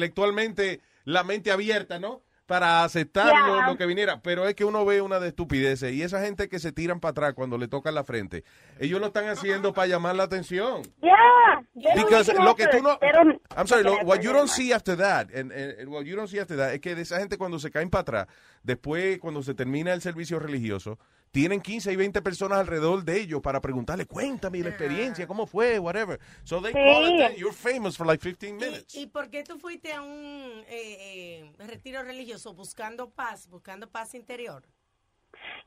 Speaker 4: intelectualmente la mente abierta, ¿no? Para aceptar lo,
Speaker 31: Yeah.
Speaker 4: lo que viniera, pero es que uno ve una de estupideces y esa gente que se tiran para atrás cuando le tocan la frente, ellos lo están haciendo para llamar la atención.
Speaker 32: Yeah. they don't
Speaker 4: Because
Speaker 32: even
Speaker 4: lo que
Speaker 32: offer
Speaker 4: tú
Speaker 32: it.
Speaker 4: no,
Speaker 32: They don't-
Speaker 4: I'm sorry, lo-
Speaker 32: offer
Speaker 4: what
Speaker 32: it
Speaker 4: you don't
Speaker 32: anymore.
Speaker 4: see after that, and, and- and what you don't see after that, es que de esa gente cuando se caen para atrás, después cuando se termina el servicio religioso, tienen 15 y 20 personas alrededor de ellos para preguntarle, cuéntame la experiencia, cómo fue, whatever. So they call it, that you're famous for like 15 minutes.
Speaker 20: ¿Y por qué tú fuiste a un eh, eh, retiro religioso buscando paz, buscando paz interior?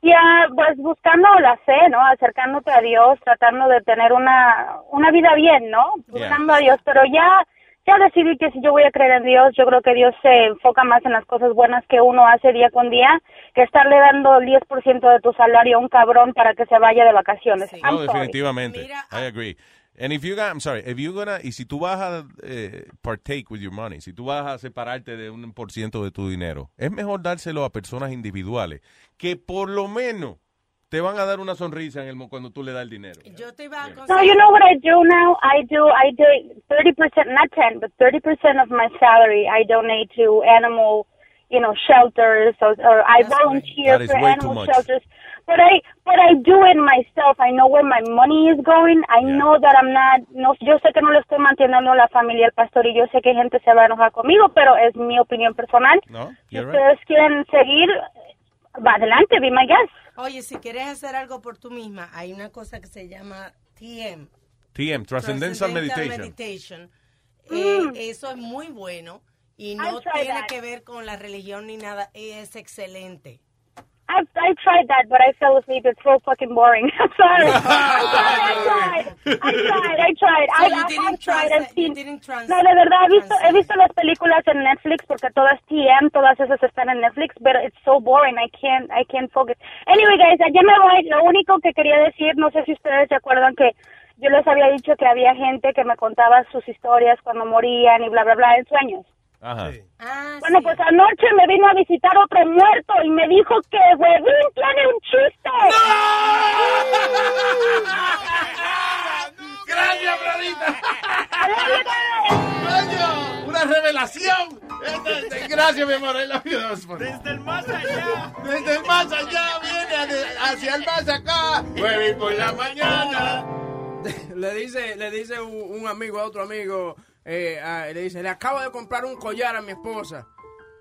Speaker 32: Ya, pues buscando la fe, ¿no? Acercándote a Dios, tratando de tener una, una vida bien, ¿no? Yeah. Buscando a Dios, pero ya, ya decidí que si yo voy a creer en Dios, yo creo que Dios se enfoca más en las cosas buenas que uno hace día con día que estarle dando el 10% de tu salario a un cabrón para que se vaya de vacaciones. I'm
Speaker 4: No,
Speaker 32: sorry.
Speaker 4: definitivamente.
Speaker 14: ah.
Speaker 4: I agree. And if you got, I'm sorry, if you gonna, y si tú vas a eh, partake with your money, si tú vas a separarte de un por ciento de tu dinero, es mejor dárselo a personas individuales que por lo menos te van a dar una sonrisa en el mo- cuando tú le das el dinero.
Speaker 20: Yo te iba a
Speaker 32: No,
Speaker 20: aconsejar.
Speaker 32: you know what I do now? I do, I do 30%, not 10, but 30% of my salary I donate to animal, you know, shelters, or, or I volunteer
Speaker 25: That is
Speaker 32: for
Speaker 25: way too
Speaker 32: animal
Speaker 25: much.
Speaker 32: shelters. But I, but I do it myself. I know where my money is going. I know that I'm not, no, yo sé que no le estoy manteniendo a la familia al pastor y yo sé que gente se va a enojar conmigo, pero es mi opinión personal.
Speaker 4: No,
Speaker 32: Si
Speaker 4: you're right.
Speaker 32: ustedes quieren seguir, Va adelante, be my guest.
Speaker 20: Oye, si quieres hacer algo por tú misma, hay una cosa que se llama TM.
Speaker 4: TM, Transcendental Meditation.
Speaker 20: Meditation. Eh, Eso es muy bueno y no
Speaker 32: Mm. I'll try
Speaker 20: tiene
Speaker 32: that.
Speaker 20: que ver con la religión ni nada. Es excelente.
Speaker 32: I, I tried that, but I fell asleep. It's so fucking boring. I'm sorry. I'm sorry, I tried. I tried. I tried.
Speaker 20: So
Speaker 32: I,
Speaker 20: you
Speaker 32: I,
Speaker 20: didn't
Speaker 32: I've tried. I've
Speaker 20: translate-
Speaker 32: seen-
Speaker 20: you didn't
Speaker 32: No, de verdad, he visto, he visto las películas en Netflix porque todas TM, todas esas están en Netflix, but it's so boring. I can't, I can't focus. Anyway, guys, ya me voy. Lo único que quería decir, no sé si ustedes se acuerdan que yo les había dicho que había gente que me contaba sus historias cuando morían y bla, bla, bla, en sueños.
Speaker 4: Ajá.
Speaker 20: Ah,
Speaker 32: Bueno, pues anoche me vino a visitar otro muerto y me dijo que Huevín tiene un chiste.
Speaker 14: ¡Gracias, Florita! ¡Coño! ¡Una revelación! Este- este- Gracias, mi amor. I love you, Osborne. Desde el más allá. Desde el más allá viene a- hacia el más acá. Jueves por la mañana.
Speaker 6: le dice, le dice un, un amigo a otro amigo, eh, ah, le dice, le acabo de comprar un collar a mi esposa.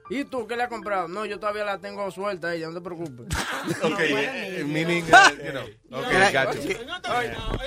Speaker 6: ¿Y tú qué le has comprado? No, yo todavía la tengo suelta a ella, no te preocupes.
Speaker 4: Ok, eh, meaning, eh, you know. Ok, gacho.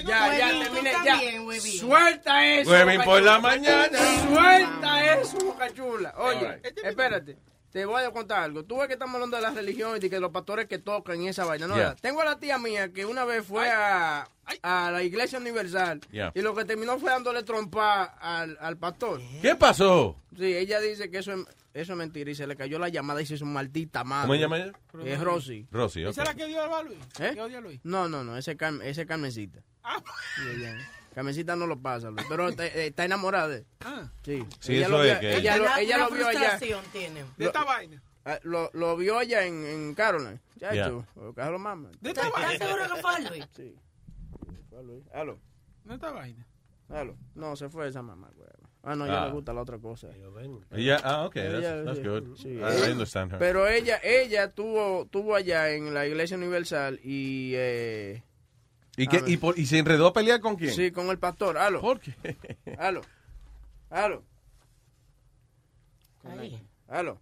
Speaker 6: Ya, ya, terminé, ya. Suelta eso.
Speaker 4: Huevín
Speaker 6: boca
Speaker 4: por la
Speaker 6: chula.
Speaker 4: mañana.
Speaker 6: Suelta eso, boca chula. Oye, Este
Speaker 4: All
Speaker 6: espérate. Te voy a contar algo. Tú ves que estamos hablando de las religiones y que los pastores que tocan y esa vaina. No,
Speaker 4: Yeah.
Speaker 6: Tengo a la tía mía que una vez fue a, a la iglesia universal
Speaker 4: Yeah.
Speaker 6: y lo que terminó fue dándole trompa al, al pastor.
Speaker 4: ¿Qué pasó?
Speaker 6: Sí, ella dice que eso es, eso es mentira y se le cayó la llamada y se hizo maldita madre.
Speaker 4: ¿Cómo se llama ella?
Speaker 6: Es Rosy.
Speaker 4: Rosy, ok.
Speaker 14: ¿Esa es la que dio a Luis?
Speaker 6: ¿Eh?
Speaker 14: ¿Que odia a Luis? Ah,
Speaker 6: No, no, no, ese es Carmen- ese es Carmencita. Sí, ella- Carmencita no lo pasa, Luis, pero está, eh, está enamorada de él.
Speaker 14: Ah.
Speaker 6: Sí,
Speaker 4: Sí,
Speaker 6: ella
Speaker 4: eso
Speaker 6: lo
Speaker 4: es
Speaker 6: vio-
Speaker 4: que-
Speaker 6: ella lo-
Speaker 20: Una-
Speaker 6: ella
Speaker 20: una
Speaker 6: lo vio allá.
Speaker 20: frustración tiene.
Speaker 6: Lo- Ah, Lo, lo vio allá en, en Caroline. Ya
Speaker 4: Yeah.
Speaker 6: hecho, o Carlos Mama.
Speaker 20: ¿Estás estás seguro que fue Luis?
Speaker 6: Sí. Fue Luis. Aló.
Speaker 14: No está vaina.
Speaker 6: Aló. No, se fue esa mamá, güey. Ah, no,
Speaker 4: Ah.
Speaker 6: ya le gusta la otra cosa.
Speaker 4: Ella- ah, ok,
Speaker 6: Ella-
Speaker 4: that's- that's
Speaker 6: sí.
Speaker 4: good.
Speaker 6: Sí.
Speaker 4: I- I understand her.
Speaker 6: Pero ella, ella tuvo, tuvo allá en la Iglesia Universal y... Eh,
Speaker 4: ¿Y, qué,
Speaker 6: a ver.
Speaker 4: y, por- y se enredó a pelear con quién?
Speaker 6: Sí, con el pastor. Aló.
Speaker 4: ¿Por qué?
Speaker 6: Aló. Aló.
Speaker 20: Ay.
Speaker 6: Aló.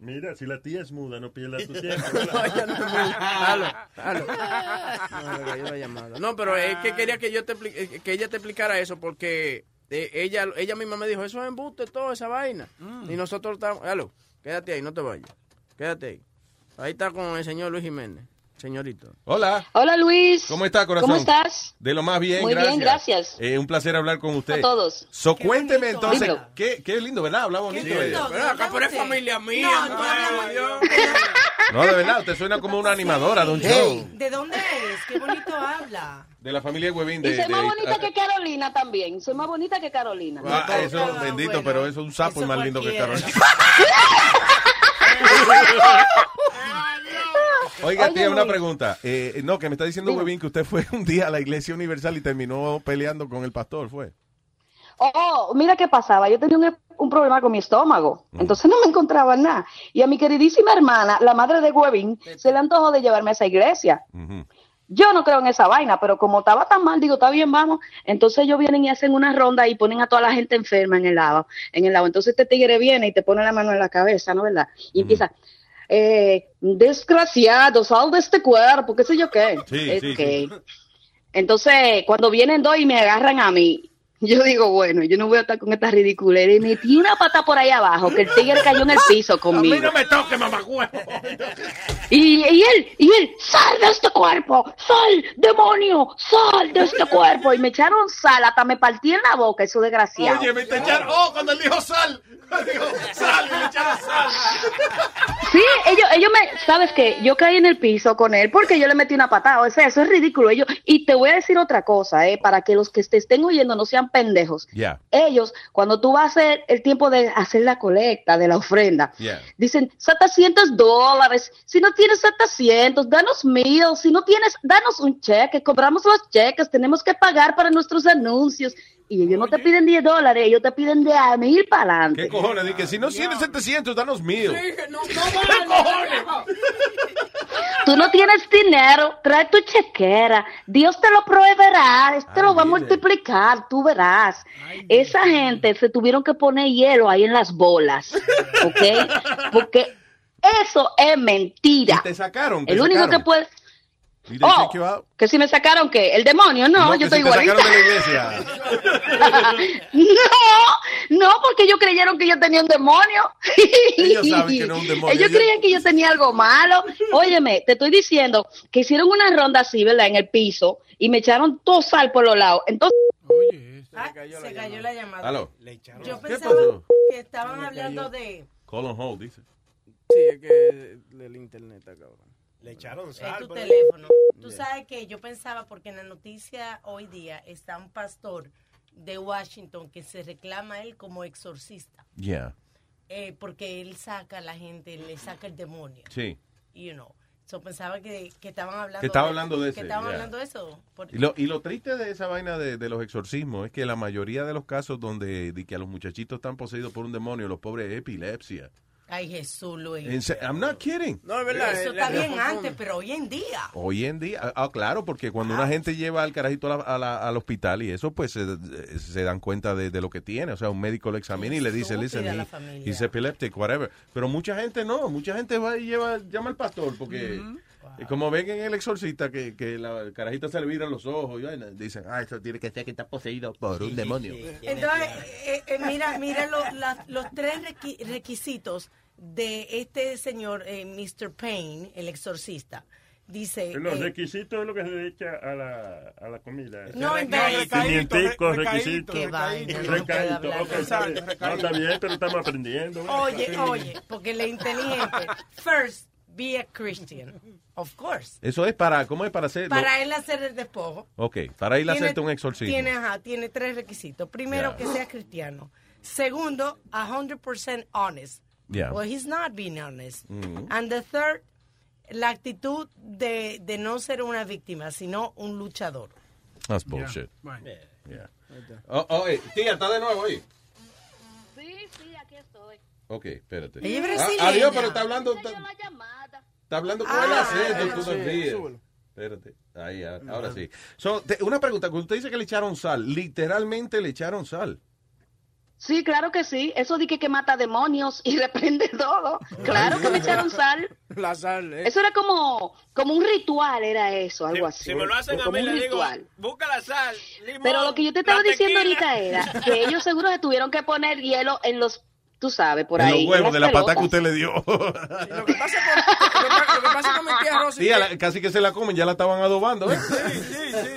Speaker 15: Mira, si la tía es muda, no pierdas tu tiempo.
Speaker 6: No, ella no es muda. Aló, aló. No, le cayó la llamada. No, pero es que quería que yo te expli- eh, que ella te explicara eso porque eh, ella ella misma me dijo, eso es embuste, toda esa vaina.
Speaker 4: Mm.
Speaker 6: Y nosotros estamos, aló, quédate ahí, no te vayas. Quédate ahí. Ahí está con el señor Luis Jiménez, señorito.
Speaker 4: Hola.
Speaker 31: Hola Luis.
Speaker 4: ¿Cómo está, corazón?
Speaker 31: ¿Cómo estás?
Speaker 4: De lo más bien,
Speaker 31: Muy
Speaker 4: gracias.
Speaker 31: bien, gracias.
Speaker 4: Eh, un placer hablar con usted.
Speaker 31: A todos.
Speaker 4: So, cuénteme entonces,
Speaker 31: Dímelo.
Speaker 4: qué, qué lindo, ¿verdad? Habla bonito. de ella.
Speaker 6: Pero acá por familia mía. madre.
Speaker 4: No, de verdad, usted suena como una animadora de un show.
Speaker 20: ¿De dónde eres? Qué bonito habla.
Speaker 4: De la familia Huevín.
Speaker 31: Y
Speaker 4: De,
Speaker 31: soy más
Speaker 4: de-
Speaker 31: bonita
Speaker 4: ah,
Speaker 31: que Carolina también. Soy más bonita que Carolina.
Speaker 4: ah, eso, bendito, pero eso es un sapo y más lindo que Carolina. Oiga, tía, una pregunta. Eh, no, que me está diciendo Huevín que usted fue un día a la Iglesia Universal y terminó peleando con el pastor, ¿fue?
Speaker 31: Oh, mira qué pasaba. Yo tenía un, un problema con mi estómago.
Speaker 4: Mm.
Speaker 31: Entonces no me encontraba nada. Y a mi queridísima hermana, la madre de Huevín, se le antojó de llevarme a esa iglesia. Yo no creo en esa vaina, pero como estaba tan mal, digo, está bien, vamos. Entonces ellos vienen y hacen una ronda y ponen a toda la gente enferma en el lado, en el lado. Entonces este tigre viene y te pone la mano en la cabeza, ¿no verdad? Y empieza, eh, desgraciado, sal de este cuerpo, qué sé yo qué.
Speaker 25: Sí, sí,
Speaker 31: Ok.
Speaker 25: sí.
Speaker 31: Entonces, cuando vienen dos y me agarran a mí, yo digo, bueno, yo no voy a estar con esta ridiculera. Y metí una pata por ahí abajo, que el tigre cayó en el piso conmigo.
Speaker 14: A mí no me toque, mamagüevo.
Speaker 31: Y, y él, y él, sal de este cuerpo, sal, demonio, sal de este cuerpo. Y me echaron sal, hasta me partí en la boca, eso desgraciado.
Speaker 14: Oye, me te echaron. Oh, cuando él dijo sal. Dijo sal, me echaron sal.
Speaker 31: Sí, ellos, ellos me, sabes que yo caí en el piso con él porque yo le metí una patada, o sea, eso es ridículo. Ellos, y te voy a decir otra cosa, eh, para que los que te estén oyendo no sean pendejos.
Speaker 4: Yeah.
Speaker 31: Ellos, cuando tú vas a hacer el tiempo de hacer la colecta, de la ofrenda,
Speaker 4: Yeah.
Speaker 31: Dicen 700 dólares. Si no tienes 700, danos mil. Si no tienes, danos un cheque. Cobramos los cheques. Tenemos que pagar para nuestros anuncios. Y ellos no te piden 10 dólares, ellos te piden de a mil para adelante.
Speaker 4: ¿Qué cojones? Dije, si no tienes 700, danos mil.
Speaker 6: no, no, vale,
Speaker 31: Tú no tienes dinero, trae tu chequera. Dios te lo proveerá, te lo va a multiplicar, tú verás. Esa gente se tuvieron que poner hielo ahí en las bolas, ¿ok? Porque Eso es mentira.
Speaker 4: Te sacaron. te
Speaker 31: El único que
Speaker 4: sacaron.
Speaker 31: puede...
Speaker 4: Y they
Speaker 31: Oh,
Speaker 4: kick you out.
Speaker 31: que si me sacaron que el demonio, no,
Speaker 4: que
Speaker 31: yo estoy
Speaker 4: si te
Speaker 31: igualita.
Speaker 4: sacaron de la iglesia.
Speaker 31: no, no, porque ellos creyeron que yo tenía un demonio.
Speaker 4: Ellos saben que no es un demonio.
Speaker 31: Ellos creían que yo tenía algo malo. Óyeme, te estoy diciendo que hicieron una ronda así, ¿verdad? En el piso y me echaron todo sal por los lados. Entonces,
Speaker 20: Ah, Se cayó la llamada.
Speaker 4: Aló.
Speaker 20: Yo
Speaker 4: ¿Qué
Speaker 20: pensaba
Speaker 4: pasó?
Speaker 20: que estaban hablando de.
Speaker 4: Call on hold, dice.
Speaker 6: Sí, es que el internet acá.
Speaker 2: Le echaron
Speaker 20: Es tu
Speaker 2: sal. brother.
Speaker 20: teléfono. Tú sabes que yo pensaba, porque en la noticia hoy día está un pastor de Washington que se reclama a él como exorcista,
Speaker 4: Yeah.
Speaker 20: eh, porque él saca a la gente, le saca el demonio,
Speaker 4: Sí.
Speaker 20: you know. So pensaba que, que estaban hablando
Speaker 4: Que estaban hablando de
Speaker 20: Que
Speaker 4: ese,
Speaker 20: estaban
Speaker 4: yeah.
Speaker 20: hablando de eso. Por-
Speaker 4: Y lo, y lo triste de esa vaina de, de los exorcismos es que la mayoría de los casos donde de que a los muchachitos están poseídos por un demonio, los pobres epilepsia.
Speaker 20: Ay, Jesús, Luis.
Speaker 4: En se- I'm not kidding.
Speaker 6: No, es
Speaker 20: verdad. Eso
Speaker 6: eh,
Speaker 20: está
Speaker 6: la-
Speaker 20: bien
Speaker 6: la-
Speaker 20: antes, pero hoy en día.
Speaker 4: Hoy en día, ah, ah, claro, porque cuando una gente lleva al carajito a la- a la- al hospital y eso, pues se, se dan cuenta de, de lo que tiene. O sea, un médico lo examina y le dice, listen,
Speaker 20: Estúpida la
Speaker 4: he,
Speaker 20: familia.
Speaker 4: he's epileptic, whatever. Pero mucha gente no, mucha gente va y lleva, llama al pastor porque... y Como ven en el exorcista que, que la el carajito se le viran los ojos y vaina, dicen, ah, eso tiene que ser que está poseído por un demonio.
Speaker 20: Entonces, eh, eh, mira, mira lo- la- los tres requi- requisitos de este señor, eh, Mr. Payne, el exorcista. Dice,
Speaker 15: Los
Speaker 20: eh,
Speaker 15: requisitos es lo que se le echa a la, a la comida.
Speaker 20: No, en vez-
Speaker 15: Pimienticos,
Speaker 20: Recaíto, re-
Speaker 15: requisitos.
Speaker 20: Qué vaina, no puede
Speaker 15: Recaíto,
Speaker 20: hablar
Speaker 15: ok,
Speaker 20: de
Speaker 15: está
Speaker 20: eso.
Speaker 15: bien. No, está bien, pero estamos aprendiendo.
Speaker 20: oye, oye, porque le inteligente. First, be a Christian, of course.
Speaker 4: Eso es para, ¿cómo es para hacer?
Speaker 20: Para él hacer el despojo.
Speaker 4: ok, Eh, para ir a
Speaker 20: Tiene-
Speaker 4: hacerte un exorcismo.
Speaker 20: Tiene, ajá, tiene tres requisitos. Primero,
Speaker 4: Ya.
Speaker 20: que sea cristiano. Segundo, 100% honest.
Speaker 4: Ya.
Speaker 20: Well, he's not being honest.
Speaker 4: Mm.
Speaker 20: And the third, la actitud de, de no ser una víctima, sino un luchador.
Speaker 4: That's bullshit. Yeah. Oh, oh, eh, tía, está de nuevo ahí.
Speaker 7: Sí, sí, aquí estoy.
Speaker 4: Ok, espérate.
Speaker 7: Ella es
Speaker 4: Ah,
Speaker 7: brasileña.
Speaker 4: adiós, pero está hablando, está,
Speaker 7: Yo la llamada.
Speaker 4: está hablando
Speaker 6: Ah,
Speaker 4: con el acento, tú no ríes. Espérate. Ahí, ah, ahora sí. So, te- una pregunta, cuando usted dice que le echaron sal, literalmente le echaron sal.
Speaker 31: sí, claro que sí. Eso de que, que mata demonios y reprende todo. Claro que me echaron sal.
Speaker 6: La sal, eh.
Speaker 31: Eso era como, como un ritual, era eso, algo así.
Speaker 6: si me lo hacen a
Speaker 31: como
Speaker 6: mí,
Speaker 31: un
Speaker 6: le digo,
Speaker 31: ritual.
Speaker 6: Busca la sal. limón,
Speaker 31: Pero lo que yo te
Speaker 6: la
Speaker 31: estaba diciendo
Speaker 6: tequila.
Speaker 31: ahorita era que ellos seguro se tuvieron que poner hielo en los, tú sabes, por
Speaker 4: en
Speaker 31: ahí.
Speaker 4: los huevos
Speaker 31: en
Speaker 4: de
Speaker 31: las
Speaker 4: la patada que
Speaker 31: pelotas.
Speaker 4: usted le dio.
Speaker 6: Lo que pasa con mi tía Rosy.
Speaker 4: Tía, la- casi que se la comen, ya la estaban adobando. ¿eh?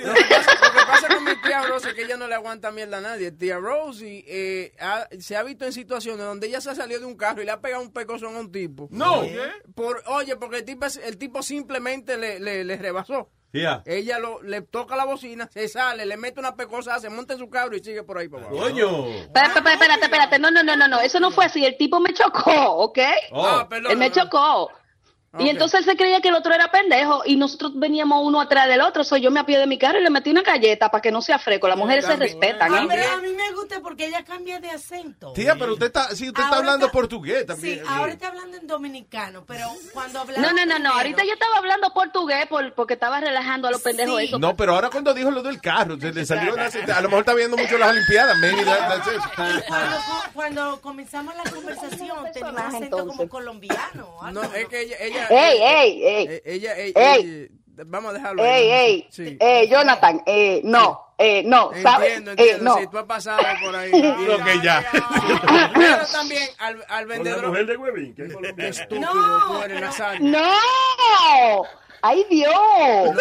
Speaker 6: Lo que pasa con mi tía Rosy es que ella no le aguanta mierda a nadie. Tía Rosy eh, ha- se ha visto en situaciones donde ella se ha salido de un carro y le ha pegado un pecozón a un tipo.
Speaker 4: No.
Speaker 6: ¿Eh? Por, oye, porque el tipo, es- el tipo simplemente le, le, le rebasó.
Speaker 4: Tía.
Speaker 6: Ella lo, le toca la bocina, se sale, le mete una pecosa, se monta en su carro y sigue por ahí para abajo.
Speaker 4: Coño.
Speaker 31: Espera, espera, espérate, espérate. No, no, no, no, no. Eso no fue así. El tipo me chocó, ¿ok?
Speaker 6: Oh. Ah, perdón,
Speaker 31: él me
Speaker 6: perdón.
Speaker 31: chocó. Y entonces él se creía que el otro era pendejo y nosotros veníamos uno atrás del otro. Soy yo me apié de mi carro y le metí una galleta para que no se afreco. Las mujeres se
Speaker 4: También.
Speaker 31: respetan.
Speaker 20: Ah,
Speaker 31: ¿eh?
Speaker 20: pero a mí me gusta porque ella cambia de acento.
Speaker 4: Tía, pero usted está, sí, usted está
Speaker 20: Ahora
Speaker 4: hablando
Speaker 20: está-
Speaker 4: portugués también.
Speaker 20: Sí, ahora está hablando en dominicano, pero cuando hablaba
Speaker 31: No, no, no, no.
Speaker 20: primero-
Speaker 31: Ahorita yo estaba hablando portugués por- porque estaba relajando a los pendejos. esos.
Speaker 4: No, pero ahora cuando dijo lo del carro, se le salió una- a lo mejor está viendo mucho las Olimpiadas, maybe that- that's it.
Speaker 20: Cuando, co- cuando comenzamos la conversación, tenía un acento como colombiano.
Speaker 6: No, es que ella. ella
Speaker 31: Ey,
Speaker 6: ella-
Speaker 31: ey, ey.
Speaker 6: eh, Ella, ey,
Speaker 31: Ey.
Speaker 6: ey, Vamos a dejarlo ahí.
Speaker 31: Ey, ey,
Speaker 6: Sí.
Speaker 31: eh, Jonathan, eh, no, eh, no, ¿sabes?
Speaker 6: Entiendo,
Speaker 31: Eh,
Speaker 6: entiendo.
Speaker 31: no.
Speaker 6: Si tú has pasado por ahí.
Speaker 4: Creo que ya.
Speaker 6: Pero también al, al vendedor.
Speaker 15: La mujer de Huevín, que es colombiana.
Speaker 6: Estúpido, tú eres la sal.
Speaker 31: ¡No! ¡Ay, Dios!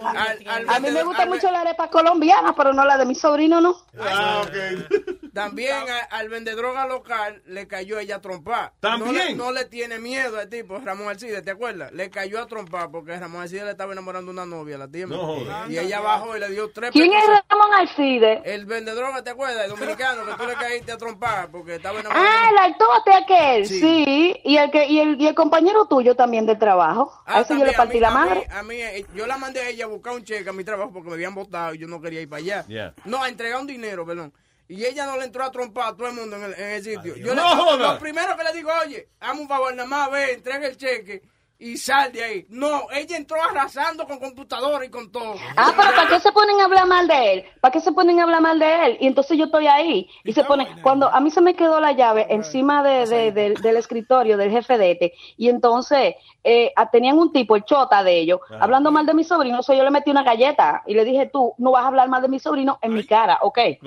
Speaker 6: Al- al
Speaker 31: A mí me
Speaker 6: vendedor-
Speaker 31: gusta mucho la arepa colombiana, pero no la de mi sobrino, ¿no?
Speaker 6: Ah, También a- al vendedroga local le cayó ella a trompar.
Speaker 4: También.
Speaker 6: No le, no le tiene miedo al tipo, Ramón Alcide, ¿te acuerdas? Le cayó a trompar porque Ramón Alcide le estaba enamorando una novia, la tía.
Speaker 4: joder.
Speaker 6: y ella bajó y le dio tres
Speaker 31: ¿Quién es
Speaker 6: pecosas.
Speaker 31: Ramón Alcide?
Speaker 6: El vendedroga, ¿te acuerdas? El dominicano, que tú le caíste a trompar porque estaba enamorado.
Speaker 31: Ah, el altote aquel, sí. Y, el que, y, el, y el compañero tuyo también de trabajo. a ese yo le partí la madre.
Speaker 6: Ah, A mí, eh, yo la mandé a ella a buscar un cheque a mi trabajo porque me habían votado y yo no quería ir para allá.
Speaker 4: Yeah.
Speaker 6: No, a entregar un dinero, perdón. Y ella no le entró a trompar a todo el mundo en el, en el sitio. Yo
Speaker 4: ¡No
Speaker 6: le-
Speaker 4: joda!
Speaker 6: Lo primero que le digo, oye, hazme un favor, nada más ve, entrega el cheque. Y y sal de ahí. No, ella entró arrasando con computadora y con todo.
Speaker 31: Ah, pero ¿para qué se ponen a hablar mal de él? ¿Para qué se ponen a hablar mal de él? Y entonces yo estoy ahí. Y se pone, cuando a mí se me quedó la llave encima de, de- del- del escritorio del jefe de este, y entonces eh, ah, tenían un tipo, el chota de ellos,
Speaker 4: Ah,
Speaker 31: hablando mal de mi sobrino, so yo le metí una galleta y le dije, tú no vas a hablar mal de mi sobrino en mi cara, ¿ok?
Speaker 20: ¡Eh!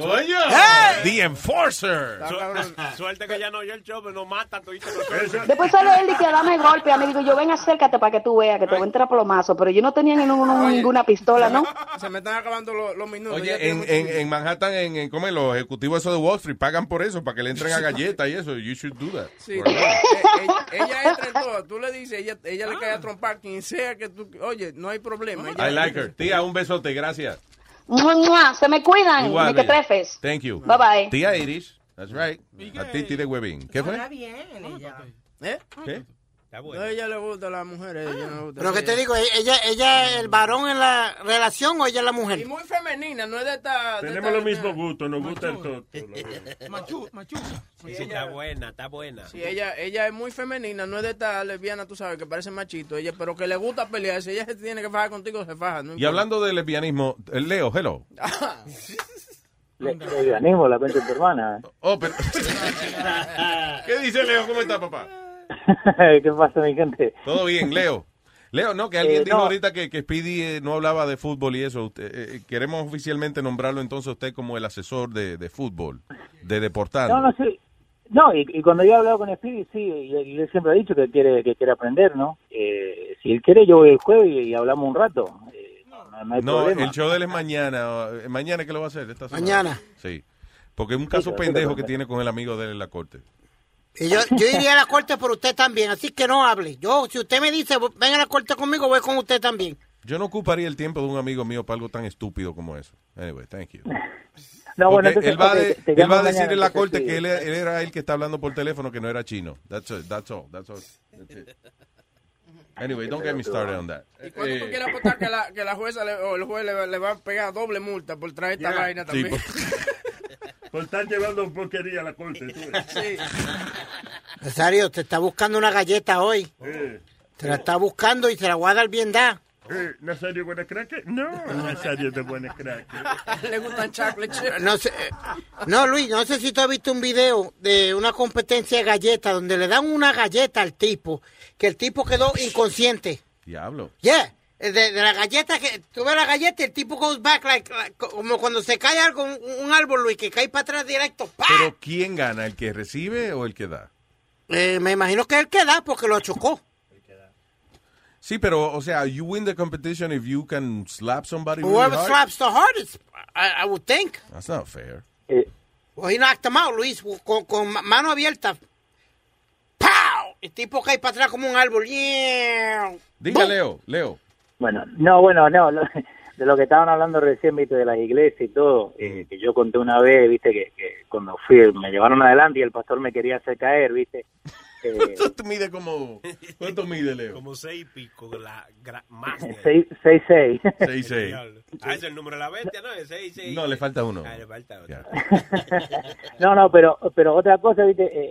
Speaker 12: The Enforcer.
Speaker 2: Suerte que ya no oyó el show, pero no mata todito.
Speaker 31: Después sale él y que dame golpe, a mí digo, yo ven acércate para que tú veas que te voy a entrar plomazo, pero yo no tenía ni un- un- ninguna pistola, ¿no?
Speaker 6: Se me están acabando los, los minutos. ya
Speaker 4: Oye,
Speaker 6: tengo
Speaker 4: en,
Speaker 6: mucho
Speaker 4: en,
Speaker 6: tiempo.
Speaker 4: en Manhattan, en, en- ¿cómo es? los ejecutivos esos de Wall Street pagan por eso, para que le entren a galletas y eso. You should do that.
Speaker 6: Sí,
Speaker 4: Right.
Speaker 6: ella, Eh, ella entra en todo. Tú le dices, ella, ella le cae a trompar quien sea que tú. Oye, no hay problema. Ella-
Speaker 4: I like her. Tía, un besote, gracias.
Speaker 31: Mua, mua, Se me cuidan,
Speaker 4: Igual,
Speaker 31: me que
Speaker 4: bella.
Speaker 31: trefes.
Speaker 4: Thank you.
Speaker 31: Bye, bye.
Speaker 4: Tía Iris, that's right. A Titi de Webin. ¿Qué fue?
Speaker 20: Está bien, ella.
Speaker 6: ¿Eh?
Speaker 4: ¿Qué?
Speaker 6: No, a ella le gusta a las mujeres, ella no le gusta.
Speaker 5: Pero que
Speaker 6: que
Speaker 5: te digo, ¿e- ella, ella es el varón en la relación o ella es la
Speaker 6: Y
Speaker 5: mujer.
Speaker 6: muy femenina, no es de esta. de
Speaker 15: Tenemos
Speaker 6: esta-
Speaker 15: los mismos gustos, nos gusta el toto.
Speaker 6: Machu, machuza.
Speaker 2: Sí, está buena, está buena.
Speaker 6: Sí, ella, ella es muy femenina, no es de esta lesbiana, tú sabes, que parece machito, ella, pero que le gusta pelear. Si ella se tiene que fajar contigo, se faja. No
Speaker 4: Y hablando de lesbianismo, eh, Leo, hello.
Speaker 25: Lesbianismo, la cuenta de tu hermana.
Speaker 4: Oh, pero... ¿Qué dice Leo? ¿Cómo está, papá?
Speaker 25: ¿Qué pasa, mi gente?
Speaker 4: Todo bien, Leo. Leo, no, que alguien
Speaker 25: Eh,
Speaker 4: dijo
Speaker 25: no.
Speaker 4: ahorita que, que Speedy eh, no hablaba de fútbol y eso. Usted, eh, eh, queremos oficialmente nombrarlo entonces a usted como el asesor de, de fútbol, de deportando.
Speaker 25: No, no, sí. No, y, y cuando yo he hablado con Speedy, sí, y él, y él siempre ha dicho que quiere que quiere aprender, ¿no? Eh, si él quiere, yo voy el jueves y, y hablamos un rato. Eh, no, no hay
Speaker 4: No,
Speaker 25: problema.
Speaker 4: el show de él es mañana. Eh, ¿Mañana que lo va a hacer? Esta semana.
Speaker 25: Mañana.
Speaker 4: Sí. Porque es un
Speaker 25: Sí,
Speaker 4: caso
Speaker 25: pero-
Speaker 4: pendejo que tiene con el amigo de él en la corte.
Speaker 5: Y yo, yo iría a la corte por usted también, así que no hable. Yo, si usted me dice, ven a la corte conmigo, voy con usted también.
Speaker 4: Yo no ocuparía el tiempo de un amigo mío para algo tan estúpido como eso. Anyway, thank you.
Speaker 25: No, bueno,
Speaker 4: Porque
Speaker 25: entonces,
Speaker 4: él va, a
Speaker 25: ok,
Speaker 4: de-
Speaker 25: te
Speaker 4: él
Speaker 25: llamo
Speaker 4: va a
Speaker 25: mañana,
Speaker 4: decir en la
Speaker 25: entonces,
Speaker 4: corte
Speaker 25: sí.
Speaker 4: que él, él era el que está hablando por teléfono que no era chino. That's it, that's all, that's all. That's it. Anyway, don't get me started on that.
Speaker 6: ¿Y cuándo tú
Speaker 4: Eh,
Speaker 6: quieres apostar que la, que la jueza le- o el juez le, va- le va a pegar doble multa por traer esta
Speaker 15: Yeah.
Speaker 6: vaina
Speaker 15: Sí,
Speaker 6: también?
Speaker 15: Por estar llevando porquería a la corte. tú ves.
Speaker 5: Rosario, te está buscando una galleta hoy.
Speaker 15: Eh,
Speaker 5: Te la está buscando y se la voy a dar bien da.
Speaker 15: eh, ¿Nazario buena crack? No, Nazario de buena crack.
Speaker 6: le gustan chocolate chips.
Speaker 5: No sé, eh, no Luis, no sé si tú has visto un video de una competencia de galletas donde le dan una galleta al tipo, que el tipo quedó inconsciente.
Speaker 4: Diablo.
Speaker 5: Yeah. De, de la galleta que tú ves la galleta, el tipo goes back like, like- como cuando se cae algo un, un árbol Luis que cae para atrás directo. ¡pa!
Speaker 4: Pero ¿quién gana? ¿El que recibe o el que da?
Speaker 5: Eh, me imagino que él queda porque lo chocó.
Speaker 4: Sí, pero, o sea, you win the competition if you can slap somebody really
Speaker 5: Whoever
Speaker 4: hard?
Speaker 5: slaps the hardest, I, I would think.
Speaker 4: That's not fair.
Speaker 25: Eh,
Speaker 5: Well, he knocked him out, Luis, con, con ma- mano abierta. ¡Pow! El tipo cae para atrás como un árbol. Yeah.
Speaker 4: Diga, Leo, Leo.
Speaker 25: Bueno, no, bueno, no. lo- de lo que estaban hablando recién, viste, de las iglesias y todo, eh,
Speaker 4: Mm.
Speaker 25: que yo conté una vez, viste, que, que cuando fui, me llevaron adelante y el pastor me quería hacer caer, viste. Eh,
Speaker 4: ¿Cuánto mide como... ¿Cuánto mide, Leo?
Speaker 2: Como seis y pico, la gra- más. de-
Speaker 25: 6-6.
Speaker 4: Seis, seis.
Speaker 2: Diablo. Ah, es el número de la bestia, ¿no? Es seis, seis.
Speaker 4: No, le falta uno.
Speaker 2: Ah, le falta otro.
Speaker 25: No, no, pero pero otra cosa, viste, eh,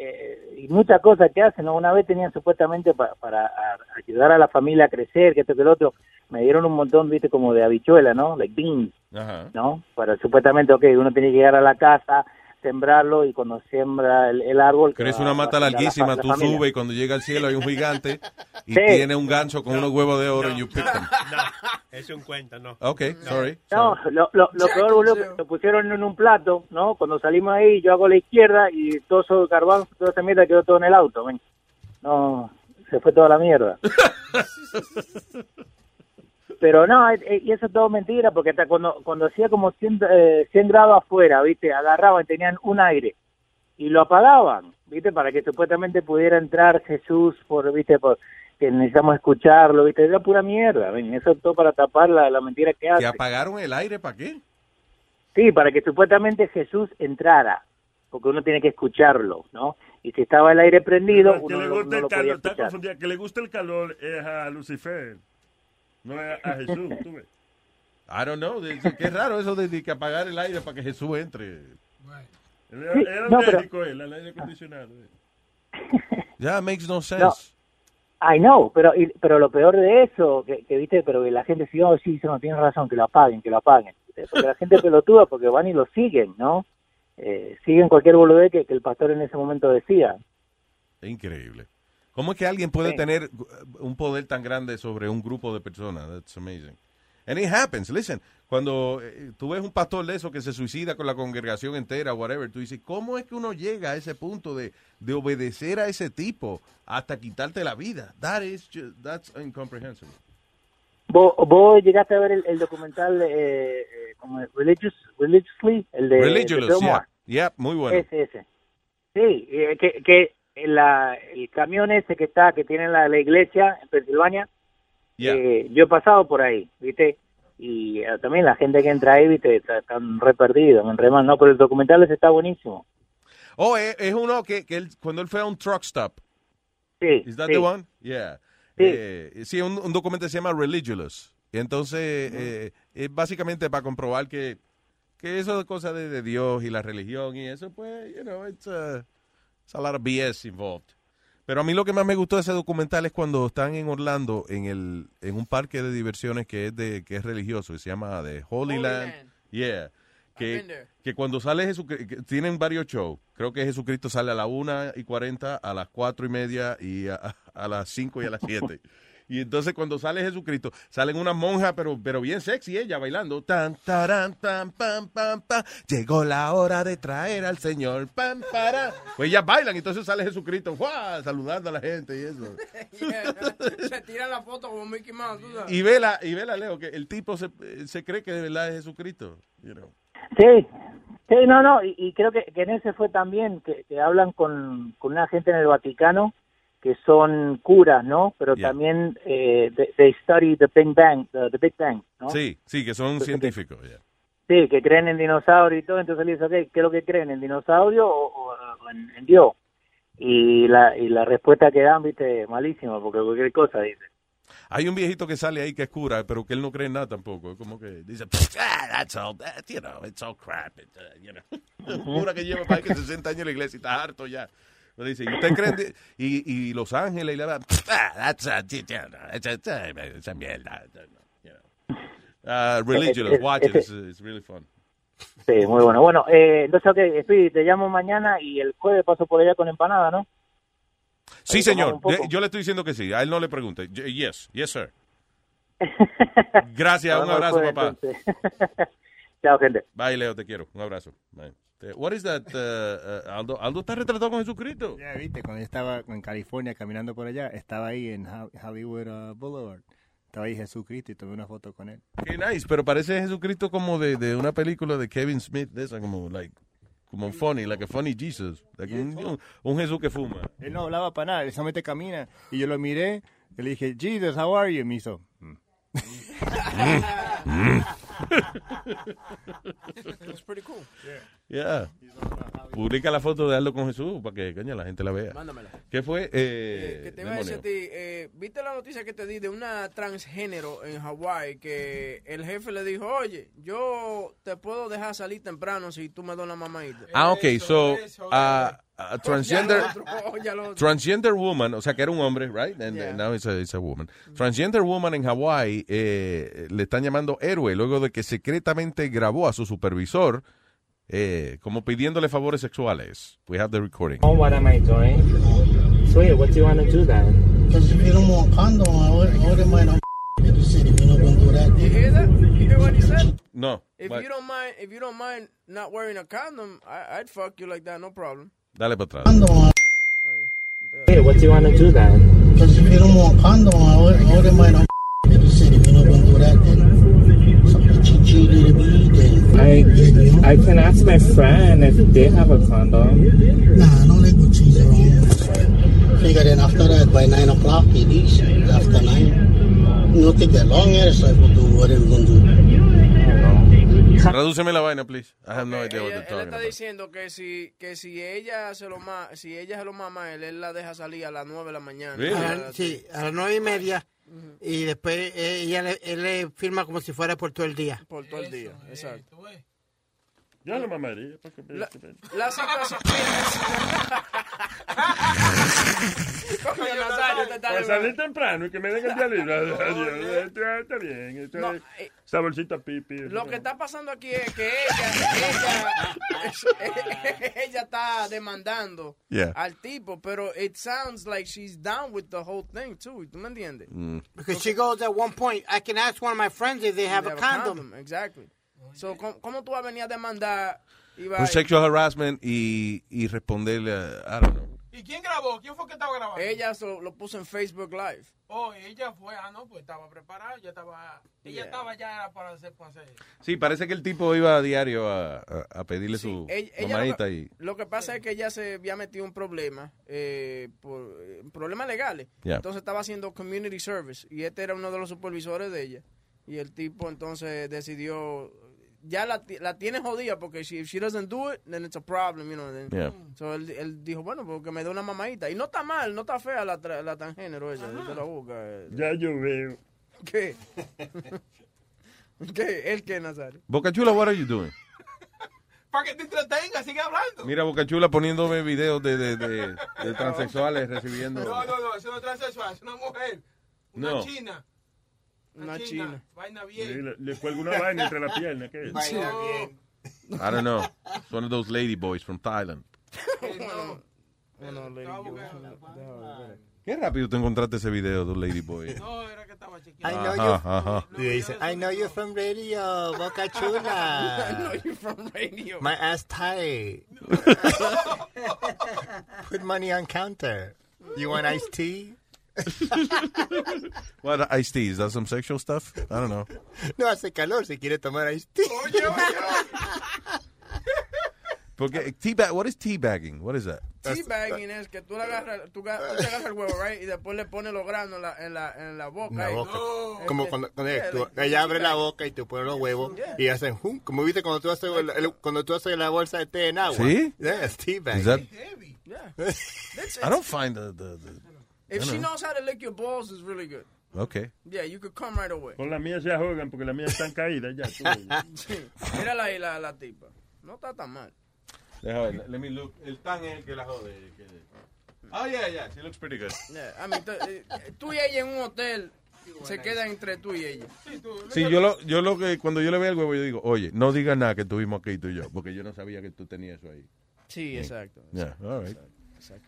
Speaker 25: eh, y muchas cosas que hacen, ¿no? Una vez tenían supuestamente pa- para a- ayudar a la familia a crecer, que esto que el otro, me dieron un montón, viste, como de habichuela, ¿no? Like beans,
Speaker 4: Ajá.
Speaker 25: ¿no? Para supuestamente, ok, uno tiene que llegar a la casa, sembrarlo y cuando siembra el, el árbol...
Speaker 4: Crees
Speaker 25: va-
Speaker 4: una
Speaker 25: va a
Speaker 4: mata
Speaker 25: sembrar Ah, la
Speaker 4: larguísima,
Speaker 25: fa- la
Speaker 4: tú
Speaker 25: familia.
Speaker 4: subes y cuando llega al cielo hay un gigante y
Speaker 25: Sí.
Speaker 4: tiene un gancho con unos huevos de oro y you pick them.
Speaker 2: Es un cuento, no.
Speaker 4: Ok, sorry.
Speaker 25: No, lo, lo, lo peor, boludo, que lo pusieron en un plato, ¿no? Cuando salimos ahí, yo hago la izquierda y todo eso carbón, toda esa mierda quedó todo en el auto, men. No, se fue toda la mierda. Pero no, eh, eh, y eso es todo mentira, porque hasta cuando, cuando hacía como 100, eh, 100 grados afuera, ¿viste? Agarraban, tenían un aire y lo apagaban, ¿viste? Para que supuestamente pudiera entrar Jesús, por, ¿viste? Por, que necesitamos escucharlo, ¿viste? Era pura mierda, men. Eso es todo para tapar la, la mentira que hace.
Speaker 4: ¿Te apagaron el aire para qué?
Speaker 25: Sí, para que supuestamente Jesús entrara, porque uno tiene que escucharlo, ¿no? Y si estaba el aire prendido,
Speaker 15: Que
Speaker 25: uno
Speaker 15: le
Speaker 25: no,
Speaker 15: gusta
Speaker 25: no
Speaker 15: el
Speaker 25: lo podía
Speaker 15: calor, está
Speaker 25: escuchar.
Speaker 15: confundida. Que le gusta el calor es a Lucifer, no es a Jesús, tú ves.
Speaker 4: I don't know. de- Qué raro eso de de que apagar el aire para que Jesús entre.
Speaker 15: Él Era,
Speaker 25: Sí,
Speaker 15: era
Speaker 25: no, pero-
Speaker 15: alérgico él, al aire acondicionado. eh.
Speaker 4: Yeah, it makes no sense.
Speaker 25: No. I know, pero, y- pero lo peor de eso, que, que viste, pero que la gente dice, oh, sí, eso no tienes razón, que lo apaguen, que lo apaguen. Eh, Porque la gente es pelotuda, porque van y lo siguen, ¿no? Eh, siguen cualquier boludez que, que el pastor en ese momento decía.
Speaker 4: Increíble. ¿Cómo es que alguien puede
Speaker 25: Sí.
Speaker 4: tener uh, un poder tan grande sobre un grupo de personas? That's amazing. And it happens. Listen, cuando eh, tú ves un pastor de eso que se suicida con la congregación entera, whatever, tú dices, ¿cómo es que uno llega a ese punto de, de obedecer a ese tipo hasta quitarte la vida? That is ju- that's incomprehensible.
Speaker 25: ¿Vos, vos llegaste a ver el, el documental eh, eh, como es? Religious, Religiously? El de, de
Speaker 4: Religious,
Speaker 25: Bill Maher.
Speaker 4: yeah. Yeah, muy bueno.
Speaker 25: Ese, ese. Sí, eh, que, que la- el camión ese que está, que tiene la, la iglesia en Pensilvania,
Speaker 4: Yeah.
Speaker 25: eh, yo he pasado por ahí, ¿viste? Y eh, también la gente que entra ahí, ¿viste? Está- Están re perdidos, en remán, ¿no? Pero el documental ese está buenísimo.
Speaker 4: Oh, es, es uno que, que él, cuando él fue a un truck stop.
Speaker 25: Sí.
Speaker 4: ¿Is that
Speaker 25: sí.
Speaker 4: the one? Yeah.
Speaker 25: Sí.
Speaker 4: Eh, sí, un, un documento que se llama Religious. Entonces, eh, es básicamente para comprobar que, que eso de cosas de, de Dios y la religión y eso, pues, you know, it's a, it's a lot of BS involved. Pero a mí lo que más me gustó de ese documental es cuando están en Orlando, en el en un parque de diversiones que es de que es religioso, que se llama The Holy,
Speaker 6: Holy
Speaker 4: Land.
Speaker 6: Land.
Speaker 4: Yeah.
Speaker 6: been
Speaker 4: Que,
Speaker 6: there.
Speaker 4: que cuando sale Jesucristo, tienen varios shows. Creo que Jesucristo sale a las 1 y 40, a las 4 y media y a, a las 5 y a las 7. Y entonces cuando sale Jesucristo, salen una monja, pero, pero bien sexy ella, bailando. Tan, tarán, tan, pam, pam, pam. Llegó la hora de traer al Señor. Pam, para. Pues ellas bailan, entonces sale Jesucristo, ¡guau! saludando a la gente y eso.
Speaker 6: Se tira la foto como Mickey Mouse, tú sabes.
Speaker 4: Y vela, y vela, Leo, que el tipo se, se cree que de verdad es Jesucristo. you know.
Speaker 25: Sí, sí, no, no, y, y creo que, que en ese fue también que, que hablan con, con una gente en el Vaticano que son curas, ¿no? Pero también eh, they, they study the Big Bang, the, the Big Bang, ¿no?
Speaker 4: Sí, sí, que son científicos. yeah.
Speaker 25: Sí, que creen en dinosaurios y todo, entonces le dice, ok, ¿qué es lo que creen? ¿En dinosaurio o, o- o en, en Dios? Y la, y la respuesta que dan, viste, malísima, porque cualquier cosa dice.
Speaker 4: Hay un viejito que sale ahí que es cura, pero que él no cree en nada tampoco. Es como que dice, ah, that's all, that, you know, it's all crap. it, uh, you know. Un cura que lleva más que 60 años en la iglesia y está harto ya. Pero dice, ¿y usted cree en di- y, y Los Ángeles y la verdad, ah, that's a, you know, it's a- it's a- esa mierda. you know. Uh, religious, watch it, it's, it's really fun.
Speaker 25: Sí, muy bueno. Bueno, eh, entonces, ok, Speedy, te llamo mañana y el jueves paso por allá con empanada, ¿no?
Speaker 4: Sí,
Speaker 25: un
Speaker 4: señor.
Speaker 25: poco.
Speaker 4: Yo le estoy diciendo que sí. A él no le pregunte. Y- Yes, yes, sir. Gracias. Un
Speaker 25: Hablamos
Speaker 4: abrazo,
Speaker 25: después,
Speaker 4: papá.
Speaker 25: pues, entonces. Chao, gente.
Speaker 4: Bye, Leo. Te quiero. Un abrazo. Bye. Te- What is that, uh, uh, Aldo? Aldo está retratado con Jesucristo.
Speaker 9: Ya viste, cuando yo estaba en California caminando por allá, estaba ahí en Ho- Hollywood uh, Boulevard. Estaba ahí Jesucristo y tomé una foto con él.
Speaker 4: Qué nice, pero parece Jesucristo como de, de una película de Kevin Smith, de esa, como, like, como funny, like a funny Jesus. Like un, un- un Jesús que fuma.
Speaker 9: Él no hablaba para nada, él solamente camina. Y yo lo miré, y le dije, Jesus, how are you? Y me hizo... "Mm".
Speaker 4: Mm.
Speaker 6: That's pretty cool. Yeah.
Speaker 4: Yeah. Publica la foto de Aldo con Jesús para que, coño, la gente la vea.
Speaker 6: Mándamela.
Speaker 4: ¿Qué fue? Eh,
Speaker 6: Que te iba a decir a
Speaker 4: demonio?
Speaker 6: ti, eh, ¿viste la noticia que te di de una transgénero en Hawái que el jefe le dijo, oye, yo te puedo dejar salir temprano si tú me das una mamadita?
Speaker 4: Ah, ok, so, a transgender,
Speaker 6: Ya lo otro, oh, ya lo otro.
Speaker 4: transgender woman, o sea que era un hombre, right? And
Speaker 6: Yeah. Mm-hmm.
Speaker 4: now it's a, it's a woman. Transgender woman en Hawái eh, le están llamando héroe luego de que secretamente grabó a su supervisor eh, como pidiéndole favores sexuales. We have the recording.
Speaker 18: Oh, what am I doing? Sweet, what do you want to do then?
Speaker 1: Because if you don't want condom, I would- I wouldn't mind. I'm you said if you're not going to do that.
Speaker 6: You hear that? You hear what he said?
Speaker 4: No,
Speaker 6: If
Speaker 4: but-
Speaker 6: you don't mind, if you don't mind not wearing a condom, I, I'd fuck you like that, no problem.
Speaker 4: Dale para atrás.
Speaker 1: Condom.
Speaker 18: Hey, what do you want to do then?
Speaker 1: Because if you don't want condom, I would- I wouldn't mind. I'm you said if you're not going to do that. Then some chichi little bee then.
Speaker 18: I I can ask my friend if they have a condom.
Speaker 1: Nah, I don't like good cheese around. Figure then after that, by 9 o'clock, it is. After 9. No take that long eh, ass. I will do what I'm going to do.
Speaker 4: Tradúceme la vaina, please. I have no idea what they're
Speaker 6: Él
Speaker 4: talking
Speaker 6: está
Speaker 4: about.
Speaker 6: diciendo que si que si ella se lo ma si ella se lo mama él, él la deja salir a las 9 de la mañana.
Speaker 4: Really?
Speaker 6: A
Speaker 5: A
Speaker 6: la-
Speaker 5: la- sí, a las nueve y media. Y después eh, ella le, él le firma como si fuera por todo el día.
Speaker 6: Por todo el día, exacto.
Speaker 15: Ya lo mamaría. porque-
Speaker 6: La, la situación. Coño, Nazario. yo te estaba
Speaker 15: Para salir
Speaker 6: librando.
Speaker 15: temprano y que me den el día libre. Adiós, esto Está bien. esto
Speaker 6: No,
Speaker 15: es
Speaker 6: eh,
Speaker 15: saborcito a pipi.
Speaker 6: Lo que está pasando aquí es que ella, ella, ella está demandando
Speaker 4: Yeah.
Speaker 6: al tipo, pero it sounds like she's down with the whole thing too. ¿Tú me entiendes?
Speaker 5: Because she goes at one point, I can ask one of my friends if they have
Speaker 6: They
Speaker 5: a condom.
Speaker 6: Exactly. So, ¿cómo, cómo tú vas a venir a demandar? y va-
Speaker 4: Un sexual harassment y, y responderle, a- I don't know.
Speaker 6: ¿Y quién grabó? ¿Quién fue que estaba grabando? Ella so- lo puso en Facebook Live.
Speaker 16: Oh, ella fue, ah, no, pues estaba preparada, ya estaba,
Speaker 6: Yeah.
Speaker 16: ella estaba ya era para hacer, para hacer.
Speaker 4: Sí, parece que el tipo iba a diario a, a- a pedirle su
Speaker 6: Ella- ella
Speaker 4: mamadita
Speaker 6: lo, que-
Speaker 4: y...
Speaker 6: lo que pasa es que ella se había metido en problemas, eh, por, eh, problemas legales.
Speaker 4: Yeah.
Speaker 6: Entonces estaba haciendo community service y este era uno de los supervisores de ella. Y el tipo entonces decidió, ya la, ti- la tiene jodida porque si if she doesn't do it, then it's a problem, you know. then-
Speaker 4: Yeah.
Speaker 6: So él, él dijo, bueno, porque me dé una mamadita. Y no está mal, no está fea la, tra- la transgénero esa, de la boca. eh.
Speaker 15: Ya yo veo.
Speaker 6: ¿Qué? ¿Qué? ¿El qué, Nazario?
Speaker 4: Boca Chula, what are you doing?
Speaker 16: Para que te entretenga, sigue hablando.
Speaker 4: Mira, Boca Chula poniéndome videos de, de, de- de transexuales recibiendo...
Speaker 16: No, no, no, eso no es transexual, es una mujer, una
Speaker 4: No.
Speaker 16: china.
Speaker 6: Una china.
Speaker 16: Vaina bien. Ah,
Speaker 15: Le, le cuelgo una vaina entre la pierna. ¿qué es?
Speaker 16: Vaina bien.
Speaker 4: I don't know. It's one of those lady boys from Thailand.
Speaker 6: No, no, no, lady, yo-
Speaker 4: Qué rápido te encontraste ese video de un lady boy.
Speaker 9: I know
Speaker 4: Ajá,
Speaker 9: you.
Speaker 4: ajá.
Speaker 9: Y dice, I know you from radio, Boca Chula.
Speaker 6: I know you from radio.
Speaker 9: My ass tight. Put money on counter. You want iced tea?
Speaker 4: What iced tea? Is that some sexual stuff? I don't know.
Speaker 9: No hace calor si quiere tomar iced tea.
Speaker 4: Porque teabag, what is teabagging? What is that?
Speaker 6: Teabagging es que tú le agarras, tú, ga- tú te agarras el huevo, right? Y después le pones los granos en la, en la, en la boca.
Speaker 9: En la
Speaker 6: y-
Speaker 9: boca.
Speaker 6: No.
Speaker 9: Como
Speaker 6: Este,
Speaker 9: cuando, cuando ella-
Speaker 6: yeah,
Speaker 9: tú-
Speaker 6: like-
Speaker 9: ella abre la boca y tú pones los huevos y hacen jum. Como viste cuando tú haces, el- el- cuando tú haces la bolsa de té en agua.
Speaker 4: ¿Sí?
Speaker 9: Yes, teabag.
Speaker 4: Is that-
Speaker 6: Yeah.
Speaker 4: I don't find the... the, the I
Speaker 6: If
Speaker 4: don't
Speaker 6: she
Speaker 4: know.
Speaker 6: knows how to lick your balls, it's really good.
Speaker 4: Okay.
Speaker 6: Yeah, you could come right away.
Speaker 15: Con la mía se ahogan porque la mía están caídas ya. tú ves.
Speaker 6: Mira la, la, la tipa. No está tan mal.
Speaker 4: Déjame ver, let me look. El tan es el que la jode. que- Oh, yeah, yeah. She looks pretty good.
Speaker 6: Yeah, I mean, tú- eh, tú y ella en un hotel se quedan entre tú y ella.
Speaker 4: Sí, yo lo, yo lo que cuando yo le veo el huevo, yo digo, oye, no digas nada que estuvimos aquí tú y yo, porque yo no sabía que tú tenías eso ahí.
Speaker 6: Sí, exacto.
Speaker 4: Yeah, all right.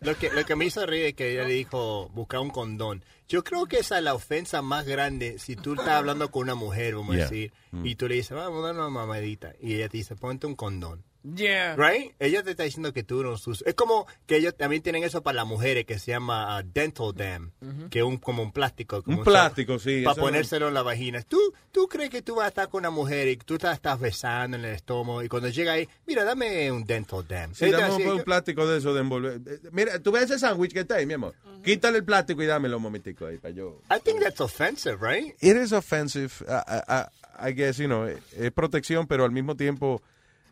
Speaker 9: Lo que, lo que me hizo reír es que ella le dijo buscar un condón. Yo creo que esa es la ofensa más grande si tú estás hablando con una mujer, vamos
Speaker 4: Yeah. Mm.
Speaker 9: a decir, y tú le dices, vamos a dar una mamadita, y ella te dice, ponte un condón.
Speaker 6: Yeah.
Speaker 9: Right? Ella te está diciendo que tú no usas. Es como que ellos también tienen eso para las mujeres que se llama ah, dental dam, que es un, como un plástico. Como
Speaker 4: Un plástico, sí,
Speaker 9: Para
Speaker 4: eso-
Speaker 9: ponérselo en la vagina. ¿Tú, ¿Tú crees que tú vas a estar con una mujer y tú te estás besando en el estómago y cuando llega ahí, mira, dame un dental dam.
Speaker 4: Sí,
Speaker 9: Ella
Speaker 4: dame
Speaker 9: así,
Speaker 4: un, un plástico de eso de envolver. Eh, Mira, tú ves ese sándwich que está ahí, mi amor. Quítale el plástico y dámelo un momentico ahí para yo.
Speaker 9: I think that's offensive, right?
Speaker 4: It is offensive, I, I- I- I guess, you know, eh, es protección, pero al mismo tiempo,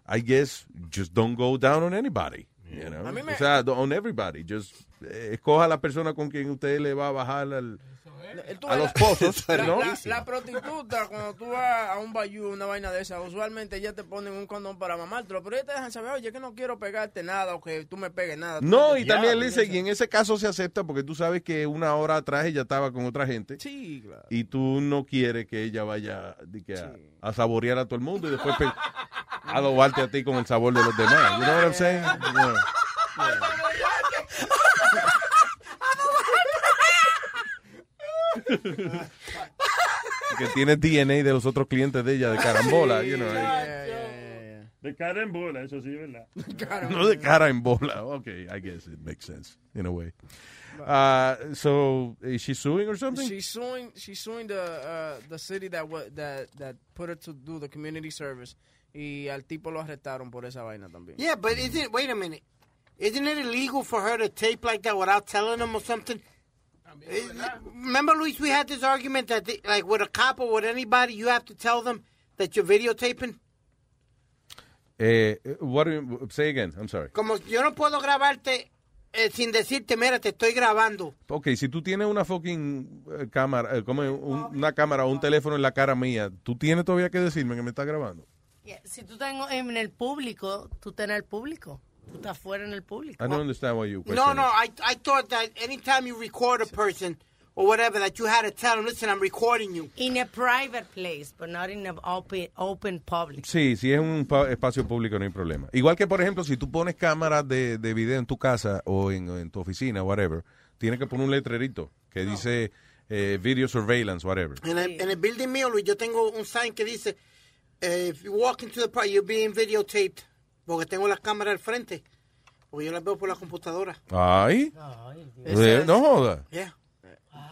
Speaker 4: I guess, just don't go down on anybody, you know.
Speaker 6: A mí me-
Speaker 4: O sea, on everybody, just eh, escoja a la persona con quien usted le va a bajar al...
Speaker 6: Tú
Speaker 4: A
Speaker 6: ves
Speaker 4: los pozos,
Speaker 6: la,
Speaker 4: ¿no?
Speaker 6: la- ¿Eh? la prostituta, cuando tú vas a un bayou, una vaina de esa, usualmente ya te ponen un condón para mamártelo, pero ellas te dejan saber, oye, que no quiero pegarte nada o que tú me pegues nada.
Speaker 4: No,
Speaker 6: Tú-
Speaker 4: y
Speaker 6: Ya,
Speaker 4: también le dice, y en ese caso se acepta porque tú sabes que una hora atrás ella estaba con otra gente.
Speaker 6: Sí, claro.
Speaker 4: Y tú no quieres que ella vaya de que a, a saborear a todo el mundo y después pe- a dobarte a ti con el sabor de los demás. You know what I'm saying? Yeah. Que tiene DNA de los otros clientes de ella, de carambola, you know.
Speaker 15: De cara en bola, eso sí, ¿verdad?
Speaker 4: No de cara en bola. Okay, I guess it makes sense in a way. Uh, so, is she suing or something?
Speaker 6: She's suing, she's suing the, uh, the city that, wa- that, that put her to do the community service. Y al tipo lo arrestaron por esa vaina también.
Speaker 5: Yeah, but isn't wait a minute, isn't it illegal for her to tape like that without telling them or something? Is- Remember, Luis, we had this argument that they, like with a cop or with anybody, you have to tell them that you're videotaping.
Speaker 4: Eh, what do you- say again, I'm sorry.
Speaker 5: Como yo no puedo grabarte eh, sin decirte, mira, te estoy grabando.
Speaker 4: Ok, si tú tienes una fucking eh, cámara, eh, como un- una cámara o un teléfono en la cara mía, tú tienes todavía que decirme que me estás grabando.
Speaker 20: Yeah, Si tú estás en, en el público, tú estás en el público. Tú estás fuera en el público.
Speaker 4: I don't understand why you
Speaker 5: No,
Speaker 4: question
Speaker 5: no.
Speaker 4: it.
Speaker 5: I, I thought that anytime you record a person or whatever, that you had to tell them, listen, I'm recording you.
Speaker 20: In a private place, but not in an open, open public.
Speaker 4: Sí, si es un pa- espacio público no hay problema. Igual que, por ejemplo, si tú pones cámaras de, de video en tu casa o en, en tu oficina, whatever, tienes que poner un letrerito que dice eh, video surveillance, whatever.
Speaker 5: En el, en el building mío, Luis, yo tengo un sign que dice, eh, if you walk into the party, you're being videotaped. Porque tengo las cámaras al frente. Porque yo las veo por la computadora.
Speaker 4: Ay.
Speaker 5: Dios.
Speaker 4: Eh, no joda.
Speaker 5: Yeah.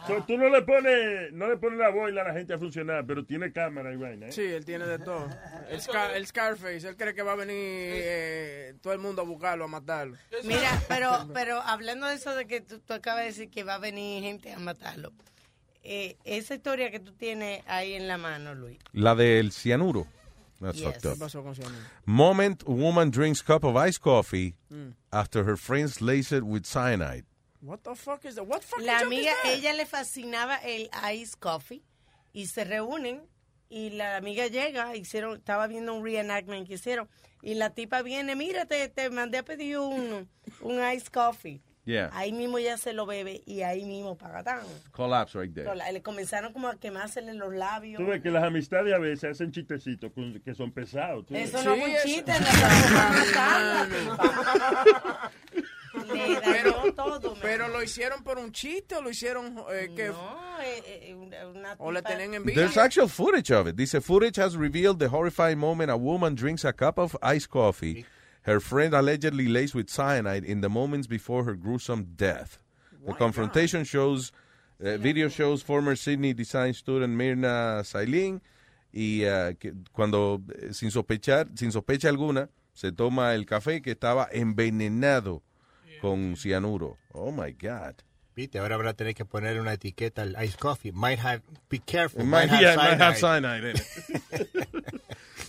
Speaker 15: So, tú no le pones no le pones la boina a la gente a funcionar, pero tiene cámara y vaina. ¿eh?
Speaker 6: Sí, él tiene de todo. El, Scar- el Scarface, él cree que va a venir eh, todo el mundo a buscarlo, a matarlo.
Speaker 20: Mira, pero, pero hablando de eso de que tú, tú acabas de decir que va a venir gente a matarlo, eh, esa historia que tú tienes ahí en la mano, Luis.
Speaker 4: La del cianuro. That's
Speaker 20: Yes.
Speaker 4: fucked up.
Speaker 20: ¿Qué pasó con cianuro?
Speaker 4: Moment woman drinks cup of iced coffee
Speaker 6: Mm.
Speaker 4: after her friends lace it with cyanide.
Speaker 6: What the fuck is that? What fucking
Speaker 20: La
Speaker 6: joke
Speaker 20: amiga,
Speaker 6: is that?
Speaker 20: ella le fascinaba el ice coffee y se reúnen y la amiga llega, hicieron, estaba viendo un reenactment que hicieron y la tipa viene, mira, te, te mandé a pedir un, un ice coffee.
Speaker 4: Yeah.
Speaker 20: Ahí mismo ya se lo bebe y ahí mismo pagatán.
Speaker 4: Collapse right there.
Speaker 20: Le comenzaron como a quemársele los labios.
Speaker 15: Tú ves que las amistades a veces hacen chistecitos con- que son pesados. tú ves.
Speaker 20: Eso no es un chiste, le
Speaker 6: pero, pero lo hicieron por un chiste o lo hicieron eh, que
Speaker 20: No, eh, eh, una, una
Speaker 6: o le
Speaker 20: tipa-
Speaker 6: tenían envidia.
Speaker 4: There's actual footage of it. Dice, footage has revealed the horrifying moment a woman drinks a cup of iced coffee. Her friend allegedly laced with cyanide in the moments before her gruesome death. The confrontation shows, uh, video shows former Sydney design student Mirna Sailin y uh, que- cuando, eh, sin sospechar, sin sospecha alguna, se toma el café que estaba envenenado con cianuro. Oh, my God.
Speaker 9: Viste, ahora habrá tener que poner una etiqueta al ice coffee. Might have, be careful.
Speaker 4: It might- yeah, it might have
Speaker 9: cyanide.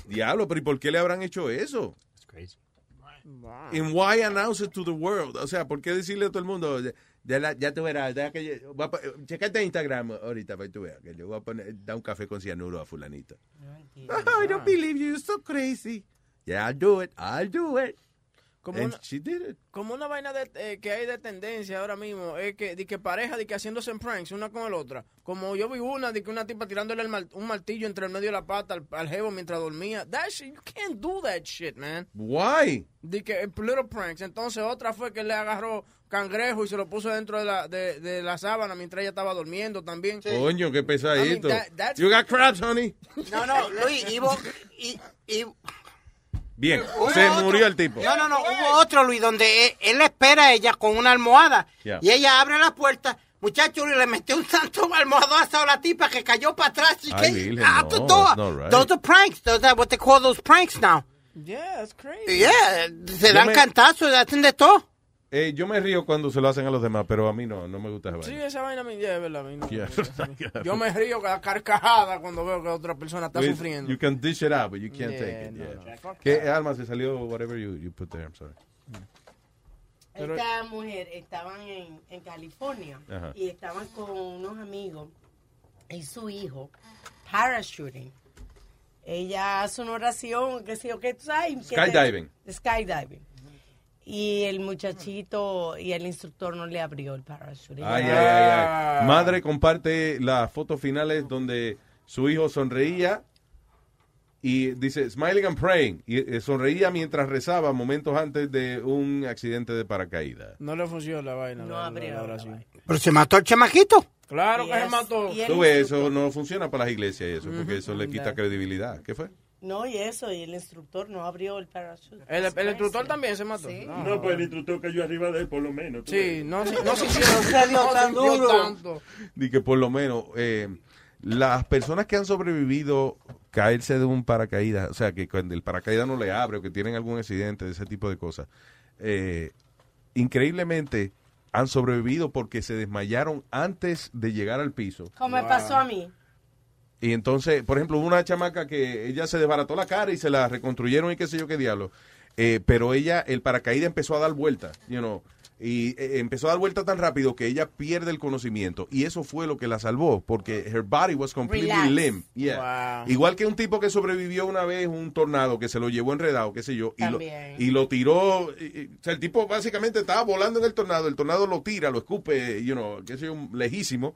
Speaker 4: Diablo, pero ¿y por qué le habrán hecho eso? And why announce it to the world? O sea, ¿por qué decirle a todo el mundo? Ya, ya la- ya tú verás, ya que yo- voy a po- checate Instagram ahorita para que tú veas que yo voy a poner, da un café con cianuro a fulanita.
Speaker 3: I don't believe you. You're so crazy.
Speaker 4: Yeah, I'll do it, I'll do it.
Speaker 6: Como
Speaker 4: And
Speaker 6: una-
Speaker 4: she did it.
Speaker 6: Como una vaina de- eh, que hay de tendencia ahora mismo, es que, de que pareja, de que haciéndose en pranks una con la otra. Como yo vi una, de que una tipa tirándole el mal- un martillo entre el medio de la pata al, al jevo mientras dormía. That shit, you can't do that shit, man.
Speaker 4: Why?
Speaker 6: De que eh, little pranks. Entonces otra fue que le agarró cangrejo y se lo puso dentro de la, de, de la sábana mientras ella estaba durmiendo también.
Speaker 4: Coño, qué pesadito.
Speaker 6: I mean, that- that's-
Speaker 4: you got crabs, honey.
Speaker 5: No, no, Oh, Luis, y, vos- y, y
Speaker 4: Bien,
Speaker 5: Hubo
Speaker 4: se
Speaker 5: otro.
Speaker 4: murió el tipo.
Speaker 5: No, no, no. Hubo otro, Luis, donde e, él, él la espera a ella con una almohada.
Speaker 4: Yeah.
Speaker 5: Y ella abre la puerta. Muchacho, Luis, le metió un santo almohadonazo a la tipa que cayó para atrás. Y
Speaker 4: Ay,
Speaker 5: que,
Speaker 4: virgen,
Speaker 5: ah,
Speaker 4: no,
Speaker 5: tú, tú,
Speaker 4: that's not right.
Speaker 5: Those are pranks. Those are what they call those pranks now.
Speaker 6: Yeah, that's crazy.
Speaker 5: Yeah, se
Speaker 4: Yo
Speaker 5: dan
Speaker 4: me-
Speaker 5: cantazos, hacen de todo.
Speaker 4: Eh, yo me río cuando se lo hacen a los demás, pero a mí no, no me gusta esa
Speaker 6: Sí,
Speaker 4: vaina.
Speaker 6: esa vaina me lleva, la vaina.
Speaker 4: Yeah.
Speaker 6: Yo me río a carcajada cuando veo que otra persona está
Speaker 4: Luis,
Speaker 6: sufriendo.
Speaker 4: You can dish it out, but you can't
Speaker 6: Yeah,
Speaker 4: take it.
Speaker 6: no,
Speaker 4: yeah.
Speaker 6: no, fuck
Speaker 4: ¿Qué alma se salió? Whatever you, you put there, I'm sorry.
Speaker 6: Pero-
Speaker 20: Esta mujer estaban en, en California
Speaker 4: Ajá.
Speaker 20: y estaban con unos amigos y su hijo parachuting. Ella hace una oración, que sé yo, qué tú sabes. que te-
Speaker 4: Skydiving.
Speaker 20: skydiving. Y el muchachito y el instructor no le abrió el parachute.
Speaker 4: Ay, ay, ay, ay. Madre comparte las fotos finales donde su hijo sonreía y dice, smiling and praying. Y eh, sonreía mientras rezaba momentos antes de un accidente de paracaídas.
Speaker 6: No le funcionó la vaina. No abrió la oración.
Speaker 5: Pero se mató el chamaquito.
Speaker 6: Claro
Speaker 20: Y
Speaker 6: que se
Speaker 20: es-
Speaker 6: mató.
Speaker 20: y él-
Speaker 4: Tú ves, eso no funciona para las iglesias y eso, porque eso le quita credibilidad. ¿Qué fue?
Speaker 20: No, y eso, y el instructor no abrió el parachute.
Speaker 6: El, el instructor también se mató.
Speaker 20: Sí.
Speaker 6: No,
Speaker 15: No, pues el instructor cayó arriba de él, por lo menos. tú
Speaker 6: Sí,
Speaker 15: ves.
Speaker 6: no, se- no se hicieron no se hundió tanto.
Speaker 4: Y que por lo menos eh, las personas que han sobrevivido caerse de un paracaídas, o sea, que cuando el paracaídas no le abre o que tienen algún accidente, de ese tipo de cosas, eh, increíblemente han sobrevivido porque se desmayaron antes de llegar al piso.
Speaker 20: Como me pasó a mí.
Speaker 4: Y entonces, por ejemplo, hubo una chamaca que ella se desbarató la cara y se la reconstruyeron y qué sé yo qué diablo. Eh, pero ella, el paracaídas empezó a dar vueltas, you know. Y eh, empezó a dar vuelta tan rápido que ella pierde el conocimiento. Y eso fue lo que la salvó, porque her body was completely
Speaker 19: Relax.
Speaker 4: limp. Yeah.
Speaker 19: Wow.
Speaker 4: Igual que un tipo que sobrevivió una vez un tornado que se lo llevó enredado, qué sé yo, y lo,
Speaker 19: También.
Speaker 4: y lo tiró. y- y- o sea, el tipo básicamente estaba volando en el tornado, el tornado lo tira, lo escupe, you know, qué sé yo, lejísimo.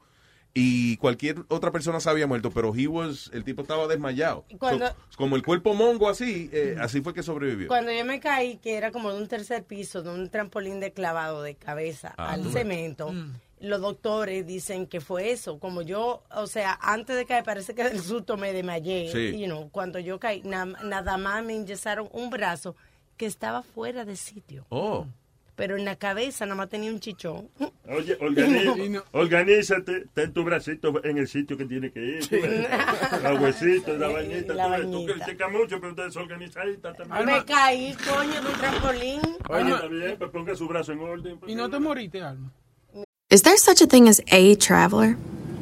Speaker 4: Y cualquier otra persona se había muerto, pero he was, el tipo estaba desmayado.
Speaker 20: Y cuando-
Speaker 4: So, como el cuerpo mongo así, eh, así fue que sobrevivió.
Speaker 20: Cuando yo me caí, que era como de un tercer piso, de un trampolín de clavado de cabeza
Speaker 4: Ah, tú
Speaker 20: al
Speaker 4: ves.
Speaker 20: cemento,
Speaker 6: Mm.
Speaker 20: los doctores dicen que fue eso. Como yo, o sea, antes de caer, parece que del susto me desmayé.
Speaker 27: Sí.
Speaker 20: you know, cuando yo caí, na- nada más me inyesaron un brazo que estaba fuera de sitio.
Speaker 4: Oh.
Speaker 20: Pero en la cabeza nada más tenía un chichón.
Speaker 15: Oye, organiza-
Speaker 20: Y
Speaker 15: organízate, ten tu bracito en el sitio que tiene que ir. tú ves. La huesito, la bañita.
Speaker 20: La
Speaker 15: tú ves. Tú
Speaker 20: bañita.
Speaker 15: criticas mucho, pero tú desorganizadita también.
Speaker 20: Me caí, coño, de un trampolín.
Speaker 15: Oye, está bien, pues ponga su brazo en orden. pues.
Speaker 30: ¿Y no te moriste, Alma?
Speaker 10: Is there such a thing as a traveler?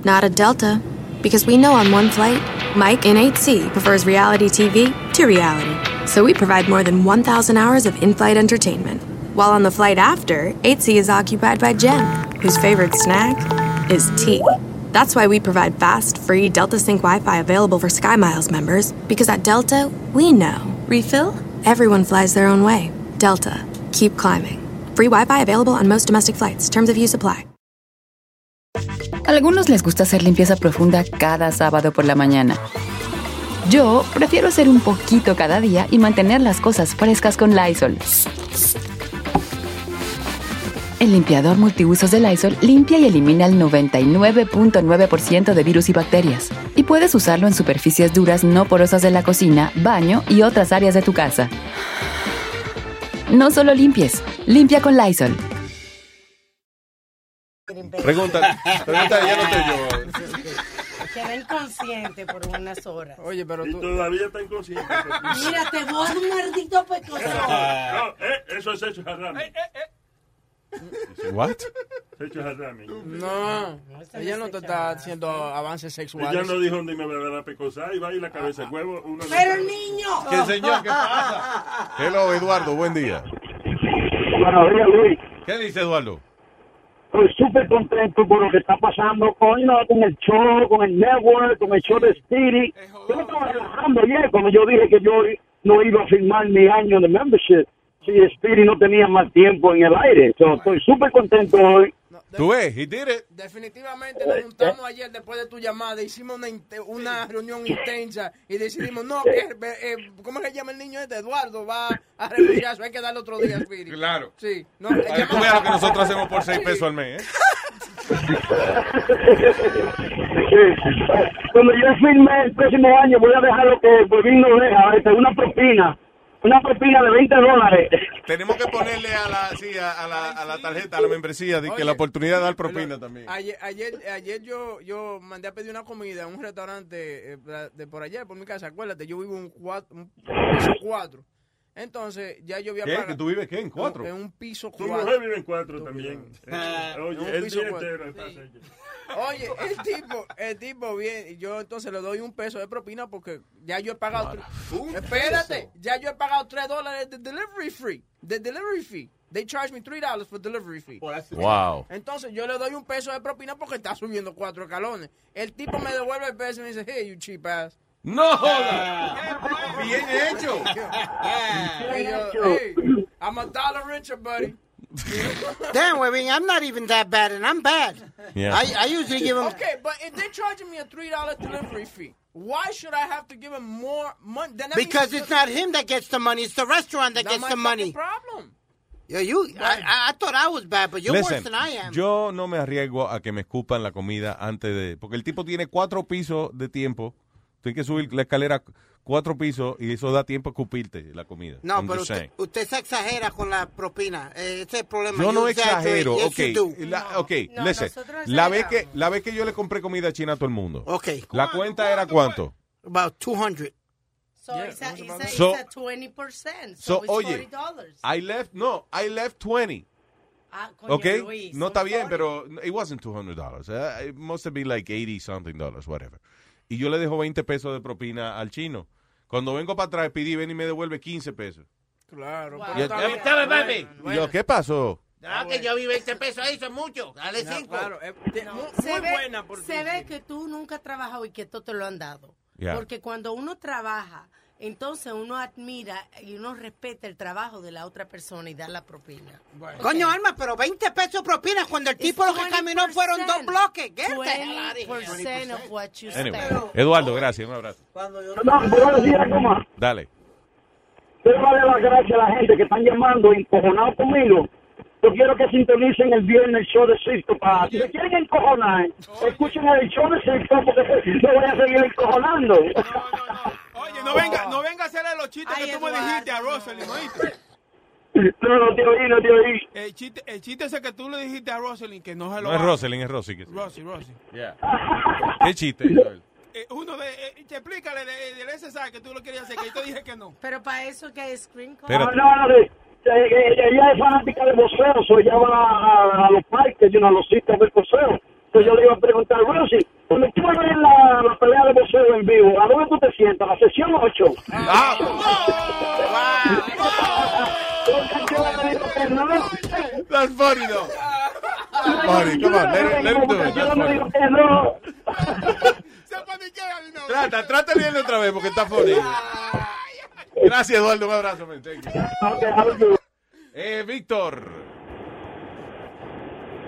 Speaker 10: Not a Delta, because we know on one flight, Mike in 8C prefers reality TV to reality. So we provide more than 1,000 hours of in flight entertainment. While on the flight after, 8C is occupied by Jen, whose favorite snack is tea. That's why we provide fast, free Delta Sync Wi Fi available for SkyMiles members, because at Delta, we know. Refill? Everyone flies their own way. Delta, keep climbing. Free Wi Fi available on most domestic flights. Terms of use apply.
Speaker 11: Algunos les gusta hacer limpieza profunda cada sábado por la mañana. Yo prefiero hacer un poquito cada día y mantener las cosas frescas con Lysol. El limpiador multiusos de Lysol limpia y elimina el 99.9% de virus y bacterias. Y puedes usarlo en superficies duras no porosas de la cocina, baño y otras áreas de tu casa. No solo limpies, limpia con Lysol.
Speaker 4: Pregunta, pregunta, ya no te yo.
Speaker 20: Quedé inconsciente por unas horas.
Speaker 6: Oye, pero
Speaker 15: Y todavía está inconsciente. pues.
Speaker 20: Mira, te voy a dar un maldito pecozón.
Speaker 15: No, eh, eso es hecho jarrame.
Speaker 6: Eh,
Speaker 4: What?
Speaker 15: Hecho jarrame.
Speaker 6: No, ella no te está haciendo avances sexuales.
Speaker 15: Ella no dijo dónde me va a dar a pecosar y va y la
Speaker 6: Ah,
Speaker 15: cabeza de huevo. Uno
Speaker 20: Pero el niño.
Speaker 4: ¿Qué señor? ¿Qué pasa? Hello, Eduardo, buen día.
Speaker 33: Buenos días, Luis.
Speaker 4: ¿Qué dice Eduardo?
Speaker 33: Estoy súper contento por lo que está pasando coño, con el show, con el network, con el show de Spirit. Yo me estaba relajando ayer cuando yo dije que yo no iba a firmar mi año de membership si Spirit no tenía más tiempo en el aire. So, estoy súper contento hoy.
Speaker 4: Tú ves, he did it.
Speaker 6: Definitivamente nos juntamos ayer después de tu llamada, hicimos una, inte- una reunión intensa y decidimos, no, que, eh, eh, ¿cómo se llama el niño este? Eduardo va a renunciar, eso hay que darle otro día, Spirit.
Speaker 4: Claro.
Speaker 6: Sí, no,
Speaker 4: Para que tú veas lo que nosotros hacemos por 6 pesos al mes, ¿eh?
Speaker 33: Cuando yo firme el próximo año voy a dejar lo que el gobierno deja, este, una propina, una propina de 20 dólares.
Speaker 4: Tenemos que ponerle a la, sí, a, a la, a la tarjeta, a la membresía, de que
Speaker 6: Oye,
Speaker 4: la oportunidad de dar propina también.
Speaker 6: Ayer, ayer, ayer yo, yo mandé a pedir una comida a un restaurante eh, pra- de por allá, por mi casa. Acuérdate, yo vivo en un, cuat- un piso cuatro. Entonces, ya yo había
Speaker 4: ¿Qué?
Speaker 6: pagado-
Speaker 4: ¿Que tú vives qué? ¿En cuatro?
Speaker 6: En un piso
Speaker 15: Tu
Speaker 6: cuatro.
Speaker 15: mujer vive en cuatro también.
Speaker 6: Ah.
Speaker 15: Eh, Oye,
Speaker 6: Un
Speaker 15: el
Speaker 6: piso
Speaker 15: día
Speaker 6: cuatro.
Speaker 15: entero.
Speaker 6: Sí. Oye, el tipo, el tipo bien, y yo entonces le doy un peso de propina porque ya yo he pagado. tre- Espérate, ya yo he pagado tres dólares de delivery free, de delivery fee. They charge me three dollars for delivery fee.
Speaker 4: Wow.
Speaker 6: Entonces yo le doy un peso de propina porque está subiendo cuatro escalones. El tipo me devuelve el peso y me dice, hey, you cheap ass.
Speaker 4: ¡No
Speaker 6: jodas!
Speaker 14: Ah. Bien hecho.
Speaker 6: Y yo,
Speaker 5: hecho.
Speaker 6: hey, I'm a dollar richer, buddy.
Speaker 5: Damn, Webbing, I'm not even that bad, and I'm bad.
Speaker 4: Yeah.
Speaker 5: I, I usually give them.
Speaker 6: Okay, but if they're charging me a three dollar delivery fee, why should I have to give him more money? Then that means
Speaker 5: Because it's not him that gets the money; it's the restaurant that
Speaker 6: Not
Speaker 5: gets
Speaker 6: my
Speaker 5: the money.
Speaker 6: fucking Problem.
Speaker 5: Yo, you, I, I- I thought I was bad, but you're worse
Speaker 4: Listen,
Speaker 5: than I am.
Speaker 4: Yo no me arriesgo a que me escupan la comida antes de... Porque el tipo tiene cuatro pisos de tiempo. Tienes que subir la escalera cuatro pisos y eso da tiempo a escupirte la comida.
Speaker 5: no,
Speaker 4: I'm
Speaker 5: pero
Speaker 4: just
Speaker 5: usted,
Speaker 4: saying.
Speaker 5: usted se exagera con la propina. Eh, ese es el problema.
Speaker 4: Yo
Speaker 5: You
Speaker 4: no
Speaker 5: exaggerate.
Speaker 4: exagero.
Speaker 5: Yes,
Speaker 4: ok,
Speaker 5: you do.
Speaker 4: la, ok,
Speaker 5: No,
Speaker 4: listen.
Speaker 5: nosotros
Speaker 4: La vez, que, la vez que yo le compré comida china a todo el mundo.
Speaker 5: Ok.
Speaker 4: La cuenta era cuánto?
Speaker 5: About 200.
Speaker 20: So it's, a, it's, a,
Speaker 4: So-
Speaker 20: it's a 20%. So,
Speaker 4: So,
Speaker 20: it's
Speaker 4: oye,
Speaker 20: $40.
Speaker 4: I left, no, I left 20.
Speaker 20: Ah, coño,
Speaker 4: Okay,
Speaker 20: Luis,
Speaker 4: no
Speaker 20: son
Speaker 4: está bien,
Speaker 20: 40.
Speaker 4: pero it wasn't $200. Uh, it must have been like 80 something dollars, whatever. Y yo le dejo 20 pesos de propina al chino. Cuando vengo para atrás, pedí, ven y me devuelve 15 pesos.
Speaker 6: Claro.
Speaker 4: Y yo,
Speaker 6: pero está Ah, bien.
Speaker 4: Y yo, ¿qué pasó?
Speaker 17: Ah, que yo vi 20 pesos ahí, eso es mucho. Dale
Speaker 6: No,
Speaker 17: 5.
Speaker 6: claro, eh,
Speaker 20: se ve,
Speaker 17: por
Speaker 20: se ve que tú nunca has trabajado y que esto te lo han dado.
Speaker 17: Ya.
Speaker 20: Porque cuando uno trabaja, entonces uno admira y uno respeta el trabajo de la otra persona y da la propina.
Speaker 5: Coño, Alma, pero 20 pesos propinas cuando el tipo lo que caminó fueron dos bloques. ¿Qué?
Speaker 20: 20% of what you spend.
Speaker 4: Anyway, Eduardo, gracias, un abrazo.
Speaker 33: No, pero decir algo más.
Speaker 4: Dale.
Speaker 33: Quiero darle las gracias a la gente que están llamando y encojonados conmigo. Yo quiero que sintonicen el viernes el show de Sisto. pa. Si me quieren encojonar, escuchen el show de Sisto porque me voy a seguir encojonando.
Speaker 14: Oye, no venga, no venga a hacerle los chistes que tú me dijiste a Rosalind, ¿no oíste?
Speaker 33: No, no te oí, no te oí.
Speaker 14: El chiste, el chiste ese que tú le dijiste a Rosalind que no se lo
Speaker 4: No es
Speaker 14: haga.
Speaker 4: Roselyn, es Rosy. que-
Speaker 14: Rosy, Rosy.
Speaker 4: Qué chiste, Joel.
Speaker 14: Eh, uno de, eh, te explícale de, del SSA que tú lo querías hacer, que yo te dije que no.
Speaker 20: Pero para eso que es screen call.
Speaker 33: No, no, no, eh, eh, ella es fanática de boxeo, so ella va a, a- a los parques, you know, a los sitios del boxeo. Entonces yo le iba a preguntar, Rosy, cuando tú vas a ver la, la pelea de boxeo en vivo, ¿a dónde tú te sientas? ¿La sesión 8?
Speaker 14: That's funny, though.
Speaker 4: Funny, come on, let him- let him do it. That's funny. Trata, trata bien otra vez porque está funny. Gracias, Eduardo, un abrazo. man. Thank you. Eh, Víctor.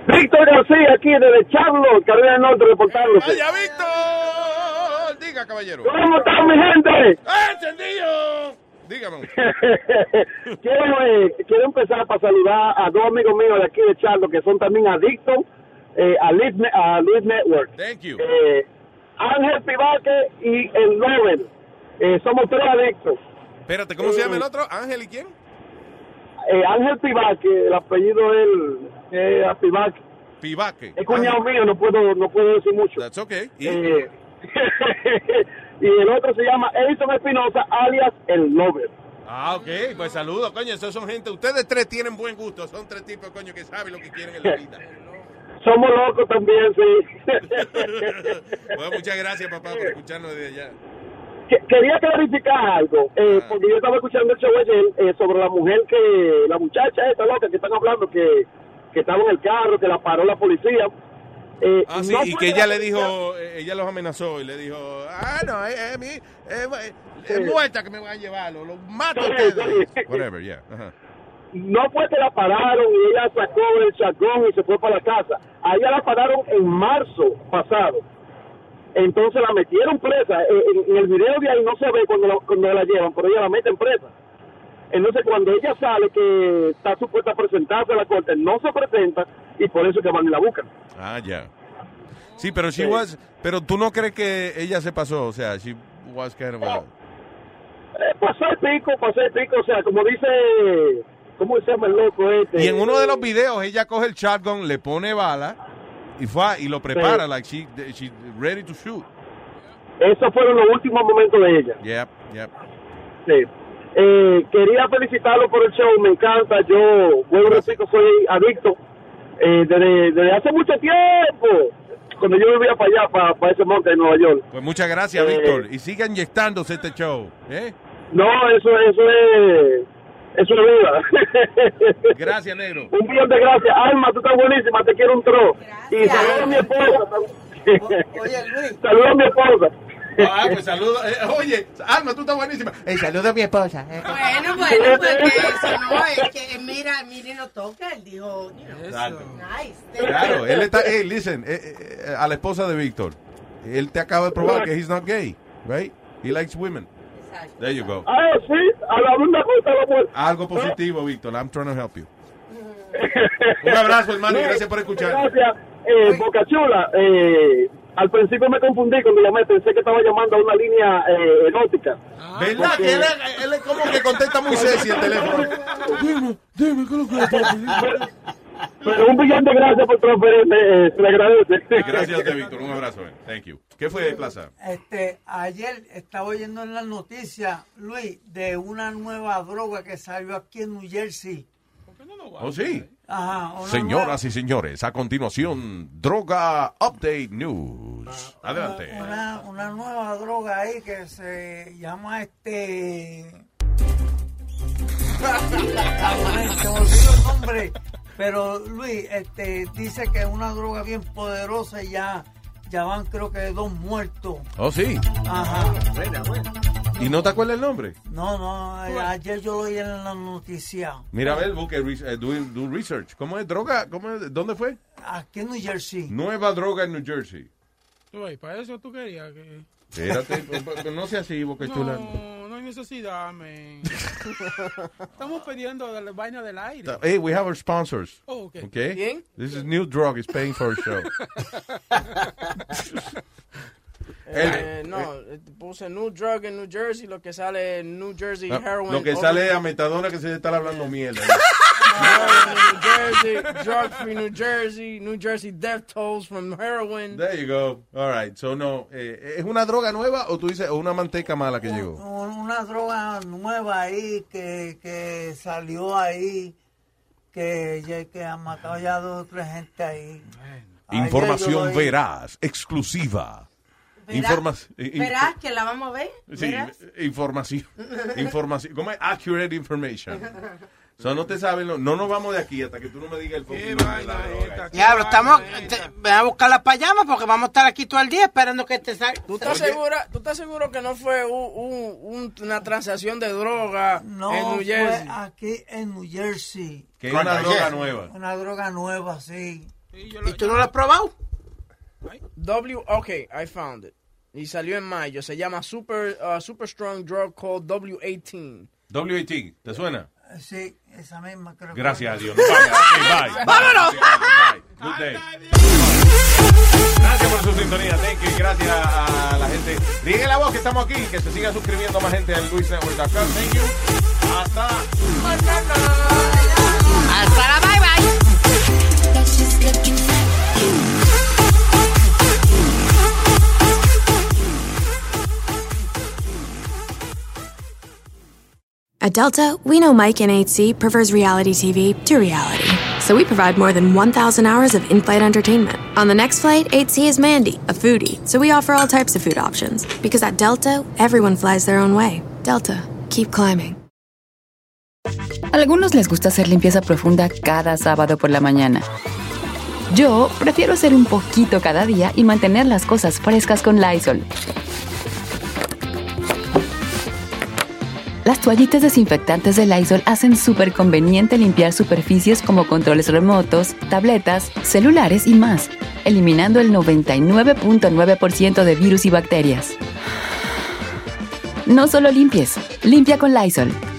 Speaker 33: Víctor García, aquí desde Charlotte, Carolina del Norte, reportándose.
Speaker 4: ¡Vaya, Víctor! Oh, Diga, caballero. ¡Ah,
Speaker 33: ¿Cómo está mi gente?
Speaker 4: ¡Encendido! Dígame.
Speaker 33: quiero, eh, quiero empezar para saludar a dos amigos míos de aquí de Charlo que son también adictos eh, a, Live, Ne- a Live Network.
Speaker 4: Thank you.
Speaker 33: Eh, Ángel Pivaque y el Robert. Eh, somos tres adictos.
Speaker 4: Espérate, ¿cómo se llama el otro? ¿Ángel y quién?
Speaker 33: Eh, Ángel Pivaque, el apellido es eh, Pivaque.
Speaker 4: Pivaque.
Speaker 33: Es cuñado mío, no puedo, no puedo decir mucho.
Speaker 4: Ah. That's okay.
Speaker 33: ¿Y? y el otro se llama Edison Espinosa, alias el Lover.
Speaker 4: Ah, ok, pues saludos, coño, esos son gente, ustedes tres tienen buen gusto, son tres tipos, coño, que saben lo que quieren en la vida.
Speaker 33: Somos locos también, sí.
Speaker 4: Bueno, muchas gracias, papá, por escucharnos desde allá.
Speaker 33: Que- quería clarificar algo, eh,
Speaker 4: Ah.
Speaker 33: porque yo estaba escuchando el show ayer, eh, sobre la mujer que, la muchacha esta loca que están hablando, que, que estaba en el carro, que la paró la policía. Eh,
Speaker 4: Ah, sí,
Speaker 33: no
Speaker 4: y
Speaker 33: fue
Speaker 4: que
Speaker 33: la
Speaker 4: ella le
Speaker 33: policía-
Speaker 4: dijo, eh, ella los amenazó y le dijo, ah, no, es eh, mi, eh, eh,
Speaker 33: Sí.
Speaker 4: es muerta que me van a llevar, lo, lo mato a
Speaker 33: Sí,
Speaker 4: ustedes.
Speaker 33: sí.
Speaker 4: Whatever, yeah. ajá.
Speaker 33: No fue que la pararon y ella sacó el chacón y se fue para la casa. A ella la pararon en marzo pasado. Entonces la metieron presa. Eh, En, en el video de ahí no se ve cuando la, cuando la llevan, pero ella la meten presa. Entonces cuando ella sale que está supuesta a presentarse a la corte, no se presenta y por eso es que van y la buscan.
Speaker 4: Ah, ya. Sí, pero she was, pero tú no crees que ella se pasó, o sea, she was kind of a-
Speaker 33: Eh, pasó el pico, pasó el pico, o sea, como dice, ¿cómo se llama el loco este?
Speaker 4: Y en uno de los videos ella coge el shotgun, le pone bala y fa- y lo prepara,
Speaker 33: Sí.
Speaker 4: like she, she ready to shoot.
Speaker 33: Esos fueron los últimos momentos de ella.
Speaker 4: Yep, yep.
Speaker 33: Sí. Eh, quería felicitarlo por el show, me encanta. Yo, vuelvo y repito, soy adicto eh, desde, desde hace mucho tiempo. Cuando yo vivía para allá, para, para ese monte de Nueva York.
Speaker 4: Pues muchas gracias,
Speaker 33: Eh.
Speaker 4: Víctor. Y siga inyectándose este show. ¿eh?
Speaker 33: No, eso, eso es. Eso es vida.
Speaker 4: Gracias, negro.
Speaker 33: un millón de gracias. Alma, tú estás buenísima, te quiero un tro. Y saludos a mi esposa.
Speaker 4: Oye, Luis.
Speaker 33: Saludos a mi esposa.
Speaker 4: Ah, pues saludos. Eh, oye, Alma, tú estás buenísima. Eh, saludos a mi esposa. eh.
Speaker 20: Bueno, bueno, pues que eso no, es que mira, mire, no toca, él dijo, you know,
Speaker 4: Exacto.
Speaker 20: nice.
Speaker 4: Claro, él está. Hey, listen, eh, eh, eh, a la esposa de Víctor. Él te acaba de probar que he's not gay, right? He likes women. There you go.
Speaker 33: Ah, sí, a la luna gusta la muerte.
Speaker 4: Algo positivo, Víctor. I'm trying to help you. Un abrazo, hermano, y gracias por escuchar.
Speaker 33: Gracias. Eh, Boca Chula, eh, al principio me confundí cuando llamé, pensé que estaba llamando a una línea eh, erótica.
Speaker 4: ¿Verdad que él, es- él es como que contesta muy sexy el teléfono?
Speaker 33: Dime, dime, ¿qué Pero un millón de gracias por transferirme, eh, se le agradece.
Speaker 4: Gracias a ti, Víctor. Un abrazo, man. Thank you. ¿Qué fue, Plaza?
Speaker 8: Este, ayer estaba oyendo en las noticias, Luis, de una nueva droga que salió aquí en New Jersey.
Speaker 4: ¿Oh, sí?
Speaker 8: Ajá, una
Speaker 4: Señoras y señores, a continuación, Droga Update News. Adelante.
Speaker 8: Una, una nueva droga ahí que se llama este. Ay, se me olvidó el nombre. Pero Luis este, dice que es una droga bien poderosa y ya, ya van creo que dos muertos.
Speaker 4: Oh, sí.
Speaker 8: Ajá.
Speaker 4: ¿Y no te acuerdas el nombre?
Speaker 8: No, no, eh, ayer yo lo oí en la noticia.
Speaker 4: Mira, a ver, busque, res- eh, do, do research. ¿Cómo es droga? ¿Cómo es? ¿Dónde fue?
Speaker 8: Aquí en New Jersey.
Speaker 4: Nueva droga en New Jersey.
Speaker 32: Tú, ey, para eso tú querías que...
Speaker 4: Espérate, p- p- no sea así, boca chula.
Speaker 32: No, no hay necesidad, men. Estamos pidiendo de la vaina del aire.
Speaker 4: Hey, eh, we have our sponsors.
Speaker 32: Oh, okay.
Speaker 4: Okay?
Speaker 32: Bien.
Speaker 4: This is new drug. It's paying for our show.
Speaker 6: Eh, no, eh, puse New Drug en New Jersey, lo que sale en New Jersey
Speaker 4: No,
Speaker 6: Heroin.
Speaker 4: Ah, Lo que sale es a metadona que se le está hablando mierda.
Speaker 6: New Jersey, Drug Free New Jersey, New Jersey Death Tolls from Heroin.
Speaker 4: There you go. All right. So, no. eh, ¿Es una droga nueva o tú dices o una manteca mala que llegó?
Speaker 8: Un- Una droga nueva ahí que, que salió ahí, que, ya- que ha matado ya dos o tres gente ahí. Ayer yo lo
Speaker 12: Información
Speaker 8: oí.
Speaker 12: veraz, exclusiva. Informa- eh, in-
Speaker 20: Verás que la vamos a ver.
Speaker 4: Sí,
Speaker 20: Verás.
Speaker 4: información. Información. ¿Cómo es? Accurate information. O sea, no te saben. lo- no nos vamos de aquí hasta que tú no me digas el fucking nombre de la droga.
Speaker 5: Diablo, estamos. te- ve a buscar las payamas porque vamos a estar aquí todo el día esperando que te salga.
Speaker 6: ¿Tú estás, segura, ¿Tú estás seguro que no fue u- u- un- una transacción de droga
Speaker 8: No,
Speaker 6: en New
Speaker 8: fue
Speaker 6: Jersey?
Speaker 8: aquí en New Jersey.
Speaker 4: Que es una droga nueva.
Speaker 8: Una droga nueva, sí.
Speaker 5: ¿Y tú no la has probado?
Speaker 6: W, ok, I found it. Y salió en mayo. Se llama Super, uh, super Strong Drug called W18.
Speaker 4: W18, ¿te suena?
Speaker 8: Sí, esa misma creo que-
Speaker 4: Gracias a Dios. Bye, ok, bye.
Speaker 8: ¡Vámonos!
Speaker 4: Bye. Good day. Gracias por su sintonía, thank you. y Gracias a la gente. Dije la voz que estamos aquí, que se siga suscribiendo más gente en luisnetwork.com. Thank you. Hasta.
Speaker 3: Hasta la bye bye.
Speaker 10: At Delta, we know Mike in 8C prefers reality TV to reality. So we provide more than 1,000 hours of in flight entertainment. On the next flight, 8C is Mandy, a foodie. So we offer all types of food options. Because at Delta, everyone flies their own way. Delta, keep climbing.
Speaker 11: Algunos les gusta hacer limpieza profunda cada sábado por la mañana. Yo prefiero hacer un poquito cada día y mantener las cosas frescas con Lysol. Las toallitas desinfectantes de Lysol hacen súper conveniente limpiar superficies como controles remotos, tabletas, celulares y más, eliminando el 99.9% de virus y bacterias. No solo limpies, limpia con Lysol.